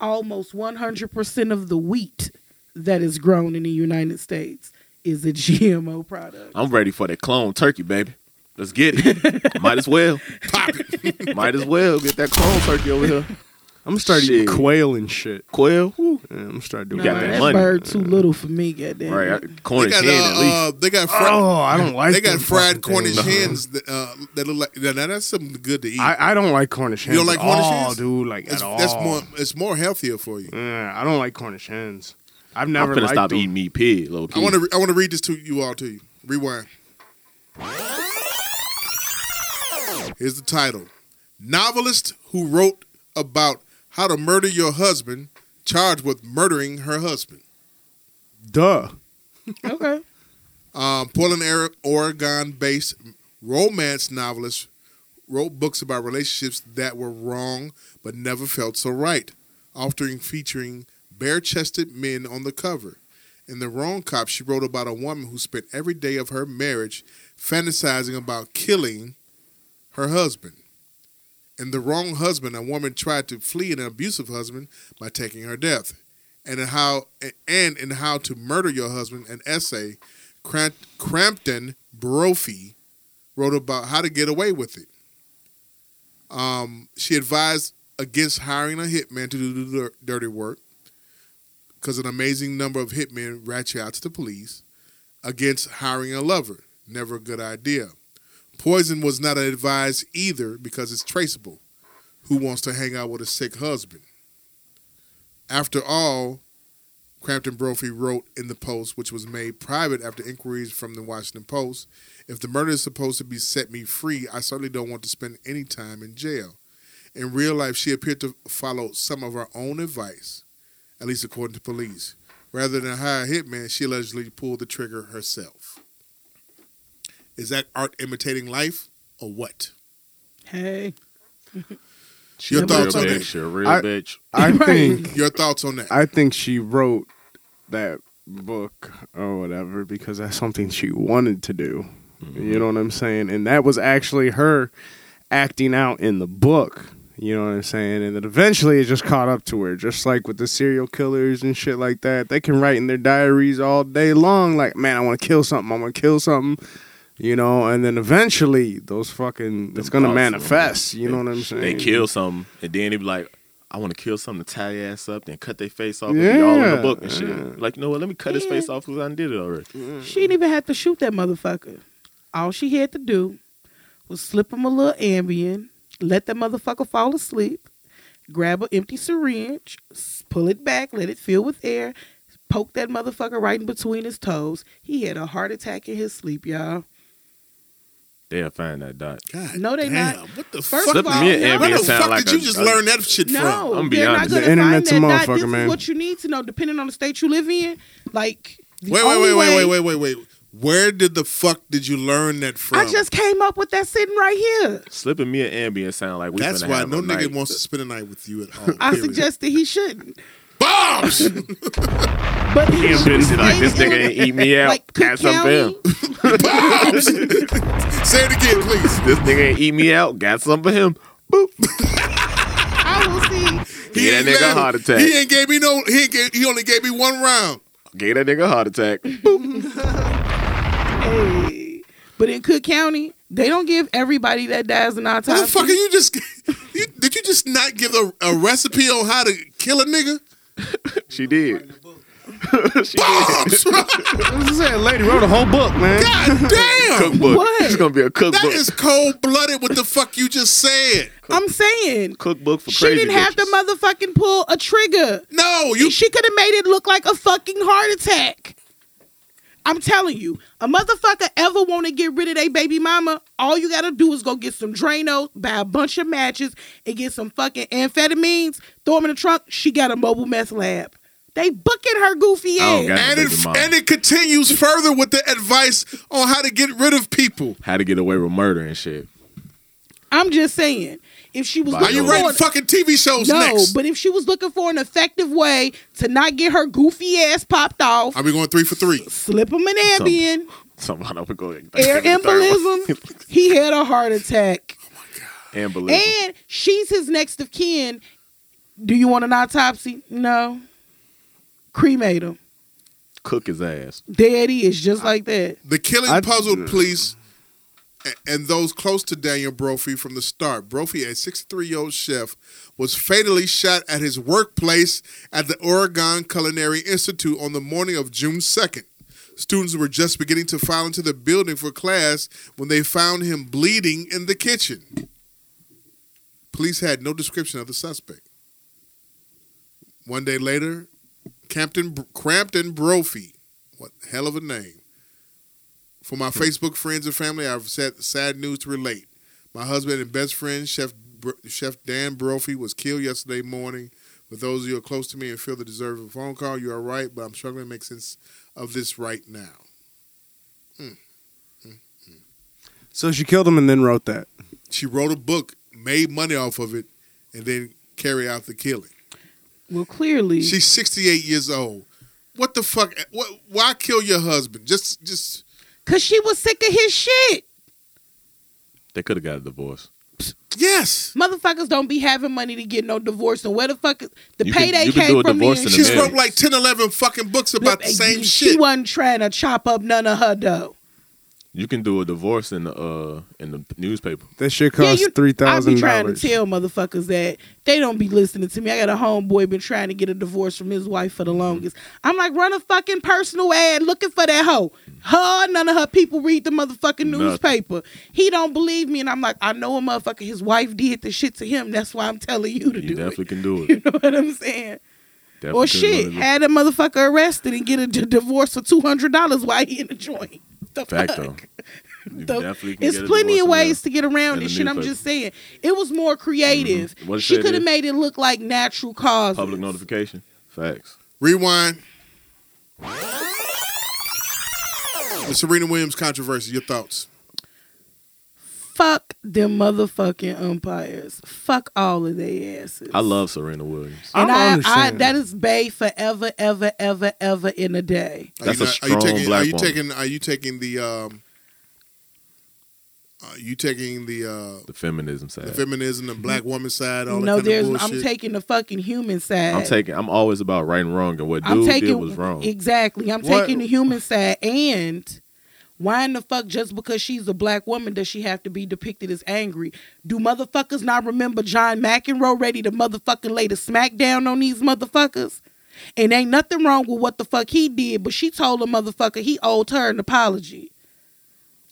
[SPEAKER 6] Almost one hundred percent of the wheat that is grown in the United States is a GMO product.
[SPEAKER 7] I'm ready for that clone turkey, baby. Let's get it. Might as well.
[SPEAKER 5] Pop it.
[SPEAKER 7] Might as well get that clone turkey over here.
[SPEAKER 1] I'm gonna start eating
[SPEAKER 7] Shit.
[SPEAKER 1] quail and shit.
[SPEAKER 7] Quail. Woo.
[SPEAKER 1] Yeah, I'm gonna start doing
[SPEAKER 7] You got
[SPEAKER 6] Nah,
[SPEAKER 7] that
[SPEAKER 1] that.
[SPEAKER 7] money.
[SPEAKER 6] bird too little for me, goddamn.
[SPEAKER 7] Right.
[SPEAKER 6] it.
[SPEAKER 7] I- Corn
[SPEAKER 5] They got,
[SPEAKER 7] and hen at
[SPEAKER 5] uh,
[SPEAKER 7] least.
[SPEAKER 5] uh, they got fried,
[SPEAKER 1] Oh, I don't like.
[SPEAKER 5] they got
[SPEAKER 1] them
[SPEAKER 5] fried
[SPEAKER 1] fucking things.
[SPEAKER 5] Cornish hens that, uh, that look like now, now that's something good to eat.
[SPEAKER 1] I, I don't like Cornish
[SPEAKER 5] You
[SPEAKER 1] hens.
[SPEAKER 5] don't like
[SPEAKER 1] at
[SPEAKER 5] Cornish
[SPEAKER 1] all,
[SPEAKER 5] hens?
[SPEAKER 1] dude. Like
[SPEAKER 5] it's,
[SPEAKER 1] at all.
[SPEAKER 5] that's more it's more healthier for you.
[SPEAKER 1] Yeah, I don't like Cornish hens. I've
[SPEAKER 7] I'm
[SPEAKER 1] never
[SPEAKER 7] finna
[SPEAKER 1] liked
[SPEAKER 7] stop
[SPEAKER 1] them.
[SPEAKER 7] eating meat pig, low
[SPEAKER 5] I
[SPEAKER 7] key.
[SPEAKER 5] want to I want to read this to you all to you. Rewind. Here's the title: Novelist who wrote about how to murder your husband, charged with murdering her husband.
[SPEAKER 1] Duh.
[SPEAKER 6] Okay.
[SPEAKER 5] Um, Portland, Ari- Oregon-based romance novelist wrote books about relationships that were wrong but never felt so right, often featuring bare-chested men on the cover. In The Wrong Cop, she wrote about a woman who spent every day of her marriage fantasizing about killing her husband. In The Wrong Husband, a woman tried to flee an abusive husband by taking her death. And in how and in how to murder your husband, an essay Cramp- Crampton Brophy wrote about how to get away with it. Um, she advised against hiring a hitman to do the dir- dirty work because an amazing number of hitmen rat you out to the police. Against hiring a lover, never a good idea. Poison was not advised either because it's traceable. Who wants to hang out with a sick husband? After all, Crampton Brophy wrote in the Post, which was made private after inquiries from the Washington Post. If the murder is supposed to be set me free, I certainly don't want to spend any time in jail. In real life, she appeared to follow some of her own advice, at least according to police. Rather than hire a hitman, she allegedly pulled the trigger herself. Is that art imitating life or what?
[SPEAKER 6] Hey,
[SPEAKER 7] She
[SPEAKER 5] Your
[SPEAKER 7] a
[SPEAKER 5] thoughts
[SPEAKER 7] real
[SPEAKER 5] on
[SPEAKER 7] bitch.
[SPEAKER 5] that?
[SPEAKER 7] She a real
[SPEAKER 1] I-
[SPEAKER 7] bitch.
[SPEAKER 1] I
[SPEAKER 6] Right.
[SPEAKER 1] think
[SPEAKER 5] Your thoughts on that?
[SPEAKER 1] I think she wrote that book or whatever because that's something she wanted to do. You
[SPEAKER 7] Mm-hmm.
[SPEAKER 1] know what I'm saying? And that was actually her acting out in the book. You know what I'm saying? And then eventually it just caught up to her. Just like with the serial killers and shit like that. They can write in their diaries all day long, like, man, I want to kill something. I want to kill something. You know, and then eventually those fucking, it's going to
[SPEAKER 7] thoughts,
[SPEAKER 1] manifest. You
[SPEAKER 7] they-
[SPEAKER 1] know what I'm saying?
[SPEAKER 7] They kill something, and then they be like, I want to kill something to tie your ass up, then cut their face off, and be all in the
[SPEAKER 1] Yeah,
[SPEAKER 7] book and shit. Like, you know what? Let me cut his
[SPEAKER 6] Yeah.
[SPEAKER 7] face off because I done did it already.
[SPEAKER 6] she didn't even have to shoot that motherfucker. All she had to do was slip him a little Ambien, let that motherfucker fall asleep, grab an empty syringe, s- pull it back, let it fill with air, poke that motherfucker right in between his toes. He had a heart attack in his sleep, y'all.
[SPEAKER 7] They'll find that dot.
[SPEAKER 5] God
[SPEAKER 6] No, they
[SPEAKER 5] damn,
[SPEAKER 6] not.
[SPEAKER 5] What the
[SPEAKER 6] First
[SPEAKER 5] fuck?
[SPEAKER 6] of
[SPEAKER 7] Slipping
[SPEAKER 6] all,
[SPEAKER 7] me an
[SPEAKER 6] no.
[SPEAKER 7] Ambien
[SPEAKER 5] Where the
[SPEAKER 7] sound
[SPEAKER 5] fuck
[SPEAKER 7] like
[SPEAKER 5] did you
[SPEAKER 7] a-
[SPEAKER 5] just
[SPEAKER 7] a-
[SPEAKER 5] learn that shit
[SPEAKER 6] No,
[SPEAKER 5] from?
[SPEAKER 7] I'm be
[SPEAKER 6] they're
[SPEAKER 7] honest.
[SPEAKER 6] not
[SPEAKER 1] The
[SPEAKER 6] gonna find
[SPEAKER 1] internet's a
[SPEAKER 6] that. Not- this
[SPEAKER 1] motherfucker,
[SPEAKER 6] is
[SPEAKER 1] man.
[SPEAKER 6] what you need to know, depending on the state you live in. Like, the
[SPEAKER 5] Wait,
[SPEAKER 6] only
[SPEAKER 5] wait, wait,
[SPEAKER 6] way-
[SPEAKER 5] wait, wait, wait, wait, wait. Where did the fuck did you learn that from?
[SPEAKER 6] I just came up with that sitting right here.
[SPEAKER 7] Slipping me an ambient sound like we
[SPEAKER 5] That's
[SPEAKER 7] finna
[SPEAKER 5] why
[SPEAKER 7] have
[SPEAKER 5] no
[SPEAKER 7] a
[SPEAKER 5] nigga
[SPEAKER 7] night.
[SPEAKER 5] wants to spend a night with you at all.
[SPEAKER 6] I
[SPEAKER 5] period.
[SPEAKER 6] suggested he shouldn't,
[SPEAKER 5] bombs.
[SPEAKER 6] but he
[SPEAKER 7] Ambien
[SPEAKER 6] should
[SPEAKER 7] shit like
[SPEAKER 6] stay
[SPEAKER 7] this
[SPEAKER 6] in,
[SPEAKER 7] nigga ain't eat me out.
[SPEAKER 6] Like Cook
[SPEAKER 7] Have some
[SPEAKER 6] County,
[SPEAKER 7] for him.
[SPEAKER 5] bombs. Say it again, please.
[SPEAKER 7] This nigga ain't eat me out. Got some for him.
[SPEAKER 6] I will see.
[SPEAKER 7] Give
[SPEAKER 5] ain't
[SPEAKER 7] that nigga
[SPEAKER 5] let
[SPEAKER 7] a
[SPEAKER 5] him-
[SPEAKER 7] heart attack.
[SPEAKER 5] He ain't gave me no. He ain't gave, he only gave me one round.
[SPEAKER 7] Gave that nigga a heart attack.
[SPEAKER 6] Hey. But in Cook County, they don't give everybody that dies an autopsy.
[SPEAKER 5] Motherfucker, you just you, did you just not give a, a recipe on how to kill a nigga?
[SPEAKER 7] She did. she
[SPEAKER 5] Bombs.
[SPEAKER 1] This is it. Lady wrote a whole book, man.
[SPEAKER 5] God damn.
[SPEAKER 7] cookbook.
[SPEAKER 6] What?
[SPEAKER 7] It's gonna be a cookbook.
[SPEAKER 5] That is cold blooded. What the fuck you just said?
[SPEAKER 6] I'm saying
[SPEAKER 7] cookbook for
[SPEAKER 6] she
[SPEAKER 7] crazy.
[SPEAKER 6] didn't have
[SPEAKER 7] bitches.
[SPEAKER 6] to motherfucking pull a trigger.
[SPEAKER 5] No, you
[SPEAKER 6] she could have made it look like a fucking heart attack. I'm telling you, a motherfucker ever want to get rid of their baby mama, all you gotta do is go get some Drano, buy a bunch of matches, and get some fucking amphetamines, throw them in the trunk. She got a mobile meth lab. They booking her goofy
[SPEAKER 5] Oh,
[SPEAKER 7] I don't
[SPEAKER 6] ass.
[SPEAKER 7] got
[SPEAKER 5] and
[SPEAKER 7] Baby
[SPEAKER 5] it
[SPEAKER 7] mama.
[SPEAKER 5] and it continues further with the advice on how to get rid of people.
[SPEAKER 7] How to get away with murder and shit.
[SPEAKER 6] I'm just saying, if she was
[SPEAKER 7] Are
[SPEAKER 5] Are
[SPEAKER 6] looking
[SPEAKER 5] you
[SPEAKER 6] for
[SPEAKER 5] writing
[SPEAKER 6] an-
[SPEAKER 5] fucking TV shows
[SPEAKER 6] no,
[SPEAKER 5] next?
[SPEAKER 6] but if she was looking for an effective way to not get her goofy ass popped off,
[SPEAKER 5] Are we going three for three?
[SPEAKER 6] slip him an
[SPEAKER 7] Some-
[SPEAKER 6] Ambien.
[SPEAKER 7] Somebody over go
[SPEAKER 6] air embolism. he had a heart attack,
[SPEAKER 7] Embolism.
[SPEAKER 6] and she's his next of kin. Do you want an autopsy? No. Cremate him.
[SPEAKER 7] Cook his ass.
[SPEAKER 6] Daddy is just like that.
[SPEAKER 5] The killing
[SPEAKER 1] I-
[SPEAKER 5] puzzled police a- and those close to Daniel Brophy from the start. Brophy, a 63 year old chef, was fatally shot at his workplace at the Oregon Culinary Institute on the morning of June 2nd. Students were just beginning to file into the building for class when they found him bleeding in the kitchen. Police had no description of the suspect. One day later, Campton Crampton Brophy, what hell of a name, for my Facebook friends and family, I've said sad news to relate. My husband and best friend, Chef Br- Chef Dan Brophy, was killed yesterday morning. For those of you who are close to me and feel the deserve of a phone call, you are right, but I'm struggling to make sense of this right now.
[SPEAKER 1] So she killed him and then wrote that.
[SPEAKER 5] She wrote a book, made money off of it, and then carry out the killing.
[SPEAKER 6] Well, clearly,
[SPEAKER 5] She's 68 years old. What the fuck? What, why kill your husband? Just, just
[SPEAKER 6] because she was sick of his shit.
[SPEAKER 7] They could have got a divorce.
[SPEAKER 5] yes.
[SPEAKER 6] Motherfuckers don't be having money to get no divorce. And where the fuck is the
[SPEAKER 7] You can-
[SPEAKER 6] payday
[SPEAKER 7] you can do
[SPEAKER 6] came
[SPEAKER 7] a
[SPEAKER 6] from?
[SPEAKER 7] divorce
[SPEAKER 6] then.
[SPEAKER 7] in a
[SPEAKER 5] She's
[SPEAKER 7] minute.
[SPEAKER 5] wrote like 10, 11 fucking books about the same
[SPEAKER 6] she
[SPEAKER 5] shit.
[SPEAKER 6] wasn't trying to chop up none of her dough.
[SPEAKER 7] You can do a divorce in the uh in the newspaper.
[SPEAKER 1] That shit cost three
[SPEAKER 6] I
[SPEAKER 1] thousand
[SPEAKER 6] be trying to
[SPEAKER 1] dollars.
[SPEAKER 6] tell motherfuckers that they don't be listening to me. I got a homeboy been trying to get a divorce from his wife for the longest. I'm like, run a fucking personal ad looking for that hoe. Her, none of her people read the motherfucking
[SPEAKER 7] Nothing.
[SPEAKER 6] newspaper. He don't believe me, and I'm like, I know a motherfucker. His wife did the shit to him. That's why I'm telling you to
[SPEAKER 7] You
[SPEAKER 6] do
[SPEAKER 7] definitely
[SPEAKER 6] it.
[SPEAKER 7] can do
[SPEAKER 6] You
[SPEAKER 7] it.
[SPEAKER 6] know what I'm saying?
[SPEAKER 7] Definitely
[SPEAKER 6] Or
[SPEAKER 7] can
[SPEAKER 6] shit,
[SPEAKER 7] do it.
[SPEAKER 6] had a motherfucker arrested and get a d- divorce for two hundred dollars while he in the joint. The
[SPEAKER 7] Fact
[SPEAKER 6] fuck?
[SPEAKER 7] though. You
[SPEAKER 6] the-
[SPEAKER 7] definitely can
[SPEAKER 6] it's
[SPEAKER 7] get a
[SPEAKER 6] plenty
[SPEAKER 7] divorce
[SPEAKER 6] of
[SPEAKER 7] in
[SPEAKER 6] ways
[SPEAKER 7] there.
[SPEAKER 6] to get around
[SPEAKER 7] in
[SPEAKER 6] this
[SPEAKER 7] the
[SPEAKER 6] shit. I'm
[SPEAKER 7] newspaper.
[SPEAKER 6] just saying it was more creative.
[SPEAKER 7] Mm-hmm. What it
[SPEAKER 6] She
[SPEAKER 7] said
[SPEAKER 6] could have
[SPEAKER 7] is-
[SPEAKER 6] made it look like natural causes.
[SPEAKER 7] Public notification. Facts.
[SPEAKER 5] Rewind. The Serena Williams controversy. Your thoughts?
[SPEAKER 6] Fuck them motherfucking umpires. Fuck all of their asses.
[SPEAKER 7] I love Serena Williams.
[SPEAKER 1] I
[SPEAKER 6] And
[SPEAKER 1] don't
[SPEAKER 6] I, I
[SPEAKER 1] understand.
[SPEAKER 6] that is Bay forever, ever, ever, ever in a day.
[SPEAKER 5] Are
[SPEAKER 7] That's
[SPEAKER 5] you
[SPEAKER 7] a
[SPEAKER 5] not-
[SPEAKER 7] strong
[SPEAKER 5] Are you taking?
[SPEAKER 7] black
[SPEAKER 5] are you
[SPEAKER 7] woman.
[SPEAKER 5] taking? Are you taking the? Um, are you taking the uh,
[SPEAKER 7] The feminism side.
[SPEAKER 5] the feminism, the black woman side, all that
[SPEAKER 6] No,
[SPEAKER 5] kind
[SPEAKER 6] there's.
[SPEAKER 5] of bullshit?
[SPEAKER 6] I'm taking the fucking human side.
[SPEAKER 7] I'm taking. I'm always about right and wrong, and what
[SPEAKER 6] I'm
[SPEAKER 7] dude did
[SPEAKER 6] taking-
[SPEAKER 7] was wrong.
[SPEAKER 6] Exactly. I'm
[SPEAKER 1] What-
[SPEAKER 6] taking the human side. And why in the fuck just because she's a black woman does she have to be depicted as angry? Do motherfuckers not remember John McEnroe ready to motherfucking lay the smack down on these motherfuckers? And ain't nothing wrong with what the fuck he did, but she told a motherfucker he owed her an apology.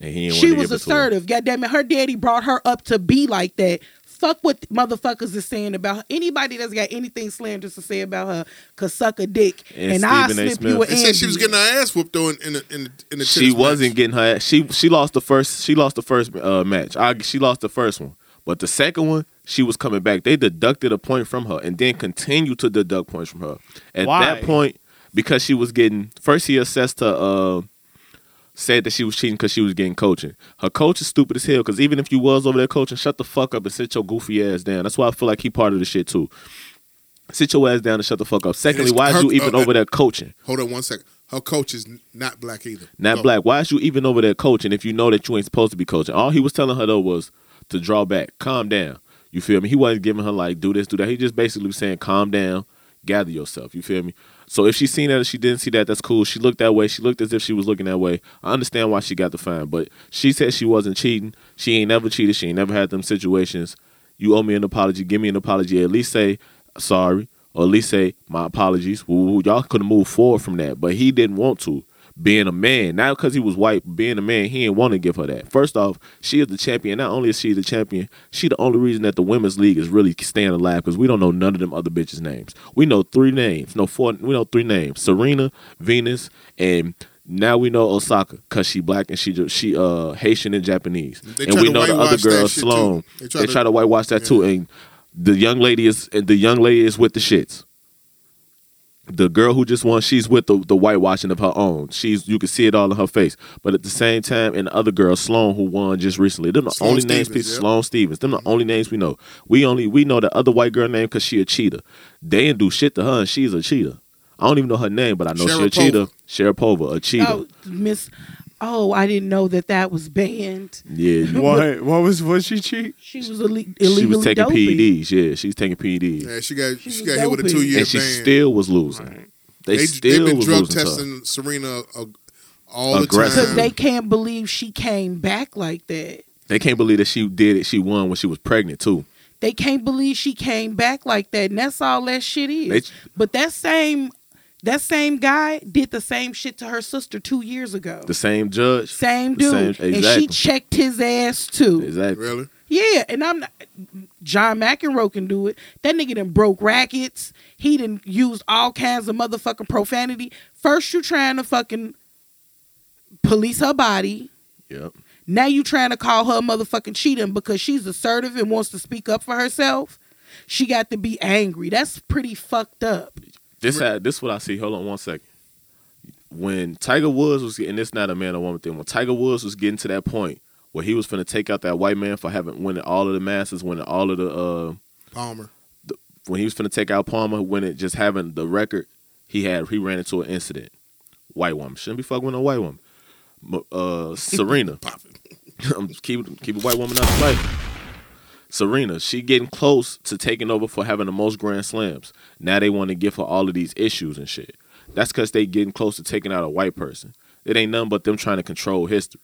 [SPEAKER 7] and he didn't
[SPEAKER 6] She
[SPEAKER 7] wanna
[SPEAKER 6] was
[SPEAKER 7] give it to her.
[SPEAKER 6] assertive. God damn it. Her daddy brought her up to be like that. Fuck what motherfuckers is saying about her. Anybody that's got anything slanderous to say about her could suck a dick.
[SPEAKER 7] And
[SPEAKER 6] And, I
[SPEAKER 7] Stephen A.
[SPEAKER 6] snip
[SPEAKER 7] Smith.
[SPEAKER 6] you an
[SPEAKER 5] They said she was
[SPEAKER 6] Indian.
[SPEAKER 5] getting her ass whooped on in the in the, in the
[SPEAKER 7] She
[SPEAKER 5] tennis match.
[SPEAKER 7] wasn't getting her. ass- She she lost the first. She lost the first uh, match. I, she lost the first one, but the second one she was coming back. They deducted a point from her, and then continued to deduct points from her. At
[SPEAKER 1] Why?
[SPEAKER 7] that point, because she was getting first, he assessed her. Uh, said that she was cheating because she was getting coaching. Her coach is stupid as hell. Because even if you was over there coaching, shut the fuck up and sit your goofy ass down. That's why I feel like he part of the shit too. Sit your ass down and shut the fuck up. Secondly, why is
[SPEAKER 5] her-
[SPEAKER 7] you even
[SPEAKER 5] uh,
[SPEAKER 7] over there coaching?
[SPEAKER 5] Hold on one second. Her coach is n- not black either.
[SPEAKER 7] Not
[SPEAKER 5] So,
[SPEAKER 7] black. Why is you even over there coaching if you know that you ain't supposed to be coaching? All he was telling her though was to draw back, calm down. You feel me? He wasn't giving her like do this, do that. He just basically was saying calm down, gather yourself. You feel me? So if she seen that and she didn't see that, that's cool. She looked that way. She looked as if she was looking that way. I understand why she got the fine, but she said she wasn't cheating. She ain't never cheated. She ain't never had them situations. You owe me an apology. Give me an apology. At least say sorry, or at least say my apologies. Woo, woo, woo. Y'all could have moved forward from that, but he didn't want to being a man. Not because he was white, but being a man, he didn't want to give her that. First off, she is the champion. Not only is she the champion, she the only reason that the women's league is really staying alive because we don't know none of them other bitches' names. We know three names, no four. We know three names: Serena, Venus, and. Now we know Osaka because she black and she ju- she uh Haitian and Japanese,
[SPEAKER 5] They
[SPEAKER 7] and
[SPEAKER 5] tried
[SPEAKER 7] we
[SPEAKER 5] to
[SPEAKER 7] know the other
[SPEAKER 5] whitewash that
[SPEAKER 7] girl
[SPEAKER 5] shit, too.
[SPEAKER 7] Sloan.
[SPEAKER 5] They
[SPEAKER 7] They
[SPEAKER 5] tried
[SPEAKER 7] try
[SPEAKER 5] to-
[SPEAKER 7] to, whitewash that too, and the young lady is and the young lady is with the shits the girl who just won, she's with the, the whitewashing of her own. She's you can see it all in her face. But at the same time, and the other girl, Sloan, who won just recently, them the
[SPEAKER 5] Sloan
[SPEAKER 7] only
[SPEAKER 5] Stevens,
[SPEAKER 7] names people
[SPEAKER 5] yeah. Mm-hmm.
[SPEAKER 7] Sloan Stevens. Them the only names we know. We only we know the other white girl name because she a cheater. They didn't do shit to her and she's a cheater. I don't even know her name, but I know she a
[SPEAKER 5] Sharapova.
[SPEAKER 7] cheater. Sharapova, a cheater.
[SPEAKER 6] Oh, Miss. Oh, I didn't know that that was banned.
[SPEAKER 7] Yeah. you-
[SPEAKER 1] What? What was? Was she cheat?
[SPEAKER 6] She was ille- illegally
[SPEAKER 7] She was taking E
[SPEAKER 6] doping.
[SPEAKER 7] PEDs. Yeah, she's taking PEDs.
[SPEAKER 5] Yeah, she got she,
[SPEAKER 6] She was
[SPEAKER 5] got hit with a
[SPEAKER 6] doping.
[SPEAKER 5] two year ban.
[SPEAKER 7] and she still was losing. They,
[SPEAKER 5] they,
[SPEAKER 7] still
[SPEAKER 5] have been
[SPEAKER 7] was
[SPEAKER 5] drug
[SPEAKER 7] losing to her.
[SPEAKER 5] testing Serena uh, all
[SPEAKER 7] Aggressive.
[SPEAKER 5] the
[SPEAKER 6] Cause
[SPEAKER 5] time.
[SPEAKER 6] they can't believe she came back like that.
[SPEAKER 7] They can't believe that she did it. She won when she was pregnant too.
[SPEAKER 6] They can't believe she came back like that, and that's all that shit is.
[SPEAKER 7] They-
[SPEAKER 6] but that same, that same guy did the same shit to her sister two years ago.
[SPEAKER 7] The same judge.
[SPEAKER 6] same
[SPEAKER 7] the same-
[SPEAKER 6] dude, and
[SPEAKER 7] exactly.
[SPEAKER 6] she checked his ass too.
[SPEAKER 7] Exactly.
[SPEAKER 5] really?
[SPEAKER 6] Yeah, and I'm not, John McEnroe can do it. That nigga done broke rackets. He done used all kinds of motherfucking profanity. First you trying to fucking police her body.
[SPEAKER 7] Yep.
[SPEAKER 6] Now you trying to call her a motherfucking cheating because she's assertive and wants to speak up for herself. She got to be angry. That's pretty fucked up.
[SPEAKER 7] This had this what I see. Hold on one second. When Tiger Woods was getting this not a man or woman thing. When Tiger Woods was getting to that point where he was finna take out that white man for having winning all of the masters, winning all of the uh
[SPEAKER 5] Palmer.
[SPEAKER 7] when he was finna take out Palmer, winning just having the record, he had he ran into an incident. White woman. Shouldn't be fucking with a white woman. M- Uh Serena.
[SPEAKER 5] Pop it.
[SPEAKER 7] I'm just keep keep a white woman out of life. Serena, she getting close to taking over for having the most grand slams. Now they want to give her all of these issues and shit. That's because they getting close to taking out a white person. It ain't nothing but them trying to control history.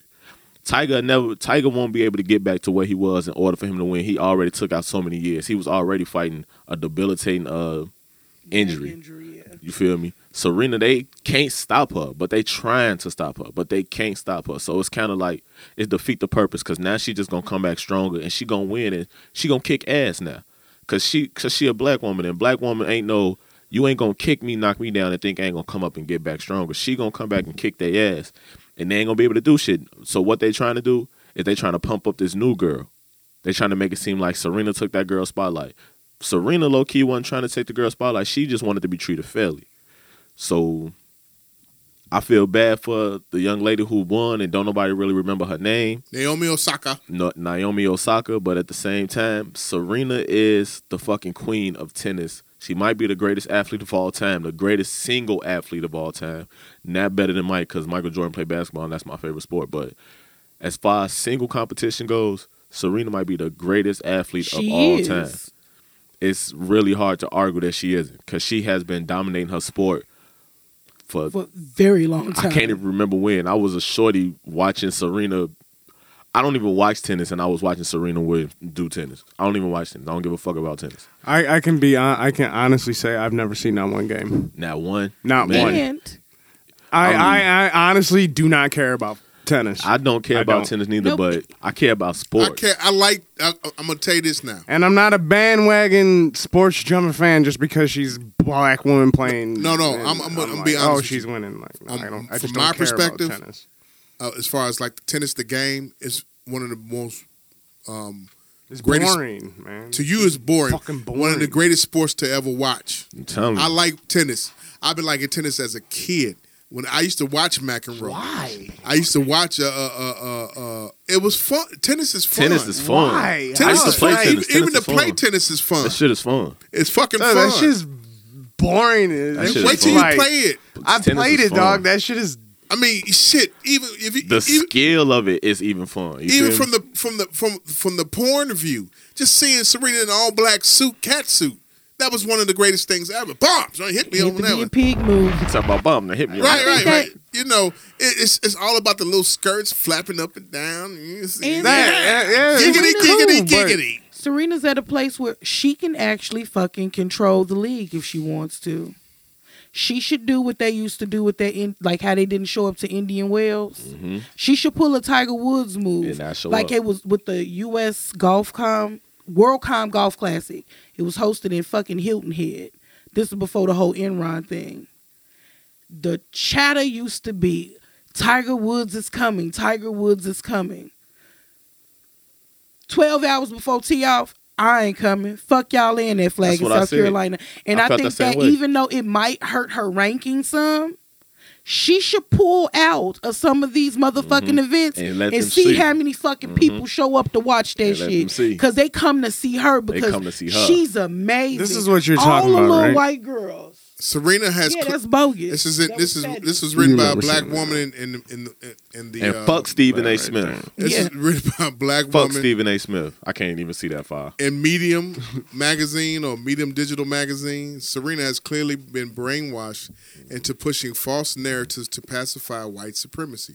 [SPEAKER 7] Tiger never Tiger won't be able to get back to where he was in order for him to win. He already took out so many years. He was already fighting a debilitating uh injury.
[SPEAKER 6] Injury, yeah.
[SPEAKER 7] You feel me? Serena, they can't stop her, but they trying to stop her, but they can't stop her. So it's kind of like it defeat the purpose because now she just gonna come back stronger and she gonna win and she gonna kick ass now, cause she cause she a black woman and black woman ain't no you ain't gonna kick me, knock me down and think I ain't gonna come up and get back stronger. She gonna come back and kick their ass, and they ain't gonna be able to do shit. So what they trying to do is they trying to pump up this new girl. They trying to make it seem like Serena took that girl spotlight. Serena low key wasn't trying to take the girl spotlight. She just wanted to be treated fairly. So I feel bad for the young lady who won, and don't nobody really remember her name.
[SPEAKER 5] Naomi Osaka.
[SPEAKER 7] No, Naomi Osaka, but at the same time, Serena is the fucking queen of tennis. She might be the greatest athlete of all time, the greatest single athlete of all time. Not better than Mike, because Michael Jordan played basketball, and that's my favorite sport. But as far as single competition goes, Serena might be the greatest athlete of all
[SPEAKER 6] She is.
[SPEAKER 7] time. It's really hard to argue that she isn't, because she has been dominating her sport for
[SPEAKER 6] For a very long
[SPEAKER 7] I
[SPEAKER 6] time.
[SPEAKER 7] can't even remember when. I was a shorty watching Serena. I don't even watch tennis, and I was watching Serena Williams do tennis. I don't even watch tennis. I don't give a fuck about tennis.
[SPEAKER 1] I, I can be hon- I can honestly say I've never seen not one game.
[SPEAKER 7] Now one,
[SPEAKER 1] Not
[SPEAKER 7] Man.
[SPEAKER 1] one.
[SPEAKER 6] And
[SPEAKER 1] I, I, I honestly do not care about tennis.
[SPEAKER 7] I don't care
[SPEAKER 1] I
[SPEAKER 7] about
[SPEAKER 1] don't.
[SPEAKER 7] tennis neither,
[SPEAKER 6] Nope.
[SPEAKER 7] but I care about
[SPEAKER 5] I
[SPEAKER 7] sports.
[SPEAKER 5] can't. I like. I, I'm gonna tell you this now.
[SPEAKER 1] and I'm not a bandwagon sports drummer fan just because she's black woman playing.
[SPEAKER 5] No, no,
[SPEAKER 1] and
[SPEAKER 5] I'm- I'm- I'm
[SPEAKER 1] like,
[SPEAKER 5] being honest
[SPEAKER 1] Oh,
[SPEAKER 5] with
[SPEAKER 1] she's
[SPEAKER 5] you.
[SPEAKER 1] winning. Like, no,
[SPEAKER 5] Um,
[SPEAKER 1] I don't. I
[SPEAKER 5] from
[SPEAKER 1] just
[SPEAKER 5] my
[SPEAKER 1] don't care about
[SPEAKER 5] perspective,
[SPEAKER 1] tennis.
[SPEAKER 5] Uh, as far as like the tennis, the game is one of the most
[SPEAKER 1] It's
[SPEAKER 5] greatest-
[SPEAKER 1] boring, man.
[SPEAKER 5] to you is boring. One
[SPEAKER 1] Fucking
[SPEAKER 5] of the
[SPEAKER 1] boring.
[SPEAKER 5] greatest sports to ever watch.
[SPEAKER 7] I'm telling you,
[SPEAKER 5] I like tennis. I've been liking tennis as a kid. When I used to watch McEnroe,
[SPEAKER 1] Why?
[SPEAKER 5] I used to watch. Uh, uh, uh, uh, it was fun. Tennis is fun.
[SPEAKER 7] tennis is fun.
[SPEAKER 1] Why?
[SPEAKER 7] I
[SPEAKER 5] Tennis
[SPEAKER 7] used to
[SPEAKER 5] is
[SPEAKER 7] play
[SPEAKER 5] fun.
[SPEAKER 7] tennis.
[SPEAKER 5] Even,
[SPEAKER 7] tennis
[SPEAKER 5] even
[SPEAKER 7] is
[SPEAKER 5] to play
[SPEAKER 7] fun.
[SPEAKER 5] tennis is fun.
[SPEAKER 7] That shit is fun.
[SPEAKER 5] It's fucking
[SPEAKER 1] No,
[SPEAKER 5] fun.
[SPEAKER 1] that shit's boring. as-
[SPEAKER 7] That shit is
[SPEAKER 5] Wait till you
[SPEAKER 7] fun.
[SPEAKER 5] play it.
[SPEAKER 1] I
[SPEAKER 7] Tennis
[SPEAKER 1] played
[SPEAKER 7] is
[SPEAKER 1] it,
[SPEAKER 7] fun.
[SPEAKER 1] dog. That shit is.
[SPEAKER 5] I mean, shit. Even if you,
[SPEAKER 7] The
[SPEAKER 5] even,
[SPEAKER 7] skill of it is even fun. You
[SPEAKER 5] even
[SPEAKER 7] feel
[SPEAKER 5] from
[SPEAKER 7] me?
[SPEAKER 5] the from the from from the porn view, just seeing Serena in an all black suit, cat suit, that was one of the greatest things ever. Bombs, right? Hit me
[SPEAKER 6] hit
[SPEAKER 5] on
[SPEAKER 6] the
[SPEAKER 5] that
[SPEAKER 6] be a
[SPEAKER 5] one.
[SPEAKER 6] pig move.
[SPEAKER 7] talk about bomb that hit me.
[SPEAKER 5] Right, right,
[SPEAKER 6] think
[SPEAKER 5] right.
[SPEAKER 6] that-
[SPEAKER 5] You know, it, it's it's all about the little skirts flapping up and down. You see
[SPEAKER 6] And
[SPEAKER 5] that?
[SPEAKER 1] Yeah, yeah, yeah.
[SPEAKER 5] Giggity,
[SPEAKER 6] Serena
[SPEAKER 5] giggity,
[SPEAKER 6] cool, but-
[SPEAKER 5] giggity.
[SPEAKER 6] Serena's at a place where she can actually fucking control the league if she wants to. She should do what they used to do with that, in, like how they didn't show up to Indian Wells. She should pull a Tiger Woods move,
[SPEAKER 7] Mm. Mm-hmm. And not show
[SPEAKER 6] like
[SPEAKER 7] up.
[SPEAKER 6] it was with the U.S. Golfcom WorldCom Golf Classic. It was hosted in fucking Hilton Head. This is before the whole Enron thing. The chatter used to be Tiger Woods is coming. Tiger Woods is coming. 12 hours before tee off, I ain't coming. Fuck y'all in that flag
[SPEAKER 7] That's
[SPEAKER 6] in
[SPEAKER 7] what I
[SPEAKER 6] South
[SPEAKER 7] said.
[SPEAKER 6] Carolina. And
[SPEAKER 7] I
[SPEAKER 6] I,
[SPEAKER 7] felt
[SPEAKER 6] think
[SPEAKER 7] the same
[SPEAKER 6] that
[SPEAKER 7] way.
[SPEAKER 6] even though it might hurt her ranking some, she should pull out of some of these motherfucking events
[SPEAKER 7] Mm-hmm. And
[SPEAKER 6] and,
[SPEAKER 7] let them
[SPEAKER 6] see,
[SPEAKER 7] see.
[SPEAKER 6] how many fucking people show up to watch that
[SPEAKER 7] And Mm-hmm. let them
[SPEAKER 6] shit.
[SPEAKER 7] see.
[SPEAKER 6] Because they come to see her because
[SPEAKER 7] come to see her.
[SPEAKER 6] she's amazing.
[SPEAKER 1] This is what you're
[SPEAKER 6] All
[SPEAKER 1] talking
[SPEAKER 6] the
[SPEAKER 1] about,
[SPEAKER 6] little
[SPEAKER 1] right?
[SPEAKER 6] white girls.
[SPEAKER 5] Serena has.
[SPEAKER 6] yeah,
[SPEAKER 5] cl-
[SPEAKER 6] that's bogus.
[SPEAKER 5] this is it.
[SPEAKER 6] That
[SPEAKER 5] This
[SPEAKER 6] was
[SPEAKER 5] is
[SPEAKER 6] petty.
[SPEAKER 5] this was written
[SPEAKER 1] You
[SPEAKER 5] by a
[SPEAKER 1] never
[SPEAKER 5] black
[SPEAKER 1] seen that.
[SPEAKER 5] woman in in in the, in the
[SPEAKER 7] And
[SPEAKER 5] uh,
[SPEAKER 7] fuck Stephen A.
[SPEAKER 1] right
[SPEAKER 7] Smith.
[SPEAKER 1] there.
[SPEAKER 5] This
[SPEAKER 6] Yeah.
[SPEAKER 5] is written by a black
[SPEAKER 7] Fuck
[SPEAKER 5] woman.
[SPEAKER 7] Stephen A. Smith. I can't even see that far.
[SPEAKER 5] in Medium magazine or Medium digital magazine, Serena has clearly been brainwashed into pushing false narratives to pacify white supremacy.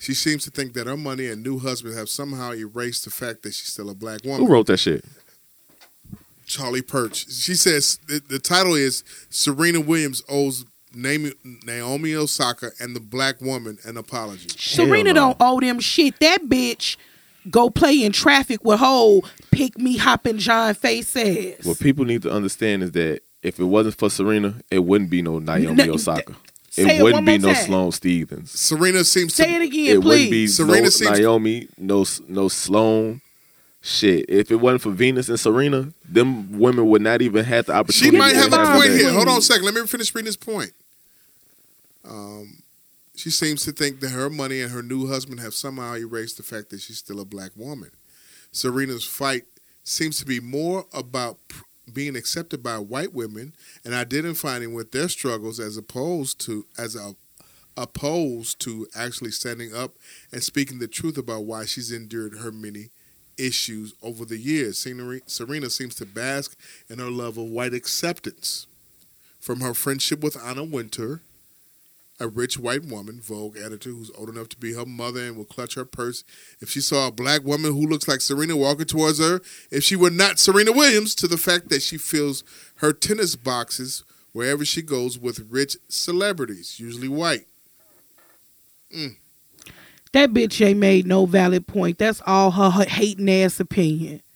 [SPEAKER 5] She seems to think that her money and new husband have somehow erased the fact that she's still a black
[SPEAKER 7] Who
[SPEAKER 5] woman.
[SPEAKER 7] wrote that shit?
[SPEAKER 5] Charlie Perch. She says the, the title is Serena Williams owes Naomi, Naomi Osaka and the black woman an apology.
[SPEAKER 6] Serena
[SPEAKER 7] Hell no.
[SPEAKER 6] don't owe them shit. That bitch go play in traffic with whole pick me hopping John face ass.
[SPEAKER 7] What people need to understand is that if it wasn't for Serena, it wouldn't be no Naomi
[SPEAKER 6] No,
[SPEAKER 7] Osaka.
[SPEAKER 6] say
[SPEAKER 7] It
[SPEAKER 6] it one
[SPEAKER 7] wouldn't be
[SPEAKER 6] more
[SPEAKER 7] no
[SPEAKER 6] time.
[SPEAKER 7] Sloane Stevens.
[SPEAKER 5] Serena seems
[SPEAKER 6] Say
[SPEAKER 5] to
[SPEAKER 6] it again,
[SPEAKER 7] it wouldn't be
[SPEAKER 6] please.
[SPEAKER 5] Serena
[SPEAKER 7] no
[SPEAKER 5] seems-
[SPEAKER 7] Naomi, no no Sloane. Shit, if it wasn't for Venus and Serena, them women would not even have the
[SPEAKER 5] She
[SPEAKER 7] opportunity.
[SPEAKER 5] might
[SPEAKER 7] to
[SPEAKER 5] have a
[SPEAKER 6] Yeah,
[SPEAKER 5] point
[SPEAKER 7] today.
[SPEAKER 5] here. Hold on a second. Let me finish reading this point. Um, she seems to think that her money and her new husband have somehow erased the fact that she's still a black woman. Serena's fight seems to be more about pr- being accepted by white women and identifying with their struggles as opposed to as a opposed to actually standing up and speaking the truth about why she's endured her many issues over the years. Serena- Serena seems to bask and her love of white acceptance from her friendship with Anna Winter, a rich white woman, Vogue editor who's old enough to be her mother and will clutch her purse if she saw a black woman who looks like Serena walking towards her, if she were not Serena Williams, to the fact that she fills her tennis boxes wherever she goes with rich celebrities, usually white.
[SPEAKER 6] That bitch ain't made no valid point. That's all her, her hating ass opinion. Ain't
[SPEAKER 7] I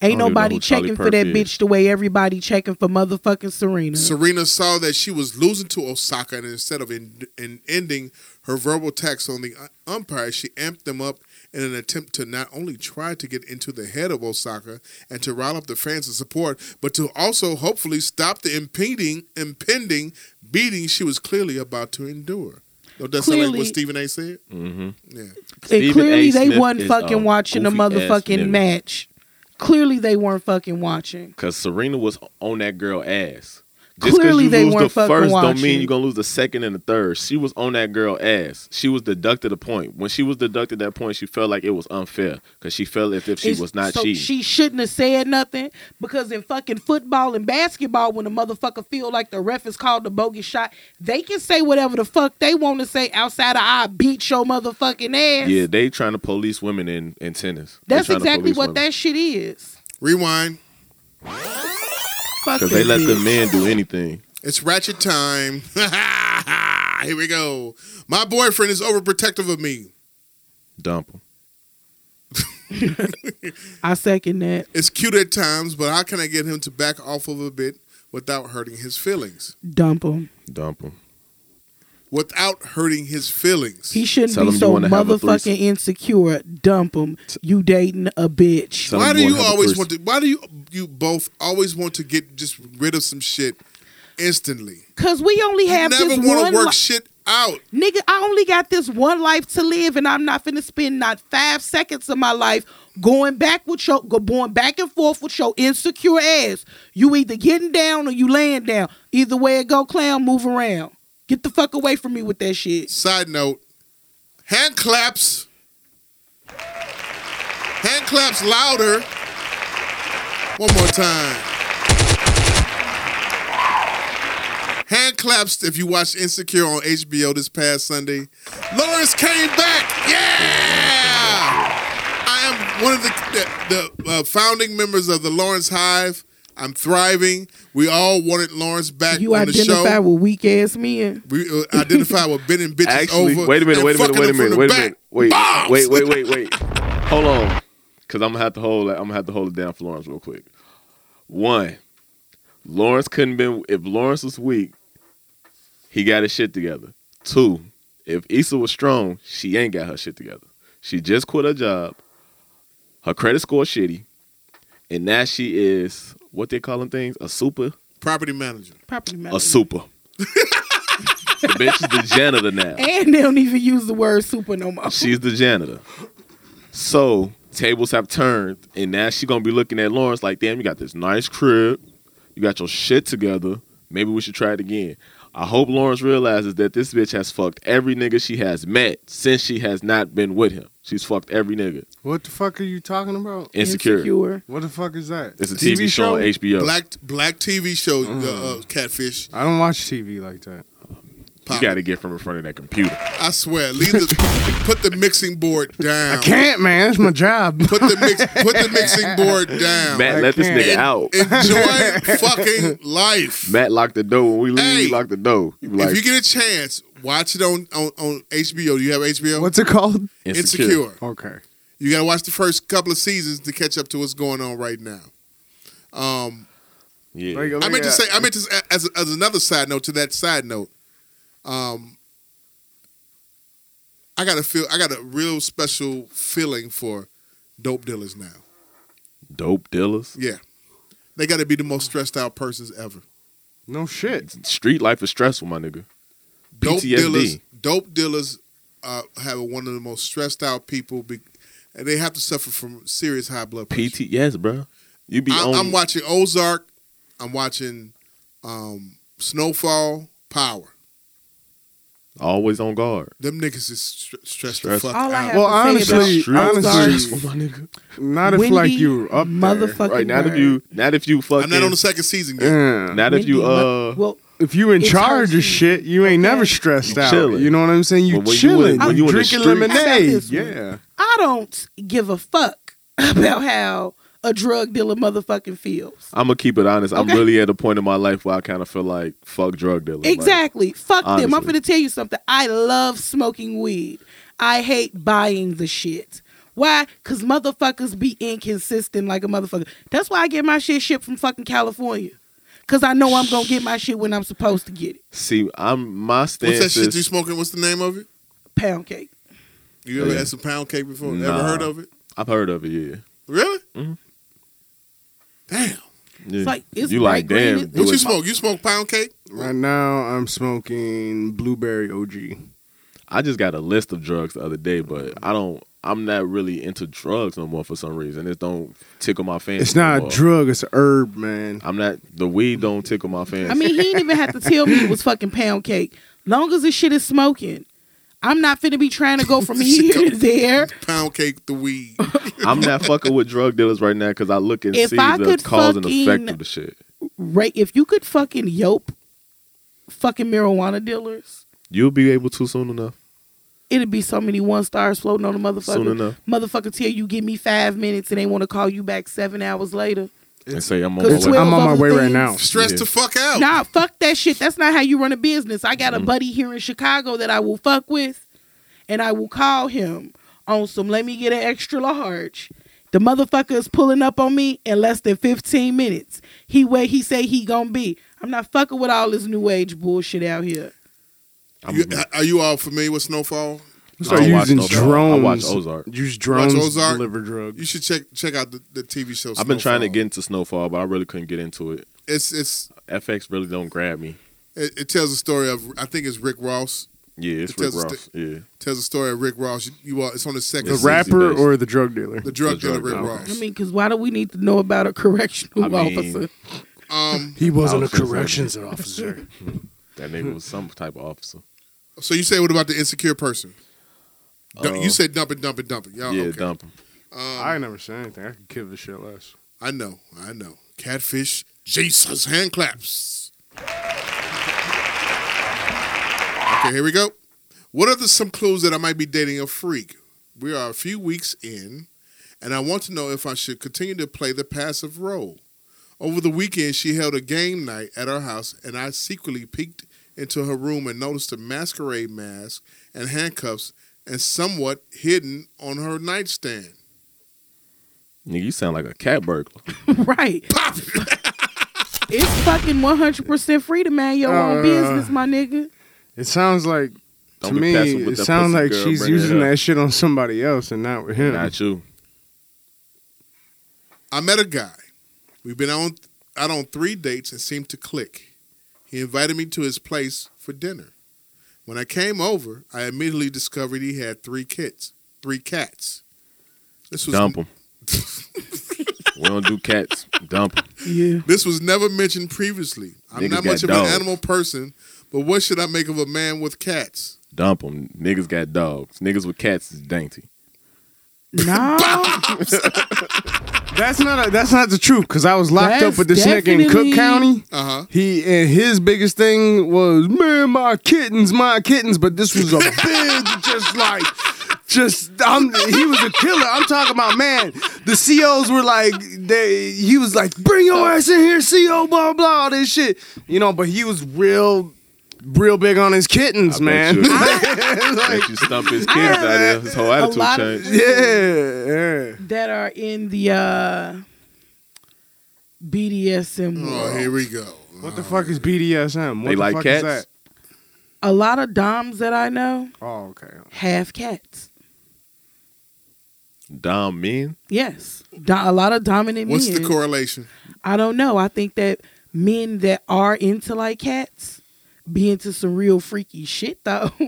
[SPEAKER 7] don't even know
[SPEAKER 6] nobody
[SPEAKER 7] who Charlie
[SPEAKER 6] checking for that
[SPEAKER 7] Perk is.
[SPEAKER 6] bitch the way everybody checking for motherfucking Serena.
[SPEAKER 5] Serena saw that she was losing to Osaka, and instead of in, in ending her verbal attacks on the uh, umpire, she amped them up in an attempt to not only try to get into the head of Osaka and to rile up the fans and support, but to also hopefully stop the impending impending beating she was clearly about to endure. Don't that sound like
[SPEAKER 6] Clearly-
[SPEAKER 5] what Stephen A. said?
[SPEAKER 7] Mm-hmm.
[SPEAKER 5] Yeah.
[SPEAKER 6] And
[SPEAKER 7] Stephen
[SPEAKER 6] clearly
[SPEAKER 7] A.
[SPEAKER 6] they
[SPEAKER 7] Smith
[SPEAKER 6] weren't
[SPEAKER 7] is
[SPEAKER 6] fucking
[SPEAKER 7] a
[SPEAKER 6] watching the
[SPEAKER 7] goofy-ass
[SPEAKER 6] motherfucking
[SPEAKER 7] nigga.
[SPEAKER 6] match. Clearly they weren't fucking watching.
[SPEAKER 7] Cause Serena was on that girl ass. Just 'cause
[SPEAKER 6] Clearly
[SPEAKER 7] you
[SPEAKER 6] they
[SPEAKER 7] lose the
[SPEAKER 6] weren't fucking
[SPEAKER 7] first don't
[SPEAKER 6] watching.
[SPEAKER 7] mean you're gonna lose the second and the third. She was on that girl ass. She was deducted a point. When she was deducted that point, she felt like it was unfair because she felt as if she
[SPEAKER 6] It's-
[SPEAKER 7] was not
[SPEAKER 6] so
[SPEAKER 7] cheating.
[SPEAKER 6] She shouldn't have said nothing because in fucking football and basketball, when a motherfucker feel like the ref is called the bogus shot, they can say whatever the fuck they want to say outside of I beat your motherfucking ass.
[SPEAKER 7] Yeah, they trying to police women in, in tennis. They
[SPEAKER 6] That's
[SPEAKER 7] tryna
[SPEAKER 6] exactly
[SPEAKER 7] police
[SPEAKER 6] what
[SPEAKER 7] women.
[SPEAKER 6] that shit is.
[SPEAKER 5] Rewind.
[SPEAKER 6] Fuck
[SPEAKER 7] Cause they
[SPEAKER 6] that
[SPEAKER 7] let
[SPEAKER 6] bitch.
[SPEAKER 7] the men do anything.
[SPEAKER 5] It's ratchet time. Here we go. My boyfriend is overprotective of me.
[SPEAKER 7] Dump 'em.
[SPEAKER 6] I second that.
[SPEAKER 5] It's cute at times, but how can I get him to back off of a bit without hurting his feelings?
[SPEAKER 6] Dump him.
[SPEAKER 7] Dump him.
[SPEAKER 5] Without hurting his feelings.
[SPEAKER 6] He shouldn't
[SPEAKER 7] Tell
[SPEAKER 6] be
[SPEAKER 7] him you
[SPEAKER 6] so
[SPEAKER 7] wanna have a threesome.
[SPEAKER 6] motherfucking insecure. Dump him. You dating a bitch.
[SPEAKER 7] Tell
[SPEAKER 5] why
[SPEAKER 7] him
[SPEAKER 5] do you
[SPEAKER 7] wanna have a
[SPEAKER 5] always
[SPEAKER 7] threesome.
[SPEAKER 5] want to? Why do you you both always want to get just rid of some shit instantly?
[SPEAKER 6] Cause we only
[SPEAKER 5] You
[SPEAKER 6] have
[SPEAKER 5] never
[SPEAKER 6] this
[SPEAKER 5] wanna
[SPEAKER 6] one.
[SPEAKER 5] work
[SPEAKER 6] li-
[SPEAKER 5] shit out.
[SPEAKER 6] Nigga, I only got this one life to live, and I'm not finna spend not five seconds of my life going back with your go- going back and forth with your insecure ass. You either getting down or you laying down. Either way it go, clown, move around. Get the fuck away from me with that shit.
[SPEAKER 5] Side note: hand claps, hand claps louder. One more time. Hand claps if you watched Insecure on HBO this past Sunday. Lawrence came back. Yeah. I am one of the the, the uh, founding members of the Lawrence Hive. I'm thriving. We all wanted Lawrence back
[SPEAKER 6] You
[SPEAKER 5] on the show.
[SPEAKER 6] identify with weak ass men.
[SPEAKER 5] We uh, identify with bending bitches
[SPEAKER 7] Actually,
[SPEAKER 5] over.
[SPEAKER 7] wait a minute,
[SPEAKER 5] and
[SPEAKER 7] wait a minute,
[SPEAKER 5] fucking
[SPEAKER 7] wait a
[SPEAKER 5] them from
[SPEAKER 7] minute,
[SPEAKER 5] the
[SPEAKER 7] wait a
[SPEAKER 5] back.
[SPEAKER 7] minute, wait,
[SPEAKER 5] Bombs!
[SPEAKER 7] wait, wait, wait, wait. Hold on, because I'm gonna have to hold. I'm gonna have to hold it down for Lawrence real quick. One, Lawrence couldn't been if Lawrence was weak, he got his shit together. Two, if Issa was strong, she ain't got her shit together. She just quit her job. Her credit score shitty, and now she is what they call them things a super
[SPEAKER 5] Property manager.
[SPEAKER 6] Property
[SPEAKER 7] a super. the bitch is the janitor now.
[SPEAKER 6] And they don't even use the word super no more.
[SPEAKER 7] She's the janitor. So tables have turned, and now she's gonna be looking at Lawrence like, "Damn, you got this nice crib, you got your shit together. Maybe we should try it again." I hope Lawrence realizes that this bitch has fucked every nigga she has met since she has not been with him. She's fucked every nigga.
[SPEAKER 1] What the fuck are you talking about?
[SPEAKER 7] Insecure.
[SPEAKER 1] What the fuck is that?
[SPEAKER 7] It's a TV, show on HBO.
[SPEAKER 5] Black black TV show. Uh,
[SPEAKER 7] Mm.
[SPEAKER 5] uh, catfish.
[SPEAKER 1] I don't watch TV like that.
[SPEAKER 7] you
[SPEAKER 5] Pop.
[SPEAKER 7] gotta get from in front of that computer.
[SPEAKER 5] I swear. Leave the put the mixing board down.
[SPEAKER 1] Can't, man. That's my job.
[SPEAKER 5] Put the mix. Put the mixing board down.
[SPEAKER 7] Matt,
[SPEAKER 1] I
[SPEAKER 7] let this
[SPEAKER 1] can't.
[SPEAKER 7] nigga out.
[SPEAKER 5] Enjoy fucking life.
[SPEAKER 7] Matt locked the door. When we leave,
[SPEAKER 5] Hey,
[SPEAKER 7] he locked the door. You be like,
[SPEAKER 5] if you get a chance, watch it on on, on HBO. Do you have HBO?
[SPEAKER 1] What's it called?
[SPEAKER 7] insecure.
[SPEAKER 5] Insecure.
[SPEAKER 1] Okay.
[SPEAKER 5] You gotta watch the first couple of seasons to catch up to what's going on right now. Um,
[SPEAKER 7] Yeah.
[SPEAKER 1] Like,
[SPEAKER 5] I meant to
[SPEAKER 1] yeah.
[SPEAKER 5] say. I meant to s- as as another side note to that side note. Um, I got to feel. I got a real special feeling for dope dealers now.
[SPEAKER 7] Dope dealers.
[SPEAKER 5] Yeah, they got to be the most stressed out persons ever.
[SPEAKER 1] No shit.
[SPEAKER 7] Street life is stressful, my nigga.
[SPEAKER 5] Dope
[SPEAKER 7] PTSD.
[SPEAKER 5] dealers. Dope dealers uh, have one of the most stressed out people, be, and they have to suffer from serious high blood pressure.
[SPEAKER 7] PT, yes, bro. You be
[SPEAKER 5] I,
[SPEAKER 7] on.
[SPEAKER 5] I'm watching Ozark. I'm watching um, Snowfall. Power.
[SPEAKER 7] always on guard.
[SPEAKER 5] Them niggas is str- stressed the
[SPEAKER 7] Stressed.
[SPEAKER 5] fuck
[SPEAKER 6] All I
[SPEAKER 5] out.
[SPEAKER 6] have
[SPEAKER 1] Well,
[SPEAKER 6] to say
[SPEAKER 1] honestly-
[SPEAKER 6] about
[SPEAKER 1] honestly-
[SPEAKER 6] Ozark-
[SPEAKER 1] Stressful,
[SPEAKER 7] my nigga.
[SPEAKER 1] Not if
[SPEAKER 6] Wendy
[SPEAKER 1] like you up there.
[SPEAKER 6] motherfucking
[SPEAKER 7] Right now, if
[SPEAKER 6] word.
[SPEAKER 7] you, not if you fucking,
[SPEAKER 5] I'm not on the second season
[SPEAKER 7] Mm,
[SPEAKER 5] yet.
[SPEAKER 1] Yeah.
[SPEAKER 7] not if you,
[SPEAKER 6] Wendy Mo-
[SPEAKER 7] uh,
[SPEAKER 6] well,
[SPEAKER 1] if you in
[SPEAKER 6] It's
[SPEAKER 1] charge
[SPEAKER 6] hard
[SPEAKER 1] of
[SPEAKER 6] to-
[SPEAKER 1] shit, you ain't never stressed
[SPEAKER 7] You
[SPEAKER 1] out.
[SPEAKER 7] chilling.
[SPEAKER 1] You know what I'm saying? You
[SPEAKER 7] But when you in-
[SPEAKER 1] chilling.
[SPEAKER 7] when you in the
[SPEAKER 1] drinking
[SPEAKER 7] streets-
[SPEAKER 6] How
[SPEAKER 1] lemonade.
[SPEAKER 6] about this one?
[SPEAKER 1] Yeah.
[SPEAKER 6] I don't give a fuck about how a drug dealer motherfucking feels.
[SPEAKER 7] I'm gonna keep it honest. I'm
[SPEAKER 6] Okay.
[SPEAKER 7] really at a point in my life where I kind of feel like fuck drug dealers. Like,
[SPEAKER 6] Exactly. Fuck them. I'm
[SPEAKER 7] honestly.
[SPEAKER 6] finna tell you something. I love smoking weed. I hate buying the shit. Why? Cause motherfuckers be inconsistent like a motherfucker. That's why I get my shit shipped from fucking California. Cause I know I'm gonna get my shit when I'm supposed to get it.
[SPEAKER 7] see, I'm my
[SPEAKER 5] What's that
[SPEAKER 7] stance
[SPEAKER 5] shit you
[SPEAKER 7] is
[SPEAKER 5] smoking? What's the name of it?
[SPEAKER 6] Pound cake.
[SPEAKER 5] You ever
[SPEAKER 7] Yeah.
[SPEAKER 5] had some pound cake before? Ever
[SPEAKER 7] Nah.
[SPEAKER 5] heard of it?
[SPEAKER 7] I've heard of it. Yeah.
[SPEAKER 5] Really?
[SPEAKER 7] Mhm.
[SPEAKER 5] Damn.
[SPEAKER 7] yeah.
[SPEAKER 6] It's like it's
[SPEAKER 7] you
[SPEAKER 6] bright
[SPEAKER 7] like
[SPEAKER 6] green.
[SPEAKER 7] damn.
[SPEAKER 6] It's-
[SPEAKER 7] do
[SPEAKER 5] What you
[SPEAKER 7] it.
[SPEAKER 5] smoke? You smoke pound cake?
[SPEAKER 1] Right now, I'm smoking blueberry OG.
[SPEAKER 7] I just got a list of drugs the other day, but I don't. I'm not really into drugs no more for some reason. It don't tickle my fancy.
[SPEAKER 1] It's not
[SPEAKER 7] no
[SPEAKER 1] a
[SPEAKER 7] more.
[SPEAKER 1] drug, it's a herb, man.
[SPEAKER 7] I'm not. The weed don't tickle my fancy.
[SPEAKER 6] I mean, he didn't even have to tell me it was fucking pound cake. Long as this shit is smoking, I'm not finna be trying to go from here to there.
[SPEAKER 5] Pound cake, the weed.
[SPEAKER 7] I'm not fucking with drug dealers right now because I look and
[SPEAKER 6] If
[SPEAKER 7] see
[SPEAKER 6] I
[SPEAKER 7] the
[SPEAKER 6] could
[SPEAKER 7] cause and
[SPEAKER 6] fucking-
[SPEAKER 7] effect of the shit.
[SPEAKER 6] Right? If you could fucking yope fucking marijuana dealers,
[SPEAKER 7] You'll be able to soon enough.
[SPEAKER 6] it'd be so many one stars floating on the
[SPEAKER 7] Soon
[SPEAKER 6] motherfucker.
[SPEAKER 7] enough,
[SPEAKER 6] Motherfucker, tell you give me five minutes and they want to call you back seven hours later.
[SPEAKER 7] and say I'm on
[SPEAKER 6] Cause
[SPEAKER 7] my
[SPEAKER 1] It's,
[SPEAKER 7] way.
[SPEAKER 6] twelve
[SPEAKER 1] I'm on my
[SPEAKER 6] other
[SPEAKER 1] way right
[SPEAKER 6] things.
[SPEAKER 1] now.
[SPEAKER 5] Stress
[SPEAKER 7] Yeah.
[SPEAKER 5] the fuck out.
[SPEAKER 6] Nah, fuck that shit. That's not how you run a business. I
[SPEAKER 7] Mm.
[SPEAKER 6] got a buddy here in Chicago that I will fuck with, and I will call him on some. Let me get an extra large. The motherfucker is pulling up on me in less than fifteen minutes. He where he say he gonna be. I'm not fucking with all this new age bullshit out here.
[SPEAKER 7] I'm,
[SPEAKER 5] You- are you all familiar with Snowfall?
[SPEAKER 1] Start
[SPEAKER 7] I don't watch
[SPEAKER 1] using
[SPEAKER 7] Ozark. I watch
[SPEAKER 1] drones.
[SPEAKER 7] Ozark.
[SPEAKER 1] Use drones to
[SPEAKER 5] Ozark.
[SPEAKER 1] deliver
[SPEAKER 5] You
[SPEAKER 1] drugs.
[SPEAKER 5] should check check out the, the TV show.
[SPEAKER 7] I've been trying to
[SPEAKER 5] Snowfall.
[SPEAKER 7] get into Snowfall, but I really couldn't get into it.
[SPEAKER 5] It's it's
[SPEAKER 7] FX really don't grab me.
[SPEAKER 5] it, it tells a story of I think it's Rick Ross.
[SPEAKER 7] Yeah, it's
[SPEAKER 5] It
[SPEAKER 7] Rick
[SPEAKER 5] tells us
[SPEAKER 7] Ross. Yeah,
[SPEAKER 5] Tells a story of Rick Ross. You, you all, it's on the second.
[SPEAKER 1] The
[SPEAKER 7] It's-
[SPEAKER 5] season.
[SPEAKER 1] rapper
[SPEAKER 7] days.
[SPEAKER 1] or the drug dealer?
[SPEAKER 5] the drug
[SPEAKER 7] The
[SPEAKER 5] dealer
[SPEAKER 7] drug
[SPEAKER 5] Rick
[SPEAKER 7] dealer.
[SPEAKER 5] Ross.
[SPEAKER 6] I mean, cause why do we need to know about a correctional
[SPEAKER 7] I mean-
[SPEAKER 6] officer?
[SPEAKER 5] um,
[SPEAKER 1] He wasn't
[SPEAKER 7] I
[SPEAKER 1] a
[SPEAKER 7] was gonna say-
[SPEAKER 1] corrections officer.
[SPEAKER 7] that nigga was some type of officer.
[SPEAKER 5] so you say what about the insecure person? Du-
[SPEAKER 7] Uh,
[SPEAKER 5] you said dumping, dumping, dumping. Y'all,
[SPEAKER 7] yeah,
[SPEAKER 5] Oh, okay.
[SPEAKER 7] dump him.
[SPEAKER 1] I never said anything. I could give a shit less.
[SPEAKER 5] Um, I know, I know. Catfish, Jesus, hand claps. Okay, here we go. What are the, some clues that I might be dating a freak? We are a few weeks in, and I want to know if I should continue to play the passive role. Over the weekend, she held a game night at her house, and I secretly peeked into her room and noticed a masquerade mask and handcuffs and somewhat hidden on her nightstand.
[SPEAKER 7] Nigga, you sound like a cat burglar.
[SPEAKER 6] right. it's fucking one hundred percent free to man your own
[SPEAKER 1] Uh,
[SPEAKER 6] business, my nigga.
[SPEAKER 1] It sounds like
[SPEAKER 7] Don't
[SPEAKER 1] to
[SPEAKER 7] be
[SPEAKER 1] me.
[SPEAKER 7] passive with
[SPEAKER 1] It
[SPEAKER 7] that
[SPEAKER 1] sounds
[SPEAKER 7] pussy
[SPEAKER 1] like
[SPEAKER 7] girl,
[SPEAKER 1] she's
[SPEAKER 7] bring it
[SPEAKER 1] using
[SPEAKER 7] up.
[SPEAKER 1] that shit on somebody else and not with him.
[SPEAKER 7] Not you.
[SPEAKER 5] I met a guy. We've been on out on three dates and seemed to click. He invited me to his place for dinner. When I came over, I immediately discovered he had three kids, three cats. This was
[SPEAKER 7] Dump him. we don't do cats. Dump him.
[SPEAKER 6] Yeah.
[SPEAKER 5] this was never mentioned previously. I'm
[SPEAKER 7] Niggas
[SPEAKER 5] not much
[SPEAKER 7] got
[SPEAKER 5] of
[SPEAKER 7] dogs.
[SPEAKER 5] an animal person, but what should I make of a man with cats?
[SPEAKER 7] Dump him. Niggas got dogs. Niggas with cats is dainty.
[SPEAKER 6] No.
[SPEAKER 1] That's not a, that's not the truth because I was locked
[SPEAKER 6] That's
[SPEAKER 1] up with this nigga in
[SPEAKER 6] definitely-
[SPEAKER 1] Cook County.
[SPEAKER 5] Uh huh.
[SPEAKER 1] He and his biggest thing was man, my kittens, my kittens. But this was a big, just like, just I'm. He was a killer. I'm talking about man. The COs were like, they. He was like, bring your ass in here, CO, blah blah, all this shit. You know, but he was real, real big on his
[SPEAKER 7] I
[SPEAKER 1] kittens,
[SPEAKER 7] bet
[SPEAKER 1] man.
[SPEAKER 7] you-
[SPEAKER 1] Like,
[SPEAKER 7] Like, you stump his kids out there. His whole attitude
[SPEAKER 6] lot of-
[SPEAKER 7] changed.
[SPEAKER 1] yeah, yeah.
[SPEAKER 6] that are in the uh BDSM
[SPEAKER 5] Oh,
[SPEAKER 6] world.
[SPEAKER 5] here we go.
[SPEAKER 1] What the fuck is BDSM? What
[SPEAKER 7] They
[SPEAKER 1] the
[SPEAKER 7] like
[SPEAKER 1] fuck
[SPEAKER 7] cats?
[SPEAKER 1] Is that?
[SPEAKER 6] A lot of doms that I know
[SPEAKER 1] Oh, okay.
[SPEAKER 6] have cats.
[SPEAKER 7] Dom men.
[SPEAKER 6] Yes, Do- a lot of dominant
[SPEAKER 5] What's
[SPEAKER 6] men.
[SPEAKER 5] the correlation?
[SPEAKER 6] I don't know. I think that men that are into like cats be into some real freaky shit though.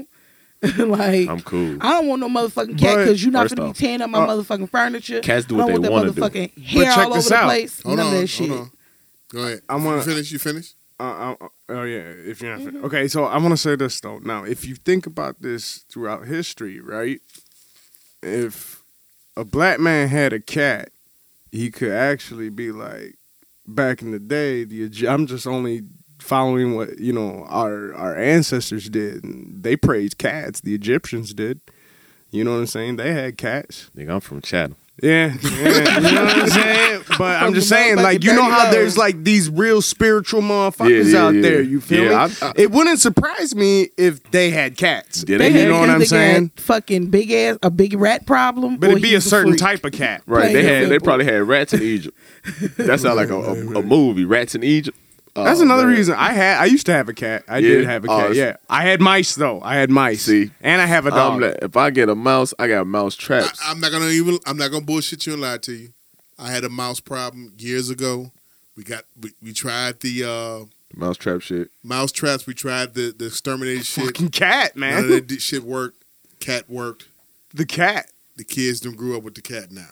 [SPEAKER 6] like
[SPEAKER 7] I'm cool.
[SPEAKER 6] I don't want no motherfucking cat
[SPEAKER 1] But-
[SPEAKER 6] because you're not
[SPEAKER 7] First
[SPEAKER 6] gonna
[SPEAKER 7] off,
[SPEAKER 6] be tearing up my
[SPEAKER 1] uh,
[SPEAKER 6] motherfucking furniture.
[SPEAKER 7] cats do
[SPEAKER 6] I
[SPEAKER 7] what
[SPEAKER 6] don't
[SPEAKER 7] they
[SPEAKER 6] want that
[SPEAKER 7] wanna do.
[SPEAKER 6] motherfucking hair
[SPEAKER 1] check
[SPEAKER 6] all
[SPEAKER 1] this
[SPEAKER 6] over the
[SPEAKER 1] out.
[SPEAKER 6] place.
[SPEAKER 5] Hold on.
[SPEAKER 6] None of that
[SPEAKER 5] Hold
[SPEAKER 6] shit.
[SPEAKER 5] on. Go ahead.
[SPEAKER 1] I
[SPEAKER 5] You
[SPEAKER 1] wanna-
[SPEAKER 5] finish. You finish.
[SPEAKER 1] Uh, uh, oh yeah, if you're not okay, so I want to say this though. Now, if you think about this throughout history, right? If a black man had a cat, he could actually be like, back in the day, the Egy- I'm just only following what you know our our ancestors did. And they praised cats. The Egyptians did. You know what I'm saying? They had cats.
[SPEAKER 7] Nigga, I'm from Chatham.
[SPEAKER 1] Yeah, yeah, you know what I'm saying. But I'm just
[SPEAKER 6] the
[SPEAKER 1] saying, like, you know
[SPEAKER 6] motherfucking
[SPEAKER 1] how
[SPEAKER 6] dirty
[SPEAKER 1] there's
[SPEAKER 6] low.
[SPEAKER 1] like these real spiritual motherfuckers
[SPEAKER 7] Yeah, yeah,
[SPEAKER 1] out
[SPEAKER 7] yeah.
[SPEAKER 1] there. You feel
[SPEAKER 7] Yeah,
[SPEAKER 1] me?
[SPEAKER 7] I- I-
[SPEAKER 1] it wouldn't surprise me if they had cats.
[SPEAKER 7] Yeah,
[SPEAKER 6] They
[SPEAKER 7] You
[SPEAKER 6] had
[SPEAKER 1] know what
[SPEAKER 6] either
[SPEAKER 1] I'm
[SPEAKER 6] got
[SPEAKER 1] saying?
[SPEAKER 6] Fucking big ass, a big rat problem.
[SPEAKER 1] But
[SPEAKER 6] or
[SPEAKER 1] it'd be
[SPEAKER 6] he's
[SPEAKER 1] a certain
[SPEAKER 6] freak.
[SPEAKER 1] type of cat.
[SPEAKER 7] Right. They
[SPEAKER 6] Plain and
[SPEAKER 7] had. They
[SPEAKER 6] simple.
[SPEAKER 7] probably had rats in Egypt. That sounds like a, a, a movie. Rats in Egypt. Oh,
[SPEAKER 1] That's another
[SPEAKER 7] man.
[SPEAKER 1] reason I had. I used to have a cat. I
[SPEAKER 7] Yeah.
[SPEAKER 1] did have a
[SPEAKER 7] Oh,
[SPEAKER 1] cat.
[SPEAKER 7] it's-
[SPEAKER 1] yeah, I had mice though. I had mice.
[SPEAKER 7] See?
[SPEAKER 1] and I have a
[SPEAKER 7] I'm
[SPEAKER 1] dog.
[SPEAKER 7] like, if I get a mouse, I got mouse
[SPEAKER 5] I,
[SPEAKER 7] traps.
[SPEAKER 5] I'm not gonna even. I'm not gonna bullshit you and lie to you. I had a mouse problem years ago. We got we, we tried the uh,
[SPEAKER 7] Mousetrap shit.
[SPEAKER 5] Mousetraps, we tried the the exterminated shit.
[SPEAKER 1] Fucking cat,
[SPEAKER 5] None of
[SPEAKER 1] man.
[SPEAKER 5] that di- shit worked. Cat worked.
[SPEAKER 1] The cat.
[SPEAKER 5] The kids done grew up with the cat now.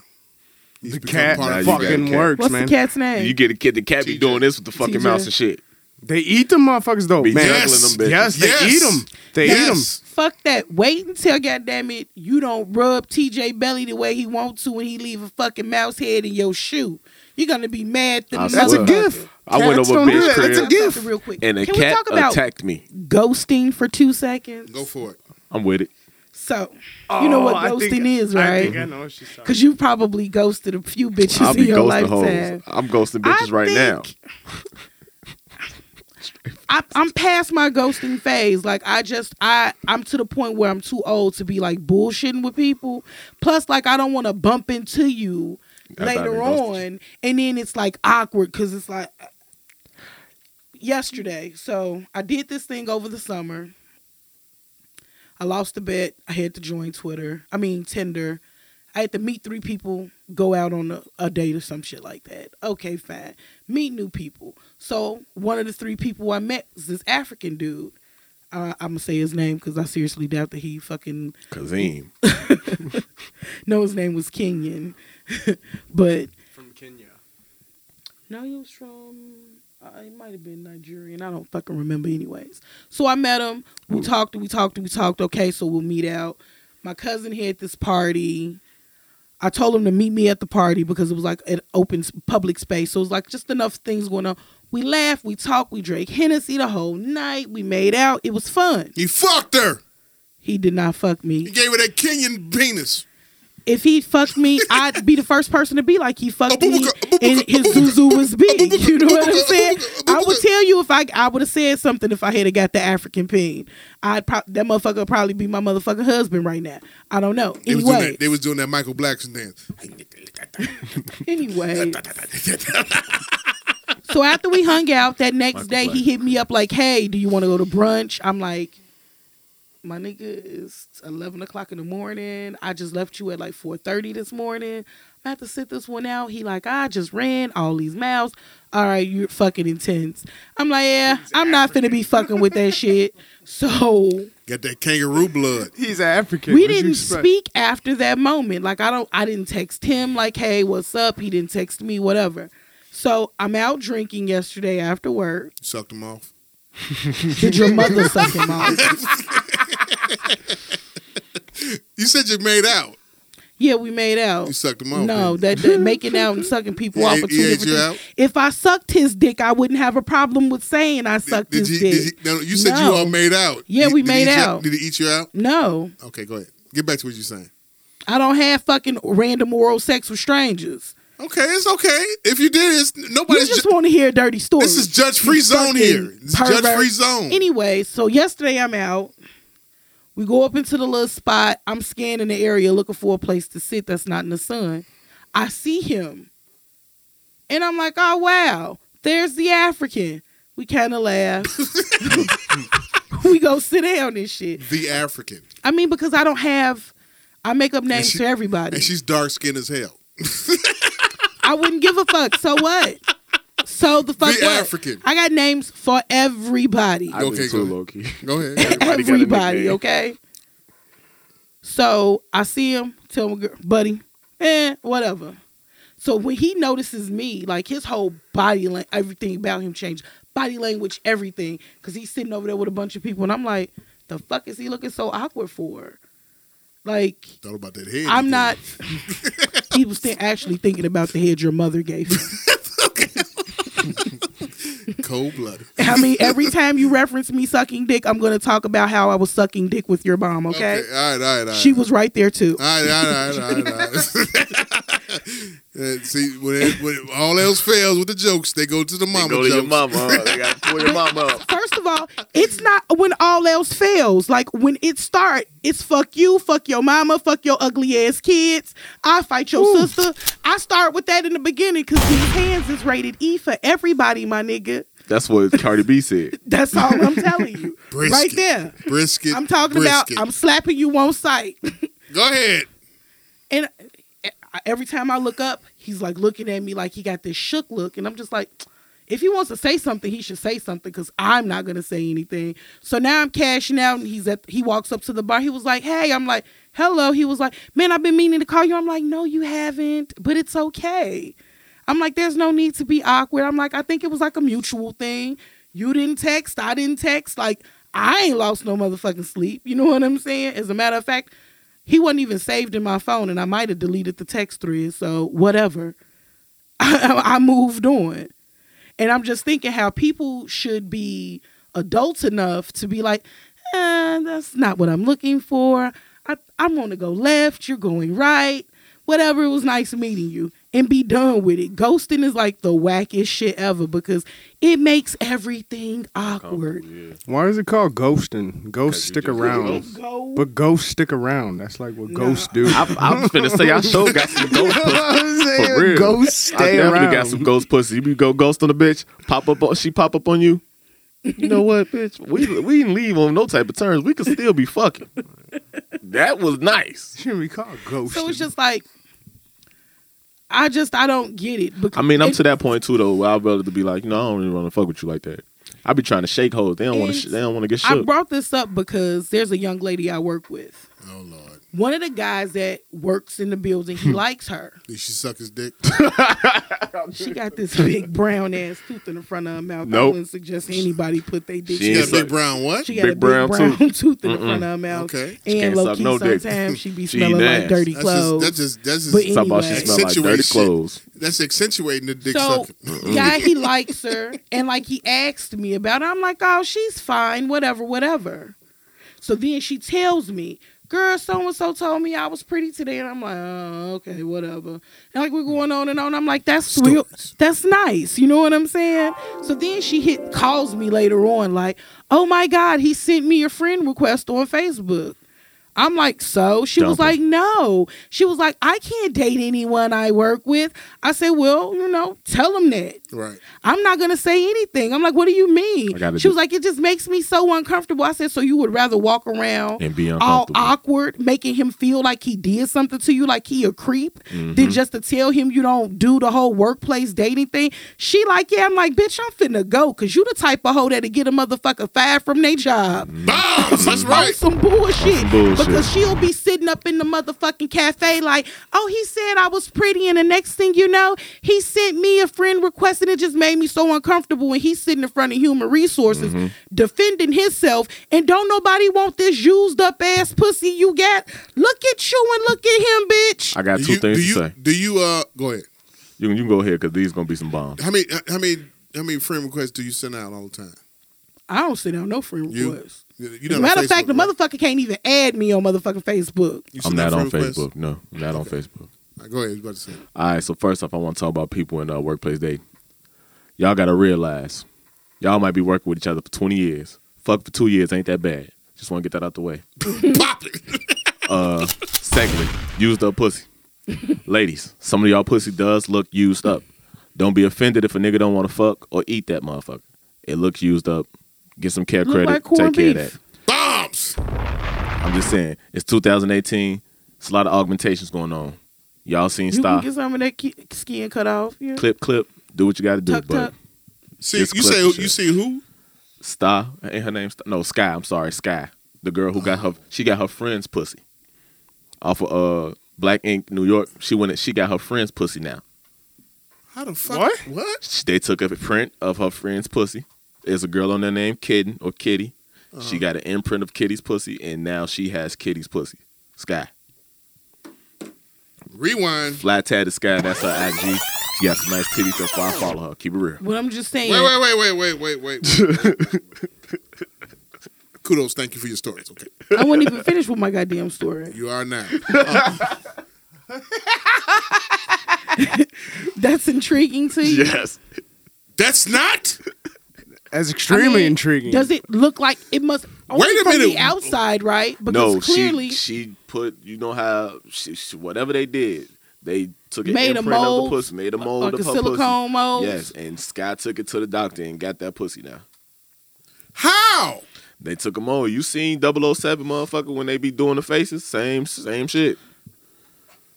[SPEAKER 5] He's
[SPEAKER 1] The
[SPEAKER 5] become
[SPEAKER 1] cat
[SPEAKER 5] part of
[SPEAKER 7] Nah,
[SPEAKER 5] the-
[SPEAKER 7] you got a
[SPEAKER 1] fucking
[SPEAKER 7] cat.
[SPEAKER 1] works,
[SPEAKER 6] What's
[SPEAKER 1] man.
[SPEAKER 6] the cat's name?
[SPEAKER 7] You get a kid, the cat be
[SPEAKER 5] TJ.
[SPEAKER 7] doing this with the fucking
[SPEAKER 6] TJ.
[SPEAKER 7] mouse and shit.
[SPEAKER 1] They eat them motherfuckers though,
[SPEAKER 7] Be
[SPEAKER 1] man.
[SPEAKER 7] juggling them bitches.
[SPEAKER 1] Yes, they
[SPEAKER 5] Yes.
[SPEAKER 1] eat them. They eat them.
[SPEAKER 5] yes.
[SPEAKER 6] Fuck that. Wait until goddamn it, you don't rub TJ belly the way he wants to, and he leave a fucking mouse head in your shoe. You're gonna be mad. The
[SPEAKER 7] I
[SPEAKER 1] That's a
[SPEAKER 7] Well,
[SPEAKER 1] gift.
[SPEAKER 7] I went
[SPEAKER 1] Cats
[SPEAKER 7] over
[SPEAKER 1] don't do
[SPEAKER 7] bitch
[SPEAKER 1] that.
[SPEAKER 7] crib.
[SPEAKER 1] That's a
[SPEAKER 6] That's
[SPEAKER 1] gift.
[SPEAKER 6] real quick.
[SPEAKER 7] And a
[SPEAKER 6] Can we
[SPEAKER 7] cat
[SPEAKER 6] talk about
[SPEAKER 7] attacked me.
[SPEAKER 6] ghosting for two seconds?
[SPEAKER 5] Go for it.
[SPEAKER 7] I'm with it.
[SPEAKER 6] So you know what
[SPEAKER 1] Oh, I
[SPEAKER 6] ghosting
[SPEAKER 1] think-
[SPEAKER 6] is,
[SPEAKER 1] I
[SPEAKER 6] right?
[SPEAKER 1] think I know what she's talking
[SPEAKER 6] Because you probably ghosted a few bitches
[SPEAKER 7] I'll
[SPEAKER 6] in
[SPEAKER 7] be
[SPEAKER 6] your
[SPEAKER 7] ghosting
[SPEAKER 6] lifetime.
[SPEAKER 7] hoes. I'm ghosting bitches
[SPEAKER 6] I
[SPEAKER 7] right now.
[SPEAKER 6] I, I'm past my ghosting phase. Like I just I I'm to the point where I'm too old to be like bullshitting with people. Plus, like I don't want to bump into you
[SPEAKER 7] I thought I
[SPEAKER 6] later
[SPEAKER 7] ghosted
[SPEAKER 6] on, and then it's like awkward because it's like yesterday. So I did this thing over the summer. I lost a bet. I had to join Twitter. I mean Tinder. I had to meet three people, go out on a, a date or some shit like that. Okay, fine. Meet new people. So one of the three people I met was this African dude. Uh, I'm gonna say his name because I seriously doubt that he fucking
[SPEAKER 7] Kazim.
[SPEAKER 6] no. His name was Kenyan, but
[SPEAKER 1] From Kenya.
[SPEAKER 6] No, he was from. Uh, he might have been Nigerian. I don't fucking remember, anyways. So I met him. We talked. We talked. We talked. Okay, so we'll meet out. My cousin had this party. I told him to meet me at the party because it was like an open s- public space. So it was like just enough things going on. We laughed. We talked. We drank Hennessy the whole night. We made out. It was fun.
[SPEAKER 5] He fucked her.
[SPEAKER 6] He did not fuck
[SPEAKER 5] He
[SPEAKER 6] me.
[SPEAKER 5] gave her that Kenyan penis.
[SPEAKER 6] If he fucked me, I'd be the first person to be like he fucked me,
[SPEAKER 5] Abubuka,
[SPEAKER 6] and
[SPEAKER 5] abubuka,
[SPEAKER 6] his
[SPEAKER 5] abubuka,
[SPEAKER 6] zuzu was big. You know what I'm saying?
[SPEAKER 5] abubuka, abubuka.
[SPEAKER 6] I would tell you if I I would have said something if I had got the African peen. I'd pro- that motherfucker would probably be my motherfucking husband right now. I don't know.
[SPEAKER 5] They was, doing
[SPEAKER 6] Anyway,
[SPEAKER 5] that, they was doing that Michael Blackson dance.
[SPEAKER 6] anyway. so after we hung out that next day, he hit me up like, "Hey, do you want to go to brunch?" I'm like, "My nigga, it's 11 o'clock in the morning. I just left you at like 4:30 this morning. I have to sit this one out." He like, "I just ran all these miles. All right, you're fucking intense." I'm like, "Yeah, I'm not finna be fucking with that shit." So
[SPEAKER 5] Got that kangaroo blood.
[SPEAKER 1] He's African.
[SPEAKER 6] we
[SPEAKER 1] What you
[SPEAKER 6] didn't
[SPEAKER 1] expect?
[SPEAKER 6] speak after that moment. Like I don't I didn't text him like, "Hey, what's up?" He didn't text me whatever. So I'm out drinking yesterday after work.
[SPEAKER 5] Sucked him off.
[SPEAKER 6] Did your mother suck him off?
[SPEAKER 5] You said you made out.
[SPEAKER 6] Yeah, we made out.
[SPEAKER 5] You sucked him off.
[SPEAKER 6] No,
[SPEAKER 5] man.
[SPEAKER 6] that, that making out and sucking people
[SPEAKER 5] He
[SPEAKER 6] off
[SPEAKER 5] ate-
[SPEAKER 6] are
[SPEAKER 5] he
[SPEAKER 6] two
[SPEAKER 5] ate
[SPEAKER 6] different
[SPEAKER 5] you
[SPEAKER 6] things.
[SPEAKER 5] out?
[SPEAKER 6] If I sucked his dick, I wouldn't have a problem with saying I
[SPEAKER 5] Did,
[SPEAKER 6] sucked
[SPEAKER 5] did
[SPEAKER 6] his
[SPEAKER 5] you,
[SPEAKER 6] dick.
[SPEAKER 5] did you, no, you said
[SPEAKER 6] No.
[SPEAKER 5] you all made out.
[SPEAKER 6] Yeah,
[SPEAKER 5] Did-
[SPEAKER 6] we
[SPEAKER 5] did
[SPEAKER 6] made
[SPEAKER 5] he eat you
[SPEAKER 6] out.
[SPEAKER 5] Did he eat you out?
[SPEAKER 6] no,
[SPEAKER 5] Okay, go ahead. Get back to what you're saying.
[SPEAKER 6] I don't have fucking random oral sex with strangers.
[SPEAKER 5] Okay, it's okay. If you did, it's
[SPEAKER 6] You
[SPEAKER 5] nobody's.
[SPEAKER 6] just
[SPEAKER 5] ju-
[SPEAKER 6] want to hear dirty stories.
[SPEAKER 5] this is judge free zone
[SPEAKER 6] fucking
[SPEAKER 5] here. This is
[SPEAKER 6] pervert.
[SPEAKER 5] judge free zone.
[SPEAKER 6] Anyway, so yesterday I'm out. We go up into the little spot. I'm scanning the area looking for a place to sit that's not in the sun. I see him. And I'm like, oh, wow, there's the African. We kind of laugh. we go sit down and shit.
[SPEAKER 5] the African,
[SPEAKER 6] I mean, because I don't have, I make up names
[SPEAKER 5] she-
[SPEAKER 6] for everybody.
[SPEAKER 5] and she's dark skinned as hell.
[SPEAKER 6] I wouldn't give a fuck. So what? So the fuck
[SPEAKER 5] The
[SPEAKER 6] what?
[SPEAKER 5] African.
[SPEAKER 6] I got names for everybody.
[SPEAKER 7] I
[SPEAKER 5] Okay,
[SPEAKER 7] okay,
[SPEAKER 5] go
[SPEAKER 7] too
[SPEAKER 5] ahead.
[SPEAKER 7] low key.
[SPEAKER 5] Go ahead.
[SPEAKER 7] Everybody got a
[SPEAKER 6] everybody,
[SPEAKER 7] nickname.
[SPEAKER 6] okay? So I see him, tell my girl, buddy, eh, whatever. So when he notices me, like his whole body language, everything about him changed. Body language, everything. Because he's sitting over there with a bunch of people. And I'm like, the fuck is he looking so awkward for? Like,
[SPEAKER 5] Thought about that head.
[SPEAKER 6] I'm not. he was th- actually thinking about the head your mother gave him.
[SPEAKER 5] cold blooded.
[SPEAKER 6] I mean, every time you reference me sucking dick, I'm going to talk about how I was sucking dick with your mom, okay?
[SPEAKER 5] All right. All right. All right.
[SPEAKER 6] She was right there too.
[SPEAKER 5] All right. All right. All right. All right. Uh, See, when, it, when it- all else fails with the jokes, they go to the mama
[SPEAKER 7] Go to your
[SPEAKER 5] jokes.
[SPEAKER 7] mama. huh? They got to pull your mama up.
[SPEAKER 6] First of all, it's not when all else fails. Like when it start, it's fuck you, fuck your mama, fuck your ugly ass kids. I fight your sister. I start with that in the beginning because these hands is rated E for everybody, my nigga.
[SPEAKER 7] That's what Cardi B said.
[SPEAKER 6] That's all I'm telling you.
[SPEAKER 5] Brisket.
[SPEAKER 6] Right there.
[SPEAKER 5] Brisket.
[SPEAKER 6] I'm talking
[SPEAKER 5] brisket.
[SPEAKER 6] about I'm slapping you on sight.
[SPEAKER 5] Go ahead.
[SPEAKER 6] And eh, every time I look up, he's like looking at me like he got this shook look, and I'm just like, If he wants to say something, he should say something because I'm not gonna say anything. So now I'm cashing out, and he's at. He walks up to the bar. He was like, "Hey," I'm like, "Hello." He was like, "Man, I've been meaning to call you." I'm like, "No, you haven't, but it's okay." I'm like, "There's no need to be awkward." I'm like, "I think it was like a mutual thing. You didn't text, I didn't text. Like, I ain't lost no motherfucking sleep. You know what I'm saying? As a matter of fact." He wasn't even saved in my phone, and I might have deleted the text thread, so whatever. I, I moved on. And I'm just thinking how people should be adults enough to be like, eh, that's not what I'm looking for. I, I'm going to go left. You're going right. Whatever. It was nice meeting you. And be done with it. Ghosting is like the wackest shit ever because it makes everything awkward.
[SPEAKER 1] Why is it called ghosting? Ghosts stick around.
[SPEAKER 6] Go.
[SPEAKER 1] But ghosts stick around. That's like what ghosts do.
[SPEAKER 7] I, I'm just finna say I sure got some ghost pussy. For real.
[SPEAKER 1] Ghosts
[SPEAKER 7] I
[SPEAKER 1] stay
[SPEAKER 7] definitely
[SPEAKER 1] around.
[SPEAKER 7] got some ghost pussy. You go ghost on the bitch, pop up on she pop up on you. You know what, bitch? We we didn't leave on no type of terms. We could still be fucking. That was nice.
[SPEAKER 1] Shouldn't be called ghosting.
[SPEAKER 6] So it's just like, I just, I don't get it. Because
[SPEAKER 7] I mean, I'm
[SPEAKER 6] and-
[SPEAKER 7] to that point too though. Where I'd rather to be like, no, I don't really want to fuck with you like that. I be trying to shake hoes. They don't want to.
[SPEAKER 6] And
[SPEAKER 7] Sh- they don't want to get
[SPEAKER 6] I
[SPEAKER 7] shook.
[SPEAKER 6] brought this up because there's a young lady I work with.
[SPEAKER 5] Oh Lord,
[SPEAKER 6] One of the guys that works in the building, he likes her.
[SPEAKER 5] did she suck his dick? Oh,
[SPEAKER 6] She got this big brown ass tooth in the front of her mouth. I
[SPEAKER 7] Nope.
[SPEAKER 6] wouldn't suggest anybody put their dick.
[SPEAKER 7] She
[SPEAKER 5] She
[SPEAKER 6] in
[SPEAKER 5] got
[SPEAKER 7] ain't
[SPEAKER 5] a
[SPEAKER 6] her
[SPEAKER 5] big
[SPEAKER 6] mouth.
[SPEAKER 7] suck-
[SPEAKER 5] brown what?
[SPEAKER 6] She got a
[SPEAKER 7] Big
[SPEAKER 6] big
[SPEAKER 7] brown
[SPEAKER 6] brown, tooth in the front of her mouth.
[SPEAKER 5] Okay.
[SPEAKER 6] And
[SPEAKER 7] can't
[SPEAKER 6] low
[SPEAKER 7] suck
[SPEAKER 6] key,
[SPEAKER 7] no dick.
[SPEAKER 6] sometimes she be
[SPEAKER 7] She
[SPEAKER 6] smelling like
[SPEAKER 7] nasty.
[SPEAKER 6] dirty
[SPEAKER 5] That's just
[SPEAKER 6] clothes.
[SPEAKER 5] that's just that's
[SPEAKER 6] But
[SPEAKER 5] just
[SPEAKER 7] Talk about she
[SPEAKER 6] anyway.
[SPEAKER 7] smell like dirty
[SPEAKER 5] Accentuation.
[SPEAKER 7] clothes.
[SPEAKER 5] that's accentuating the dick
[SPEAKER 6] so
[SPEAKER 5] sucking.
[SPEAKER 6] yeah, he likes her, and like he asked me about it. I'm like, oh, she's fine, whatever, whatever. So then she tells me, girl, so and so told me I was pretty today, and I'm like, oh, okay, whatever. And like
[SPEAKER 7] Hmm.
[SPEAKER 6] we're going on and on. I'm like, that's real, that's nice. You know what I'm saying? So then she hit calls me later on, like, oh my god, he sent me a friend request on Facebook. I'm like, so? She was
[SPEAKER 7] Dump her.
[SPEAKER 6] like, no. She was like, I can't date anyone I work with. I said, well, you know, tell them that.
[SPEAKER 5] Right.
[SPEAKER 6] I'm not gonna say anything. I'm like, what do you mean?
[SPEAKER 7] I gotta
[SPEAKER 6] She
[SPEAKER 7] do-
[SPEAKER 6] was like, it just makes me so uncomfortable. I said, so you would rather walk around
[SPEAKER 7] And be
[SPEAKER 6] all
[SPEAKER 7] uncomfortable.
[SPEAKER 6] awkward, making him feel like he did something to you, like he a creep,
[SPEAKER 7] Mm-hmm.
[SPEAKER 6] than just to tell him you don't do the whole workplace dating thing. She like, yeah, I'm like, bitch, I'm finna go, cause you the type of hoe that'll get a motherfucker fired from their job
[SPEAKER 5] Bombs. That's
[SPEAKER 6] on
[SPEAKER 5] right.
[SPEAKER 6] some bullshit.
[SPEAKER 7] Mm-hmm. some bullshit.
[SPEAKER 6] Because she'll be sitting up in the motherfucking cafe like, oh, he said I was pretty, and the next thing you know, he sent me a friend request, and it just made me so uncomfortable when he's sitting in front of human resources
[SPEAKER 7] Mm-hmm.
[SPEAKER 6] defending himself, and don't nobody want this used up ass pussy you got. Look at you and look at him, bitch.
[SPEAKER 7] I got
[SPEAKER 5] Do
[SPEAKER 7] two
[SPEAKER 5] you,
[SPEAKER 7] things
[SPEAKER 5] do
[SPEAKER 7] to
[SPEAKER 5] you
[SPEAKER 7] say.
[SPEAKER 5] do you uh go ahead?
[SPEAKER 7] You can, you can go ahead because these gonna be some bombs.
[SPEAKER 5] How many how many how many friend requests do you send out all the time?
[SPEAKER 6] I don't sit down no friend
[SPEAKER 5] You-
[SPEAKER 6] requests.
[SPEAKER 5] You, you not
[SPEAKER 6] As a
[SPEAKER 5] on
[SPEAKER 6] matter of
[SPEAKER 5] Facebook,
[SPEAKER 6] fact, the
[SPEAKER 5] right?
[SPEAKER 6] motherfucker can't even add me on motherfucking Facebook.
[SPEAKER 5] You
[SPEAKER 7] I'm
[SPEAKER 5] send out
[SPEAKER 7] not on
[SPEAKER 5] friend requests?
[SPEAKER 7] Facebook. No, I'm not on Facebook.
[SPEAKER 5] All right, go ahead. You about to say? it.
[SPEAKER 7] All right, so first off, I want to talk about people in uh, workplace dating. Y'all gotta realize, y'all might be working with each other for 20 years. Fuck for two years ain't that bad. Just want to get that out the way. Uh,
[SPEAKER 5] Pop it.
[SPEAKER 7] Secondly, used up pussy. Ladies, some of y'all pussy does look used up. Don't be offended if a nigga don't want to fuck or eat that motherfucker. It looks used up. Get some care
[SPEAKER 6] Look
[SPEAKER 7] credit.
[SPEAKER 6] like
[SPEAKER 7] take
[SPEAKER 6] corned
[SPEAKER 7] care of
[SPEAKER 6] beef.
[SPEAKER 7] that.
[SPEAKER 5] Bombs.
[SPEAKER 7] I'm just saying, it's 2018. It's a lot of augmentations going on. Y'all seen
[SPEAKER 6] You
[SPEAKER 7] style.
[SPEAKER 6] can get some of that ki- skin cut off. Yeah.
[SPEAKER 7] Clip, clip. Do what you got to do,
[SPEAKER 6] Tuck,
[SPEAKER 7] but
[SPEAKER 6] tuck.
[SPEAKER 5] See
[SPEAKER 7] Just
[SPEAKER 5] you
[SPEAKER 7] clip
[SPEAKER 5] say
[SPEAKER 7] the
[SPEAKER 5] you
[SPEAKER 7] shit.
[SPEAKER 5] see who?
[SPEAKER 7] Star ain't her name. Star, no, Sky. I'm sorry, Sky. The girl who got her, she got her friend's pussy off of uh Black Ink, New York. She went, and- she got her friend's pussy now.
[SPEAKER 5] How the fuck?
[SPEAKER 1] What?
[SPEAKER 5] What?
[SPEAKER 7] She- they took a print of her friend's pussy. There's a girl on there named Kitten or Kitty. She
[SPEAKER 6] Uh-huh.
[SPEAKER 7] got an imprint of Kitty's pussy, and now she has Kitty's pussy. Sky.
[SPEAKER 5] Rewind.
[SPEAKER 7] Flat tatted Sky, that's her IG. She got some nice titties, that's why I follow her. Keep it real.
[SPEAKER 6] But I'm just saying.
[SPEAKER 5] Wait, wait, wait, wait, wait, wait, wait. wait. Kudos. Thank you for your stories. Okay,
[SPEAKER 6] I wouldn't even finish with my goddamn story.
[SPEAKER 5] you are now.
[SPEAKER 6] That's intriguing to you.
[SPEAKER 7] Yes.
[SPEAKER 5] That's not.
[SPEAKER 1] That's
[SPEAKER 6] I
[SPEAKER 1] extremely
[SPEAKER 6] mean,
[SPEAKER 1] intriguing.
[SPEAKER 6] Does it look like it must only
[SPEAKER 5] Wait a
[SPEAKER 6] from
[SPEAKER 5] minute.
[SPEAKER 6] the outside, right? Because
[SPEAKER 7] no,
[SPEAKER 6] clearly
[SPEAKER 7] she she put you know how she, she whatever they did, they took an
[SPEAKER 6] Made a
[SPEAKER 7] imprint of
[SPEAKER 6] mold,
[SPEAKER 7] the pussy, made a mold
[SPEAKER 6] like a
[SPEAKER 7] of her
[SPEAKER 6] silicone mold.
[SPEAKER 7] pussy. Yes, and Sky took it to the doctor and got that pussy now.
[SPEAKER 5] How?
[SPEAKER 7] They took a mold. You seen 007 motherfucker when they be doing the faces? Same same shit.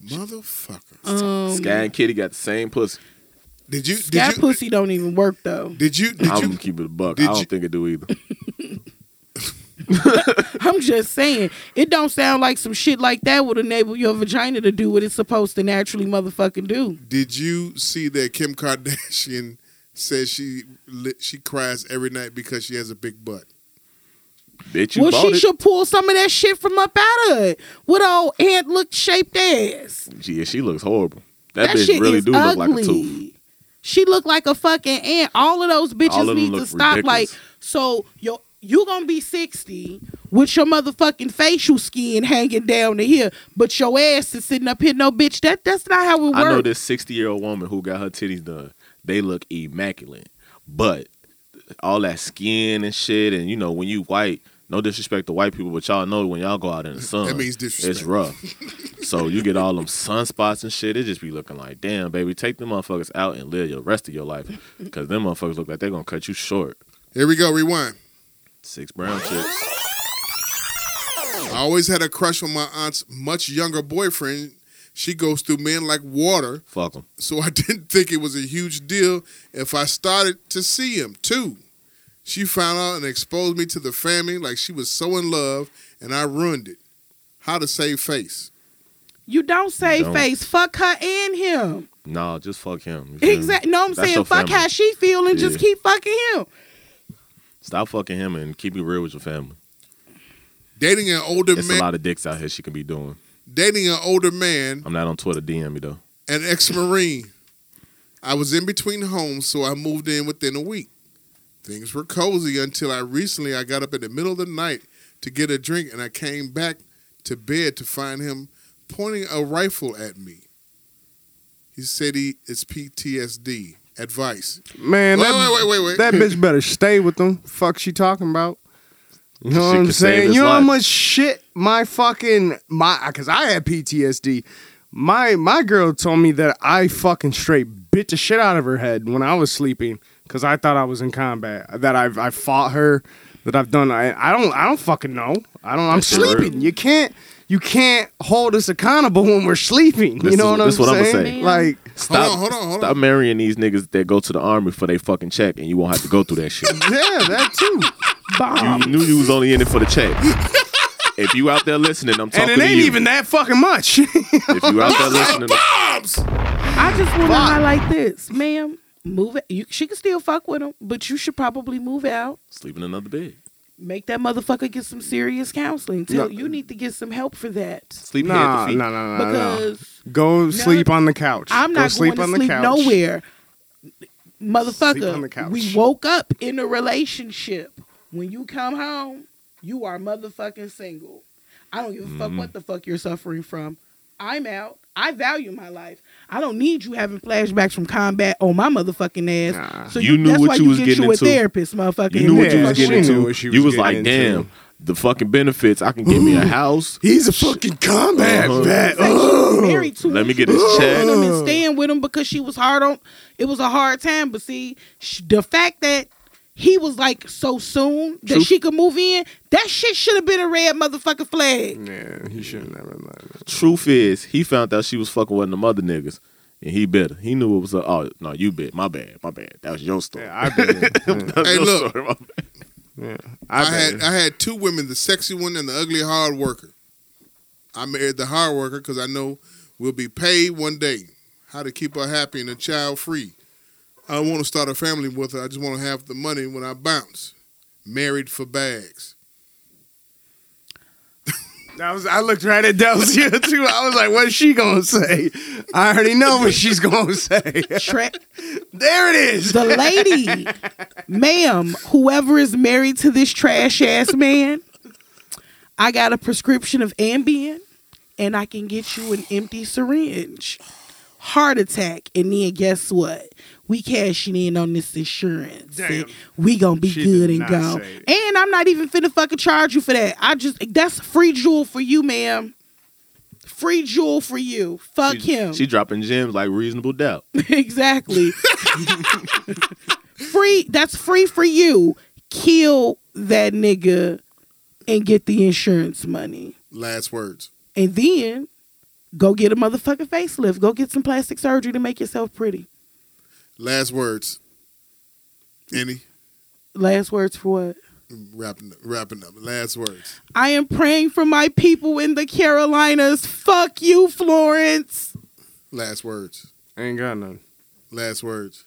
[SPEAKER 5] Motherfucker.
[SPEAKER 6] Um,
[SPEAKER 7] Sky and Kitty got the same pussy.
[SPEAKER 5] Did you? Did
[SPEAKER 6] Scat
[SPEAKER 5] you?
[SPEAKER 6] pussy don't even work though.
[SPEAKER 5] Did you? Did
[SPEAKER 7] I'm
[SPEAKER 5] you?
[SPEAKER 7] gonna keep it a buck. I
[SPEAKER 5] did
[SPEAKER 7] don't
[SPEAKER 5] you-
[SPEAKER 7] think it do either.
[SPEAKER 6] I'm just saying, it don't sound like some shit like that would enable your vagina to do what it's supposed to naturally motherfucking do.
[SPEAKER 5] Did you see that Kim Kardashian says she li- she cries every night because she has a big butt?
[SPEAKER 7] Bitch, you
[SPEAKER 6] well,
[SPEAKER 7] bought
[SPEAKER 6] she
[SPEAKER 7] it.
[SPEAKER 6] should pull some of that shit from up out of it. With old ant look shaped ass.
[SPEAKER 7] Yeah, she looks horrible.
[SPEAKER 6] That,
[SPEAKER 7] That, bitch
[SPEAKER 6] shit
[SPEAKER 7] really
[SPEAKER 6] is
[SPEAKER 7] do
[SPEAKER 6] ugly.
[SPEAKER 7] look like a tooth.
[SPEAKER 6] She look like a fucking ant. All of those bitches
[SPEAKER 7] All of them
[SPEAKER 6] need to
[SPEAKER 7] look
[SPEAKER 6] stop.
[SPEAKER 7] ridiculous.
[SPEAKER 6] Like, so yo, you gonna be sixty with your motherfucking facial skin hanging down to here, but your ass is sitting up here. No, bitch, that that's not how it works.
[SPEAKER 7] I know this 60 year old woman who got her titties done. They look immaculate, but all that skin and shit, and you know when you white. No disrespect to white people, but y'all know when y'all go out in the sun,
[SPEAKER 5] That means disrespect.
[SPEAKER 7] it's rough. so you get all them sunspots and shit. It just be looking like, damn, baby, take them motherfuckers out and live your rest of your life, because them motherfuckers look like they're gonna cut you short.
[SPEAKER 5] Here we go. Rewind.
[SPEAKER 7] Six brown chicks.
[SPEAKER 5] I always had a crush on my aunt's much younger boyfriend. She goes through men like water,
[SPEAKER 7] Fuck them.
[SPEAKER 5] so I didn't think it was a huge deal if I started to see him too. She found out and exposed me to the family like she was so in love, and I ruined it. How to save face?
[SPEAKER 6] You don't say
[SPEAKER 7] Don't.
[SPEAKER 6] face. Fuck her and him.
[SPEAKER 7] Nah, just fuck him.
[SPEAKER 6] Exactly. No, I'm
[SPEAKER 7] Mm. That's
[SPEAKER 6] saying
[SPEAKER 7] your
[SPEAKER 6] fuck
[SPEAKER 7] family.
[SPEAKER 6] how she feel and just
[SPEAKER 7] Yeah.
[SPEAKER 6] keep fucking him.
[SPEAKER 7] Stop fucking him and keep it real with your family.
[SPEAKER 5] Dating an older
[SPEAKER 7] It's a
[SPEAKER 5] man,
[SPEAKER 7] lot of dicks out here she can be doing.
[SPEAKER 5] dating an older man
[SPEAKER 7] I'm not on Twitter. DM me though.
[SPEAKER 5] an ex-marine. I was in between homes, so I moved in within a week. Things were cozy until I recently I got up in the middle of the night to get a drink and I came back to bed to find him pointing a rifle at me. He said he it's PTSD. Advice.
[SPEAKER 1] Man,
[SPEAKER 5] Wait,
[SPEAKER 1] that,
[SPEAKER 5] wait, wait, wait, wait.
[SPEAKER 1] that bitch better stay with them. Fuck she talking about. You know
[SPEAKER 7] She
[SPEAKER 1] what I'm
[SPEAKER 7] could save
[SPEAKER 1] saying?
[SPEAKER 7] his
[SPEAKER 1] You know how
[SPEAKER 7] life.
[SPEAKER 1] much shit my fucking my cause I had PTSD. My my girl told me that I fucking straight bit the shit out of her head when I was sleeping because I thought I was in combat. That I've I fought her, that I've done I, I don't I don't fucking know. I don't I'm
[SPEAKER 7] That's real.
[SPEAKER 1] sleeping. You can't you can't hold us accountable when we're sleeping.
[SPEAKER 7] This
[SPEAKER 1] you know
[SPEAKER 7] is-
[SPEAKER 1] what I'm
[SPEAKER 7] this what I'ma say.
[SPEAKER 1] saying? Like
[SPEAKER 7] Stop,
[SPEAKER 5] on, hold on, hold
[SPEAKER 7] stop
[SPEAKER 5] on.
[SPEAKER 7] marrying these niggas that go to the army for they fucking check, and you won't have to go through that shit.
[SPEAKER 1] yeah, that too.
[SPEAKER 7] you knew you was only in it for the check. If you out there listening, I'm
[SPEAKER 1] And
[SPEAKER 7] talking
[SPEAKER 1] it
[SPEAKER 7] to
[SPEAKER 1] ain't
[SPEAKER 7] you.
[SPEAKER 1] even that fucking much.
[SPEAKER 7] if you out there listening,
[SPEAKER 6] I just want to highlight this, ma'am. Move it. You, she can still fuck with him, but you should probably move out.
[SPEAKER 7] sleep in another bed.
[SPEAKER 6] Make that motherfucker get some serious counseling. Tell
[SPEAKER 1] No.
[SPEAKER 6] you need to get some help for that
[SPEAKER 7] Sleep here at
[SPEAKER 1] Nah,
[SPEAKER 7] the
[SPEAKER 1] nah,
[SPEAKER 7] feet.
[SPEAKER 1] nah, nah, nah.
[SPEAKER 6] because
[SPEAKER 1] Go sleep on the couch.
[SPEAKER 6] I'm
[SPEAKER 1] Go
[SPEAKER 6] not
[SPEAKER 1] sleep
[SPEAKER 6] going to
[SPEAKER 1] on the
[SPEAKER 6] sleep
[SPEAKER 1] couch.
[SPEAKER 6] nowhere,
[SPEAKER 1] on the
[SPEAKER 6] motherfucker.
[SPEAKER 1] couch.
[SPEAKER 6] We woke up in a relationship. When you come home, you are motherfucking single. I don't give a
[SPEAKER 7] Mm-hmm.
[SPEAKER 6] fuck what the fuck you're suffering from. I'm out. I value my life. I don't need you having flashbacks from combat on my motherfucking ass.
[SPEAKER 1] Nah.
[SPEAKER 6] So
[SPEAKER 7] You knew
[SPEAKER 6] that's
[SPEAKER 7] what
[SPEAKER 6] why
[SPEAKER 7] you
[SPEAKER 6] you,
[SPEAKER 7] was
[SPEAKER 6] get
[SPEAKER 7] getting
[SPEAKER 6] you a
[SPEAKER 7] into.
[SPEAKER 6] therapist, motherfucker.
[SPEAKER 7] You knew what you
[SPEAKER 1] Yeah,
[SPEAKER 7] was
[SPEAKER 1] she
[SPEAKER 7] getting
[SPEAKER 1] knew
[SPEAKER 7] into.
[SPEAKER 1] what she
[SPEAKER 7] you
[SPEAKER 1] was
[SPEAKER 7] was like,
[SPEAKER 1] getting into.
[SPEAKER 7] damn, the fucking benefits. I can get me a house.
[SPEAKER 1] He's a fucking combat
[SPEAKER 7] Uh-huh.
[SPEAKER 1] vet.
[SPEAKER 6] Like, she was married to
[SPEAKER 7] Let
[SPEAKER 6] him.
[SPEAKER 7] me
[SPEAKER 6] She
[SPEAKER 7] get
[SPEAKER 6] was
[SPEAKER 7] his check.
[SPEAKER 6] with him and staying with him because she was hard on. It was a hard time, but see, sh- the fact that he was like so soon that
[SPEAKER 7] True.
[SPEAKER 6] she could move in, that shit should have been a red motherfucking flag.
[SPEAKER 1] Yeah, he shouldn't have done that.
[SPEAKER 7] Truth is, he found out she was fucking with the mother niggas, and he bit her. He knew it was a. Oh no, you bit. My bad. My bad. That was your story.
[SPEAKER 1] Yeah, I bet.
[SPEAKER 7] That was
[SPEAKER 5] Hey,
[SPEAKER 7] your
[SPEAKER 5] look.
[SPEAKER 7] story. My bad.
[SPEAKER 1] Yeah,
[SPEAKER 5] I,
[SPEAKER 1] I,
[SPEAKER 5] had
[SPEAKER 1] bet.
[SPEAKER 5] I had two women, the sexy one and the ugly hard worker. I married the hard worker because I know we'll be paid one day. How to keep her happy and a child free. I don't want to start a family with her. I just want to have the money when I bounce. Married for bags.
[SPEAKER 1] That was. I looked right at Delcia too. I was like, "What's she gonna say?" I already know what she's gonna say.
[SPEAKER 6] Shrek,
[SPEAKER 1] there it is.
[SPEAKER 6] the lady, ma'am, whoever is married to this trash ass man, I got a prescription of Ambien, and I can get you an empty syringe. Heart attack, and then guess what? We cashing in on this insurance.
[SPEAKER 1] Damn.
[SPEAKER 6] and We gonna be
[SPEAKER 1] She
[SPEAKER 6] good and
[SPEAKER 1] did not
[SPEAKER 6] go.
[SPEAKER 1] say it.
[SPEAKER 6] And I'm not even finna fucking charge you for that. I just that's free jewel for you, ma'am. Free jewel for you. Fuck
[SPEAKER 7] she,
[SPEAKER 6] him.
[SPEAKER 7] She dropping gems like reasonable doubt.
[SPEAKER 6] exactly. free. That's free for you. Kill that nigga and get the insurance money,
[SPEAKER 5] Last words.
[SPEAKER 6] and then go get a motherfucking facelift. Go get some plastic surgery to make yourself pretty.
[SPEAKER 5] Last words. Any
[SPEAKER 6] Last words for what?
[SPEAKER 5] wrapping wrapping up. Last words.
[SPEAKER 6] I am praying for my people in the Carolinas. Fuck you, Florence.
[SPEAKER 5] Last words.
[SPEAKER 1] I ain't got none.
[SPEAKER 5] Last words.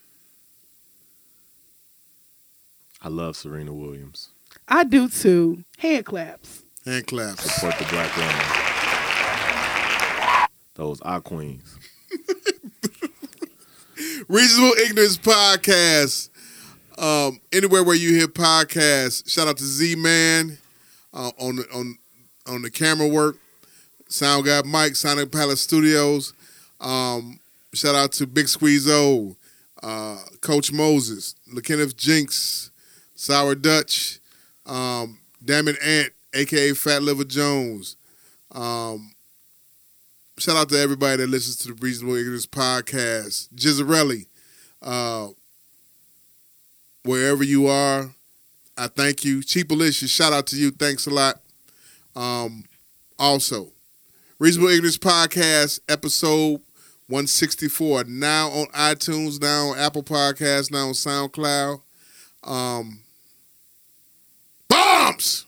[SPEAKER 7] I love Serena Williams.
[SPEAKER 6] I do too. Hand claps.
[SPEAKER 5] Hand claps.
[SPEAKER 7] Support the black women. Those are queens.
[SPEAKER 5] Reasonable Ignorance Podcast. Um, anywhere where you hear podcasts, shout out to Z Man uh, on the- on on the camera work. Sound guy Mike, Sonic Palace Studios. Um, shout out to Big Squeeze O, uh, Coach Moses, LaKenneth Jinx, Sour Dutch, um, Damon Ant, aka Fat Liver Jones. Um, shout out to everybody that listens to the Reasonable Ignorance podcast. Gizzarelli, uh, wherever you are, I thank you. Cheap Alicia, shout out to you. Thanks a lot. Um, also, Reasonable Ignorance podcast episode 164 now on iTunes, now on Apple Podcasts, now on SoundCloud. Um, bombs.